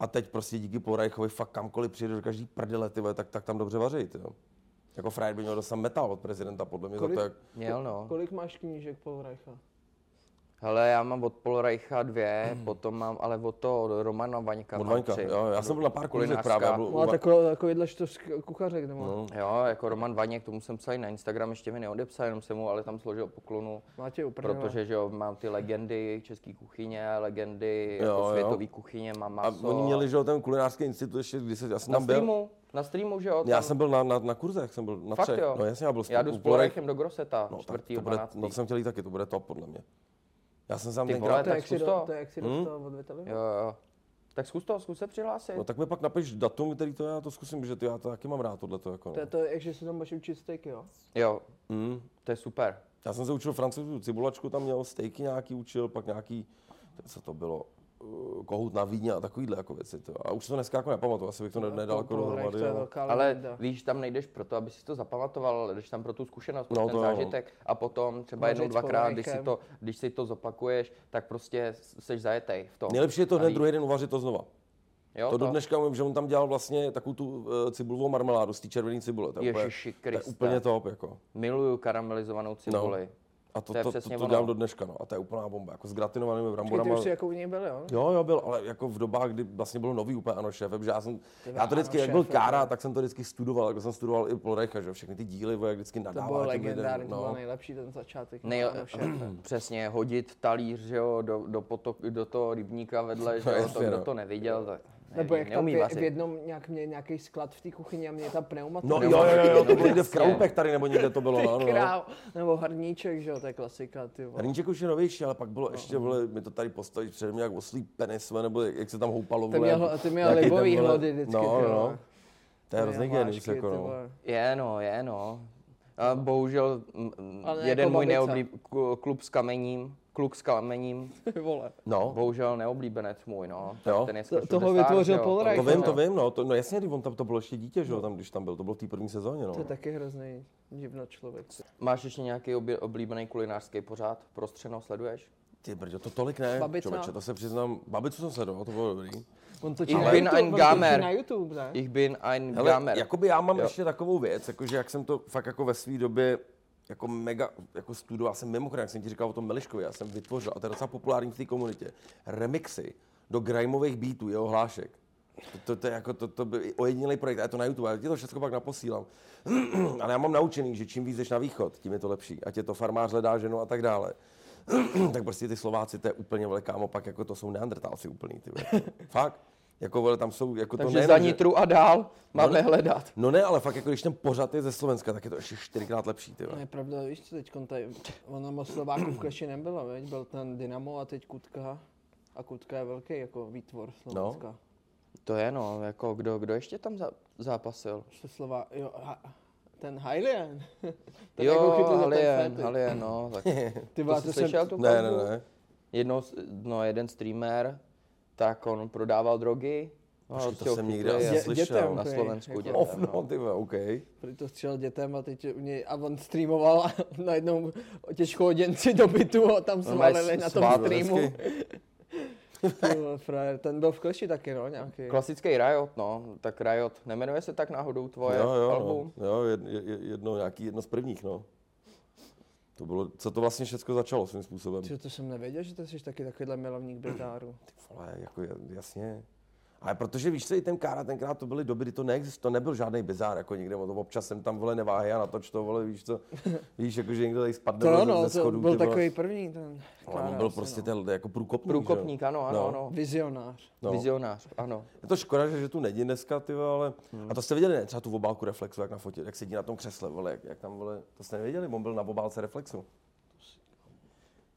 S3: a teď prostě díky Plorajchovi fakt kamkoliv přijde do každý prdele, ty vole, tak, tak tam dobře vaří, ty jo. Jako frajer by měl dostat metal od prezidenta, podle mě, za
S4: Kolik?
S3: to, jak,
S2: Měl, no.
S4: Kolik máš knížek No, Paul Reicha?
S2: Hele, já mám od Paul Reicha dvě,
S4: Hmm.
S2: potom mám ale od toho Romana Vaňka.
S3: od
S2: mám
S3: Vaňka,
S2: tři.
S3: jo, já jsem byl na pár kulinek
S2: Kulinářská.
S3: právě, já byl, u
S4: Má
S3: Va-
S4: takový, takovýhle štovský kuchařek, nebo? No.
S2: Jo, jako Roman Vaněk, tomu jsem psal i na Instagram, ještě mi neodepsal, jenom jsem mu ale tam složil poklonu.
S4: Má tě uprděla.
S2: Protože že jo, mám ty legendy české kuchyně, legendy
S3: Jo,
S2: jako
S3: jo.
S2: světové kuchyně, mám
S3: a
S2: maso.
S3: oni měli, že jo, ten kulinářský institut ještě, když se, já jsem
S2: na
S3: tam byl.
S2: streamu, na streamu, že jo?
S3: Já
S2: tam-
S3: jsem byl na, na, na kurzech, jsem byl na
S2: Fakt
S3: třech.
S2: jo.
S3: No jasně, já byl
S2: já jdu s Polechem do Groseta,
S3: no, tak,
S2: 4.
S3: to bude,
S2: 12.
S3: no to jsem chtěl jít taky, to bude top podle mě. Já jsem se tam
S2: Ty
S3: tenkrát,
S2: vole,
S4: to, je,
S2: tak
S4: jak si
S2: zkus
S4: do,
S2: to. Hm?
S4: to je, jak si dostal od Vitalina.
S2: Jo, jo. Tak zkus to, zkus se přihlásit.
S3: no tak mi pak napiš datum, který to já to zkusím, že ty, já to taky mám rád tohleto. Jako,
S4: To
S3: no.
S4: je to, jak že se tam budeš učit steak, jo?
S2: No, Jo,
S3: mm.
S2: to je super.
S3: Já jsem se učil francouzskou cibulačku, tam měl stejky nějaký učil, pak nějaký, co to bylo, eh, kohout na víně a takovýhle jako věci. To. A už si to dneska jako nepamatuju, asi bych
S2: No,
S3: to ne- nedal jako
S4: Paul Reich,
S3: dohromady.
S4: to je
S3: ale-
S4: velká
S2: Ale
S4: legenda.
S2: víš, tam nejdeš proto, aby si to zapamatoval, ale jdeš tam pro tu zkušenost, pro
S3: No,
S2: ten
S3: to jo, no.
S2: zážitek a potom třeba
S4: Vařit
S2: jednou,
S4: s
S2: dvakrát, když si,
S4: povrchem.
S2: to, když si to zopakuješ, tak prostě seš zajetej v tom.
S3: Nejlepší je to
S2: A
S3: hned
S2: víš-
S3: druhý den uvařit to znova.
S2: Jo,
S3: To do dneška umím, že on tam dělal vlastně takovou tu eh, cibulovou marmeládu z té červené cibule. To je úplně-
S2: Ježiši
S3: to je
S2: Kriste.
S3: úplně top, jako.
S2: Miluju karamelizovanou cibuli.
S3: A to,
S2: To je
S3: to, to,
S2: přesně
S3: to,
S2: ono.
S3: dělám do dneška, no. A to je úplná bomba, jako s gratinovanými
S4: Počkej, ty
S3: bramborama.
S4: už jsi jako u něj byl, jo?
S3: Jo, jo, byl, ale jako v dobách, kdy vlastně bylo nový úplně ano šéf, že já jsem, já to
S4: Ano
S3: vždycky, jak byl
S4: šéfem,
S3: Kára, tak jsem to vždycky studoval, jako jsem studoval i Plorecha, že jo, všechny ty díly, vole, jak vždycky
S4: To
S3: nadával
S4: bylo
S3: těm lidem,
S4: legendární, to
S3: no.
S4: byl nejlepší ten začátek.
S2: Nej,
S4: Ano, šéfe.
S2: přesně, hodit talíř že jo, do, do, potok, do toho rybníka vedle, že
S3: No,
S2: jo, to,
S3: jasně,
S2: kdo
S3: no.
S2: to neviděl, tak neví,
S4: Nebo jak tam
S2: neumí
S4: v,
S2: vařit.
S4: v jednom nějak měl nějaký sklad v té kuchyni a mě ta pneumatika.
S3: No,
S4: nebo-
S3: jo, jo, jo, to bylo
S2: Jasně.
S3: někde v Kraupech tady, nebo někde to bylo, ano, no.
S4: Král, nebo hrníček, že jo, to je klasika, ty vole.
S3: Rýnček už je novější, ale pak
S4: No,
S3: bylo ještě, vole, mi to tady postavit přede mě jak oslý penis, vole, nebo jak, jak se tam houpalo,
S4: Ty
S3: vole.
S4: měl,
S3: jak-
S4: ty měl
S3: jaký ten,
S4: libový
S3: vole-
S4: hlody vždycky,
S3: No,
S4: ty
S3: no,
S4: vole.
S3: no. To je hrozný genius,
S4: Vážky,
S3: jako
S4: ty
S3: no.
S4: vole.
S2: Je no, je no. A bohužel m, m,
S4: Ale jako
S2: jeden můj
S4: babice.
S2: neoblíb, ku- klub s kamením, kluk s kamením,
S4: Ty vole.
S3: No,
S2: bohužel neoblíbenec můj, no. Tak
S3: Jo.
S2: Ten je
S4: To-
S2: skoro
S4: toho
S2: šedesát,
S4: vytvořil
S2: že jo.
S4: Paul Reich,
S3: To
S4: Jako
S3: vím, to
S4: jo. No.
S3: vím, no. To, no jasně, když on tam to bylo ještě dítě, že jo, tam, když tam byl, to bylo v té první sezóně, no.
S4: To je taky hrozný divno člověk.
S2: Máš ještě nějaký obě- oblíbený kulinářský pořád? Prostřeno sleduješ?
S3: Ty brďo, to tolik ne,
S4: Babica.
S3: člověče, to se přiznám. Babicu jsem sledoval, to bylo dobrý.
S4: On točí
S2: Ich
S4: na
S2: bin
S4: YouTube,
S2: ein
S4: on točí
S2: Gamer.
S4: na YouTube, ne?
S2: Ich bin ein
S3: Hele,
S2: Gamer.
S3: jakoby já mám
S2: Jo.
S3: ještě takovou věc, jakože jak jsem to fakt jako ve své době jako mega, jako studoval jsem mimochodem, jak jsem ti říkal o tom Meliškovi, já jsem vytvořil, a to je docela populární v té komunitě, remixy do grimeových beatů, jeho hlášek. To, to, to, je jako, to, to byl ojedinělý projekt, a je to na YouTube, já ti to všechno pak naposílám. Ale já mám naučený, že čím víc jdeš na východ, tím je to lepší. Ať je to farmář hledá ženu a tak dále. tak prostě ty Slováci, to je úplně vole, kámo, pak jako to jsou neandrtálci úplný, ty vole. Fakt. Jako vole, tam jsou, jako to
S2: Takže
S3: nejenom,
S2: za
S3: že-
S2: nitru a dál mám
S3: No,
S2: nehledat.
S3: No ne, ale fakt, jako když ten pořad je ze Slovenska, tak je to ještě čtyřikrát lepší, ty
S4: No
S3: vole.
S4: je pravda, víš co, teď tady, ono moc Slováků v Kleši nebylo, veď? byl ten Dynamo a teď Kutka. A Kutka je velký jako výtvor Slovenska. No.
S2: To je no, jako kdo, kdo ještě tam za, zápasil?
S4: Ještě Slová, jo, ha, ten Hylien. Ten jako
S2: jo,
S4: chytl za ten
S2: Halien,
S4: féty.
S2: Halien, no. Tak
S4: Ty vole,
S2: jsi
S4: to
S2: slyšel
S4: jsem,
S2: tu
S3: Ne, ne,
S2: kauzu?
S3: ne.
S2: Jedno, s- no, jeden streamer, tak on prodával drogy. No,
S3: Počkej,
S2: od
S3: to
S2: těho
S3: jsem nikdy
S2: kluka
S3: asi
S2: je-
S3: Dě- slyšel. dětem
S2: Na
S4: prý,
S2: Slovensku
S4: jako.
S2: dětem,
S3: Off,
S2: no.
S3: no, ty vole, OK.
S4: Prý to střel dětem a teď u něj, a on streamoval a najednou těžkohoděnci do bytu a
S3: No,
S4: tam
S2: Normálně
S4: svalili
S2: s-
S4: na tom
S2: svalili
S4: streamu.
S3: hezky.
S4: Ty vole, frajer, ten byl v Kleši taky, no, nějaký.
S2: Klasický Riot, no. Tak Riot, nemenuje se tak náhodou tvoje
S3: jo,
S2: album?
S3: jo, no. jo jed- je- je- jedno, nějaký, jedno z prvních, no. To bylo, co to vlastně všechno začalo svým způsobem.
S4: Ty, to jsem nevěděl, že ty jsi taky takovýhle milovník Britáru.
S3: Vole, jako je- jasně. Ale protože víš co, i ten Kára, tenkrát to byly doby, kdy to neexistoval, to nebyl žádný bizár, jako někde, to občas jsem tam, vole, neváhy a natoč to, vole, víš co, víš, jako že někdo tady spadne
S4: To
S3: vole,
S4: jo,
S3: ze-
S4: no,
S3: ze schodů,
S4: to byl
S3: ty vole.
S4: takový první ten. vlastně,
S3: Ale on byl prostě
S4: no.
S3: ten, jako průkopník, že jo?
S2: Průkopník, ano, ano,
S3: No.
S2: ano.
S4: Vizionář.
S3: No.
S2: Vizionář, ano.
S3: Je to škoda, že, že tu není dneska, ty vole, ale... Hmm. A to jste viděli, ne? Třeba tu obálku Reflexu, jak na fotě, jak sedí na tom křesle, vole, jak, jak tam, vole, to jste nevěděli, on byl na obálce Reflexu.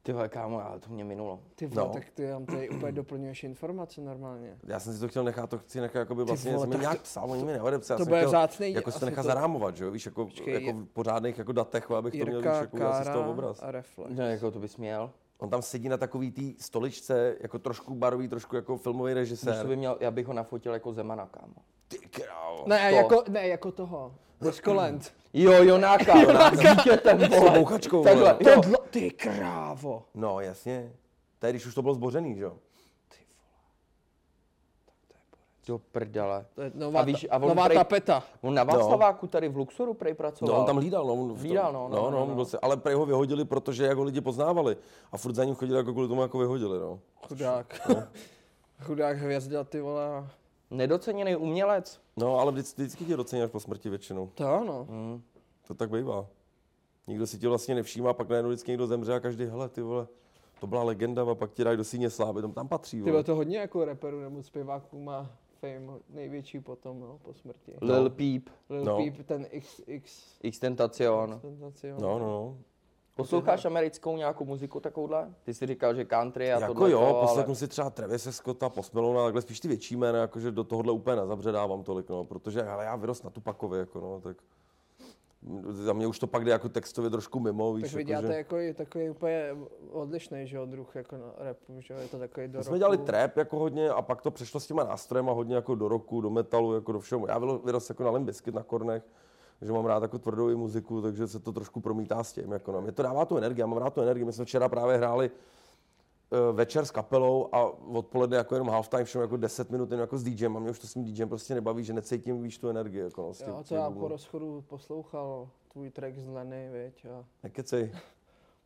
S2: Ty vole, kámo, ale to mě minulo.
S4: Ty vole,
S3: No.
S4: tak ty nám tady úplně doplňuješ informace normálně.
S3: Já jsem si to chtěl nechat, to chci nechat, jakoby vlastně,
S4: vole,
S3: jsem mi
S4: tak
S3: nějak psal, oni mi neodepsal, já
S4: to
S3: jsem
S4: bude
S3: chtěl,
S4: vzácnej,
S3: jako si to
S4: asi
S3: nechat
S4: to-
S3: zarámovat, že jo, víš, jako,
S4: Počkej,
S3: jako
S4: je-
S3: v pořádných jako datech, abych to měl, víš,
S4: Jirka,
S3: jako udělal si z toho
S4: Kára
S3: obraz.
S4: a Reflex.
S2: No, jako to bys měl.
S3: On tam sedí na takový té stoličce, jako trošku barový, trošku jako filmový
S2: Když to
S3: režisér.
S2: by měl, já bych ho nafotil jako Zemana, kámo.
S3: Ty krávo.
S4: Ne,
S2: to.
S4: jako, ne, jako toho. Discoland.
S2: Jo, Jonáka, Jonáka. s dítětem,
S3: S tou
S2: vole.
S3: bouchačkou, vole.
S2: Takhle,
S4: To
S2: jo.
S4: dlo, ty krávo.
S3: No, jasně. To je, když už to bylo zbořený, že jo.
S2: Do prdele.
S4: To je nová,
S2: A víš, a
S4: ta,
S2: on
S4: nová
S2: prej-
S4: tapeta.
S2: On na Václaváku tady v Luxoru prej pracoval.
S3: No, on tam hlídal, no. On v tom-
S2: Hlídal, no, no,
S3: no,
S2: no,
S3: no,
S2: no.
S3: no. Se, ale prej ho vyhodili, protože jako lidi poznávali. A furt za ním chodili, jako kvůli tomu jako vyhodili, no.
S4: Chudák.
S2: no.
S4: Chudák hvězda, ty vole.
S2: Nedoceněný umělec.
S3: No, ale vždycky, vždycky tě docení až po smrti většinou.
S4: To ano.
S2: Mm,
S3: To tak bývá. Nikdo si tě vlastně nevšímá, pak najednou vždycky někdo zemře a každý, hele, ty vole, to byla legenda a pak ti dají do síně slávy, tam, tam patří,
S4: Ty vole,
S3: vole.
S4: to hodně jako reperů nebo zpěváků má fame největší potom, no, po smrti.
S2: Lil Peep,
S4: Lil
S3: No.
S4: Peep, ten XX.
S2: Xtentacion.
S4: Senzacion.
S3: No, no, no.
S2: Posloucháš americkou nějakou muziku takovouhle? Ty jsi říkal, že country a
S3: jako
S2: tohle
S3: jo,
S2: to, ale-
S3: poslechnu si třeba Travise Scotta, Posmelona, takhle spíš ty větší jména, jakože do tohohle úplně nezabředávám tolik, no, protože hele, já vyrost na Tupakovi, jako no, tak m, za mě už to pak jde jako textově trošku mimo, víš,
S4: Tak vy
S3: jako,
S4: děláte jako, i takový úplně odlišný, že jo, druh jako na rapu, že jo, je to takový do
S3: My
S4: roku.
S3: jsme dělali trap jako hodně a pak to přešlo s těma nástrojema hodně jako do roku, do metalu, jako do všemu. Já vylo- vyrost jako na Limbiskit na kornech, že mám rád jako tvrdou i muziku, takže se to trošku promítá s tím. Jako no. Mě to dává tu energii, já mám rád tu energii. My jsme včera právě hráli eh, večer s kapelou a odpoledne jako jenom halftime, všem jako 10 minut jenom jako s DJem a mě už to s tím DJem prostě nebaví, že necítím, víš, tu energii. Jako no, s tím,
S4: Jo, co
S3: tím
S4: já
S3: bubnem.
S4: po rozchodu poslouchal tvůj track z Leny, viď, a
S3: Nekecej.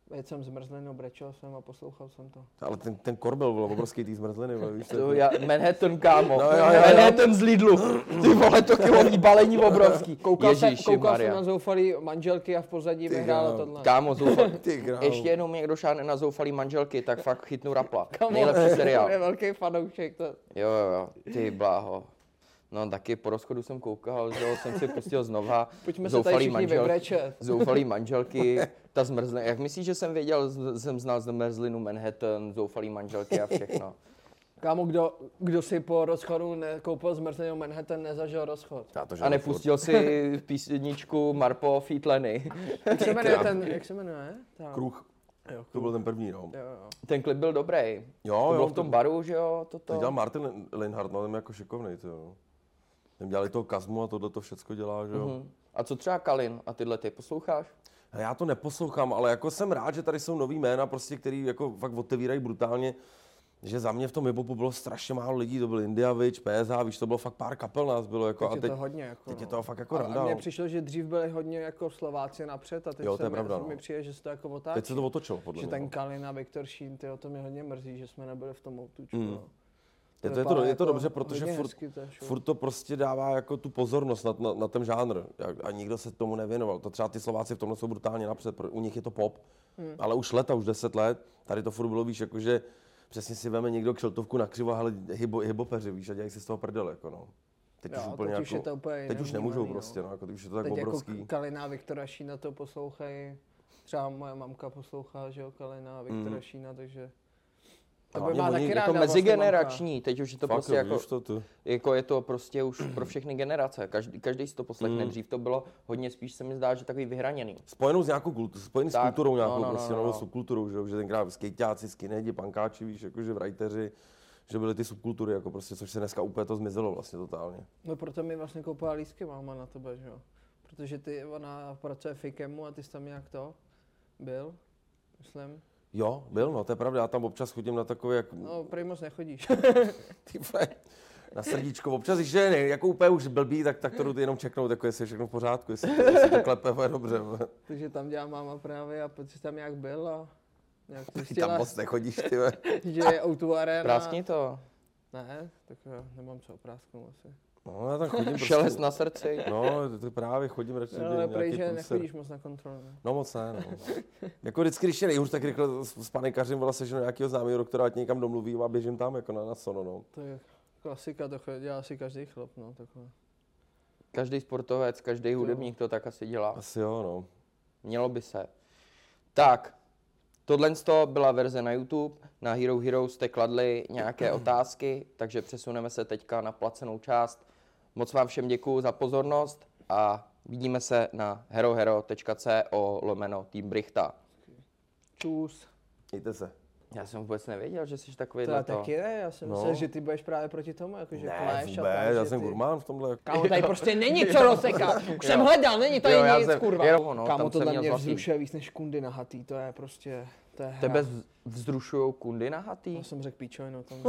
S4: teď jsem zmrzlinu, brečel jsem a poslouchal jsem to.
S3: Ale ten, ten korbel byl obrovský tý zmrzliny, vole, víš, to,
S2: To já, Manhattan, kámo.
S3: No, jo, jo, jo.
S2: Manhattan z Lidlu. Ty vole, to kilový balení obrovský.
S4: Koukal,
S2: Ježíši
S4: jsem, koukal jsem
S2: Maria.
S4: na zoufalý manželky a v pozadí
S3: jo.
S4: vyhrálo tohle.
S2: Kámo, zoufal.
S3: Ty krávo.
S2: Ještě jednou mě někdo šáhne na zoufalý manželky, tak fakt chytnu rapla. Nejlepší seriál.
S4: Je velký fanoušek. To...
S2: Jo, jo, jo, ty bláho. No taky po rozchodu jsem koukal, že jo, jsem si pustil znova.
S4: Pojďme se tady všichni vybrečet.
S2: Zoufalý manželky, ta zmrzlina. Jak myslíš, že jsem věděl, z- jsem znal zmrzlinu Manhattan, zoufalý manželky a všechno.
S4: Kámo, kdo, kdo si po rozchodu nekoupil zmrzlinu Manhattan, nezažil rozchod.
S3: já to, že
S2: A nepustil si písničku Marpo Fítleny.
S4: Jak se jmenuje ten, jak se jmenuje? Ta...
S3: Kruh,
S4: Jo,
S3: to byl ten první, no.
S4: Jo, jo.
S2: Ten klip byl dobrý.
S3: Jo,
S2: to
S3: jo,
S2: bylo v tom baru, že jo,
S3: To dělal
S2: toto.
S3: Martin Lin- Linhart, no, ten je jako šikovnej, to jo. Ten dělali toho Kazmu a tohle to všecko dělá, že jo. Mm-hmm.
S2: Hm. A co třeba Kalin a tyhle ty, posloucháš?
S3: Já to neposlouchám, ale jako jsem rád, že tady jsou nový jména, prostě, který jako fakt otevírají brutálně že za mě v tom hibopu bylo strašně málo lidí, to byl Indiavič, PSH, víš, to bylo fakt pár kapel nás bylo, jako,
S4: Teď
S3: a
S4: je
S3: teď,
S4: to hodně. Jako,
S3: teď je
S4: no.
S3: to fakt jako
S4: A-
S3: randa,
S4: A mně
S3: no.
S4: přišlo, že dřív byli hodně jako Slováci napřed a teď
S3: Jo, to
S4: se
S3: je
S4: mi-
S3: pravda,
S4: mi
S3: no.
S4: přijde, že se to jako otáčí.
S3: teď se to otočilo, podle
S4: že
S3: mě.
S4: ten
S3: no.
S4: Kalina, Viktor Šín, tyjo, to mě hodně mrzí, že jsme nebyli v tom outučku.
S3: Mm.
S4: No.
S3: Je to, je to,
S4: vypadá
S3: je to
S4: jako
S3: dobře, protože
S4: hodně
S3: furt,
S4: hezky ta show.
S3: furt to prostě dává jako tu pozornost na, na, na ten žánr Jak- a nikdo se tomu nevěnoval. To třeba ty Slováci v tomhle jsou brutálně napřed, pro- u nich je to pop,
S4: Hmm.
S3: ale už leta, už deset let, tady to furt bylo, víš, jakože přesně si veme někdo kšeltovku na křivo, ale hibo, hibopeři, víš, a dělají si z toho prdel, jako no. Teď
S4: Jo,
S3: už úplně
S4: teď
S3: jako,
S4: už je to úplně
S3: teď už
S4: jiné
S3: nemůžou
S4: vnímání,
S3: prostě, no, jako, teď už je to tak
S4: Teď
S3: obrovský.
S4: jako Kalina a Viktora Šína to poslouchají. Třeba moje mamka poslouchá, že jo, Kalina a Viktora Šína, takže...
S3: Mm. A
S4: To by
S3: hlavně
S4: má
S3: oni-
S4: taky
S3: je to
S2: Je
S4: ráda
S2: to
S4: vlastně mamka.
S2: mezigenerační, teď už je to
S3: Fakt,
S2: prostě
S3: jo,
S2: jako,
S3: vidíš to, ty.
S2: jako je to prostě už pro všechny generace, každý, každý si to poslechne, dřív to bylo hodně spíš se mi zdá, že takový vyhraněný.
S3: Spojenou s nějakou kultu, spojený
S2: Tak,
S3: s kulturou
S2: no,
S3: nějakou,
S2: no, no,
S3: prostě
S2: no,
S3: novou
S2: no.
S3: subkulturou, že, jo, že tenkrát skejťáci, skinheadi, pankáči, víš, jakože vrajteři, že byly ty subkultury, jako prostě, což se dneska úplně to zmizelo vlastně totálně.
S4: No proto mi vlastně koupila lísky máma na tebe, že jo? Protože ty, ona pracuje v Fikemu a ty jsi tam nějak to byl, myslím.
S3: Jo, byl, no, to je pravda, já tam občas chodím na takové, jak,
S4: No, prej moc nechodíš.
S3: ty vole, na srdíčko, občas, když je ne, jako úplně už blbý, tak, tak to jdu jenom čeknout, jako jestli je všechno v pořádku, jestli, to- jestli to klepe, bude dobře. vole.
S4: Takže tam dělá máma právě a protože jsi tam nějak byl a nějak
S3: Ty tam
S4: zjistila,
S3: moc nechodíš, ty vole.
S4: že je O2 Arena.
S2: Prásni to,
S4: Ne, tak já nemám co oprásknout asi.
S3: No, já tam chodím prostě.
S2: šelest na srdci.
S3: No, to- to právě chodím radši.
S4: No,
S3: dělám
S4: ale
S3: nějaký
S4: prej, že
S3: průser.
S4: nechodíš moc na kontrolu. ne?
S3: No moc ne, no. jako vždycky, když je nejhůř, tak rychle s, s panikařem volá seženu nějakého známého, doktora, ať někam domluvím a běžím tam jako na, na sono, no.
S4: To je klasika, to cho- dělá asi každý chlap, no, takhle.
S2: Každý sportovec, každý hudebník to tak asi dělá.
S3: Asi jo, no.
S2: Mělo by se. Tak, tohle to byla verze na YouTube. Na Hero Hero jste kladli nějaké otázky, takže přesuneme se teďka na placenou část. Moc vám všem děkuji za pozornost a vidíme se na herohero.co lomeno Team Brichta.
S4: Čus.
S3: Mějte se.
S2: Já jsem vůbec nevěděl, že jsi takový
S4: To já taky ne, já jsem
S3: No.
S4: myslel, že ty budeš právě proti tomu, jakože
S3: Ne,
S4: Clash a tak,
S3: vůbec, já
S4: že
S3: jsem
S4: ty-
S3: gurmán v tomhle.
S4: Kámo, tady prostě není co rozsekat. Už jsem hledal, není tady
S2: Jo, já
S4: nic,
S2: jsem-
S4: kurva.
S2: jo, no, tam
S4: Kámo,
S2: jsem
S4: tohle
S2: měl
S4: mě
S2: zlatý.
S4: vzrušuje víc než kundy na hatý, to je prostě, to je hra.
S2: Tebe vz- vzrušujou kundy na hatý?
S4: Já jsem řekl píčovinu, tam